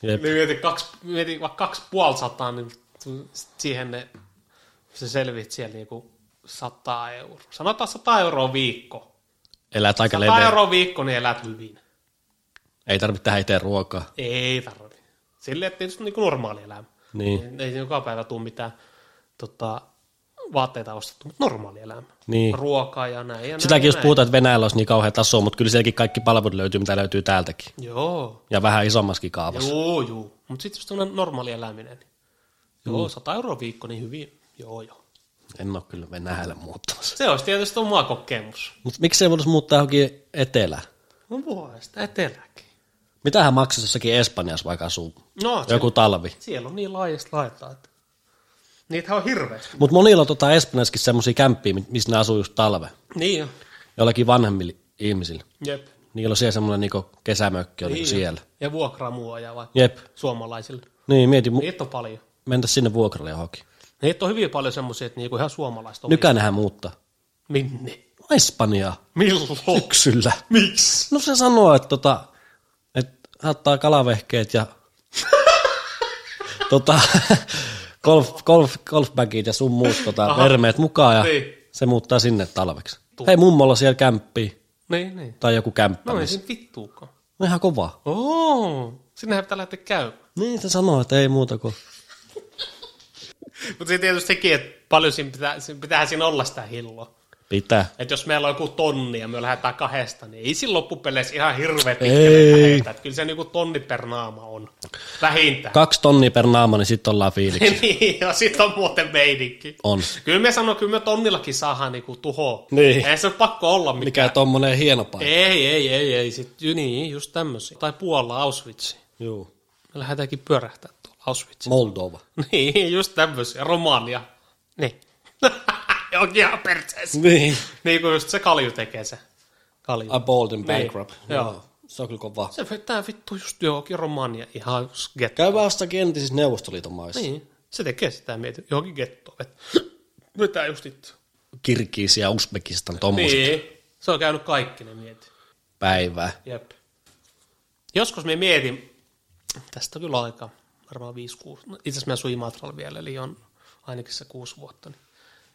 Jep. Me mietin, kaksi, mietin vaikka kaksi puolisataa, niin tu- sit siihen ne, se selvit siellä niinku 100 euroa. Sanotaan 100 euroa viikko. Elät aika 100 leveä. euroa viikko, niin elät hyvin. Ei tarvitse tehdä itse ruokaa. Ei tarvi. Silleen, että tietysti niin kuin normaali elämä. Niin. Ei- Ei joka päivä tule mitään tota, vaatteita ostettu, mutta normaali elämä. Niin. Ruokaa ja näin. Ja näin, Sitäkin jos ja puhutaan, että Venäjällä olisi niin kauhea taso, mutta kyllä sielläkin kaikki palvelut löytyy, mitä löytyy täältäkin. näin. Joo. Ja vähän isommaskin kaavassa. Joo, joo. Mutta sitten jos tämmöinen normaali eläminen, niin joo, Mm. 100 euroa viikko, niin hyvin. Joo, joo. En ole kyllä Venäjälle muuttamassa. Se olisi tietysti oma kokemus. Mutta miksi ei voisi muuttaa johonkin etelään? No voi, sitä eteläkin. Mitähän maksaisi jossakin Espanjassa vaikka asuu No, se, joku talvi? siellä on niin laajasti laitaa, että niitähän on hirveästi. Mutta monilla on tota Espanjassakin semmoisia kämppiä, mi- missä ne asuu just talve. Niin, on. Jollakin vanhemmilla ihmisillä. jep. Niillä on siellä semmoinen niinku kesämökki on Niin niinku on. siellä. Ja vuokraa mua ja vaikka Jep. suomalaisille. Niin, mieti, mu- Niitä on paljon. mentä sinne vuokralle johonkin. Niitä on hyvin paljon semmoisia, että niinku ihan suomalaista on. Nykänähän muuttaa. Minne? Espanjaa. Milloin? Syksyllä. Miksi? No se sanoo, että, tota, että saattaa kalavehkeet ja tota, golf, golf, golfbagit ja sun muut tota, vermeet mukaan ja Niin. se muuttaa sinne talveksi. Hei mummolla siellä kämppi Niin, niin. tai joku kämppä. No No, ei niin. siinä vittuukaan. no ihan kovaa. Oo, sinnehän pitää lähteä käymään. Niin se sanoo, että ei muuta kuin Mutta sitten tietysti sekin, että paljon siinä pitää, siinä pitää siinä olla sitä hilloa. Pitää. Että jos meillä on joku tonni ja me lähdetään kahdesta, niin ei siinä loppupeleissä ihan hirveä pitkälle Ei. lähetä. Et Kyllä se niinku tonni per naama on. Vähintään. Kaksi tonnia per naama, niin sitten ollaan fiiliksi. niin, ja sit on muuten meininki. On. Kyllä me sanon, kyllä me tonnillakin saadaan niinku tuhoa. Niin. Ei se ole pakko olla mikään. Mikä tommonen hieno paikka. Ei, ei, ei, ei. Sit, ju- niin, just tämmöisiä. Tai Puola, Auschwitz. Juu. Me lähdetäänkin pyörähtää tuolla Auschwitz. Moldova. Niin, just tämmöisiä. Romania. Niin. Onkin ihan perseessä. Niin. Niin kuin just se kalju tekee se. Kalju. A bold and Niin. bankrupt. Joo. Se on kyllä kova. Se vetää vittu just johonkin Romania ihan just getto. Käy vastakin entisissä Neuvostoliiton maissa. Niin. Niin. Se tekee sitä mieti johonkin gettoon. Vet- Vetää just itse. Kirkiisiä, Uzbekistan, tommoset niin. Niin. Se on käynyt kaikki ne mieti. päivää. Jep. Joskus me mietin, tästä on kyllä aika, varmaan 5-6, no, itse asiassa mä asuin Imatralla vielä, eli on ainakin se kuusi vuotta, niin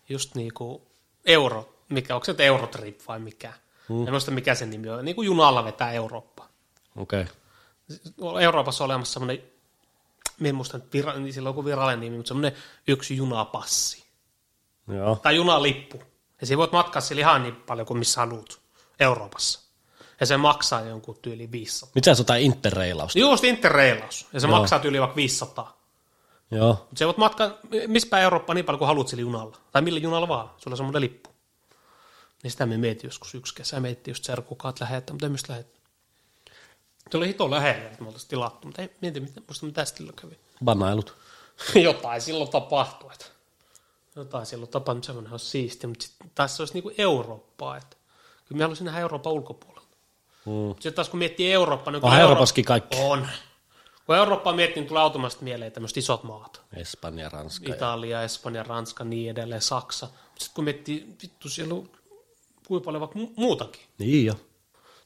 just niinku euro, mikä, onko se nyt Eurotrip vai mikä? Hmm. En muista mikä sen nimi on, niin kuin junalla vetää Eurooppaan. Okei. Okay. Euroopassa on olemassa semmoinen, minä en muista, nyt vira, niin sillä on joku virallinen nimi, mutta semmoinen yksi junapassi Joo. tai junalippu. Ja siinä voit matkaa sillä ihan niin paljon kuin missä haluat Euroopassa. Ja se maksaa jonkun tyyli 500. Mitä se on tää interreilausta? Just interreilaus. Ja se Joo. maksaa yli vaikka 500. Joo. Mutta se voit matkaa mispä Eurooppaa niin paljon kuin haluat sillä junalla. Tai millä junalla vaan. Sulla on semmoinen lippu. Niin sitä me mietin joskus yksi kesä. Mietin just serkku, kuka oot lähettää, mutta ei mistä lähettää. Se oli hito lähellä, että me oltaisiin tilattu, mutta ei mieti, mitä, muista mitä sillä kävi. Banailut. Jotain silloin tapahtui. Että. Jotain silloin tapahtui, mutta semmoinen olisi siistiä, mutta sitten taas se olisi niinku Eurooppaa. Että. Kyllä mä haluaisin nähdä Euroopan ulkopuolella. Mm. Sitten taas kun miettii Eurooppaa, niin Onhan kyllä Euroopassakin kaikki. on. Kun Eurooppaa miettii, niin tulee automaattisesti mieleen tämmöiset isot maat. Espanja, Ranska. ja- Italia, Espanja, Ranska, niin edelleen, Saksa. Sitten kun miettii, vittu siellä on kuinka paljon vaikka mu- muutakin. Niin jo.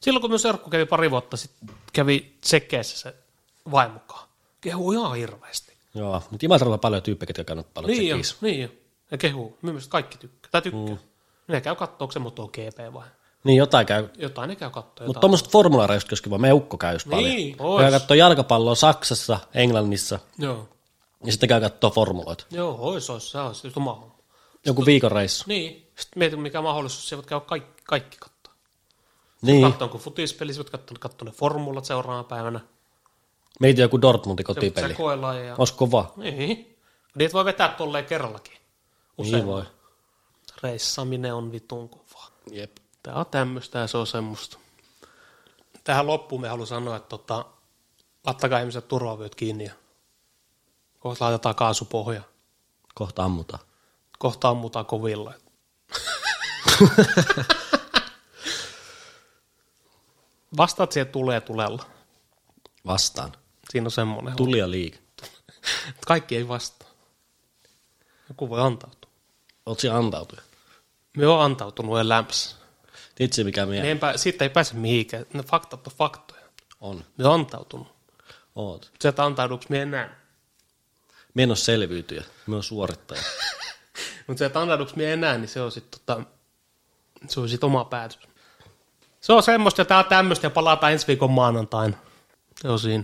Silloin kun myös Örkku kävi pari vuotta sitten, kävi tsekkeissä se vaimukaan. Kehu ihan hirveästi. Joo, mutta Imatralla on paljon tyyppejä, jotka on käynyt paljon Niin on, tsekissä. niin on. Ja kehu. Mielestäni kaikki tykkää. Tai tykkää. Mm. Ne käy kattoo, onko se moto GP vai? Niin jotain käy. Jotain ne käy kattoo. Mutta tuommoiset formulareista joskin vaan, me ukko käy just paljon. Niin, ois. käy kattoo jalkapalloa Saksassa, Englannissa Joo. ja sitten käy kattoo formuloita. Joo, ois, ois, se olisi just oma homma. Joku viikon reissu. Niin. Sitten mietin, mikä mahdollisuus, se voit käydä kaikki, kaikki kattoo. Niin, Kattoon kun futispeli, sä voit katsoa, katsoa ne formulat seuraavana päivänä. meitä joku Dortmundin Tipeli. kotipeli. Sekoillaan ja... Olis kova. Niin. Niitä voi vetää tolleen kerrallakin. Usein. Niin voi. Reissaaminen on vitun kovaa. Jep. Tää on tämmöistä ja se on semmoista. Tähän loppuun me haluan sanoa, että tota, laittakaa ihmiset turvavyöt kiinni ja kohta laitetaan kaasupohja. Kohta ammutaan. Kohta ammutaan kovilla. Vastaat siihen tulee tulella. Vastaan. Siinä on semmoinen. Tuli ja liike. Kaikki ei vastaa. Joku voi antautua. Oot siinä antautuja. Me on antautunut elämässä. Itse mikä mie Ne ne. ei pää, siitä ei pääse mihinkään. Ne faktat on faktoja. on. Me on antautunut. Oot. Se, että antauduks me enää. Mie en oo selviytyjä. Mie oon suorittaja. Mutta se, että antauduks me enää, niin se on sitten tota, se on sit oma päätös. Se on semmoista ja tää on tämmöistä ja palataan ensi viikon maanantaina. Se on siinä.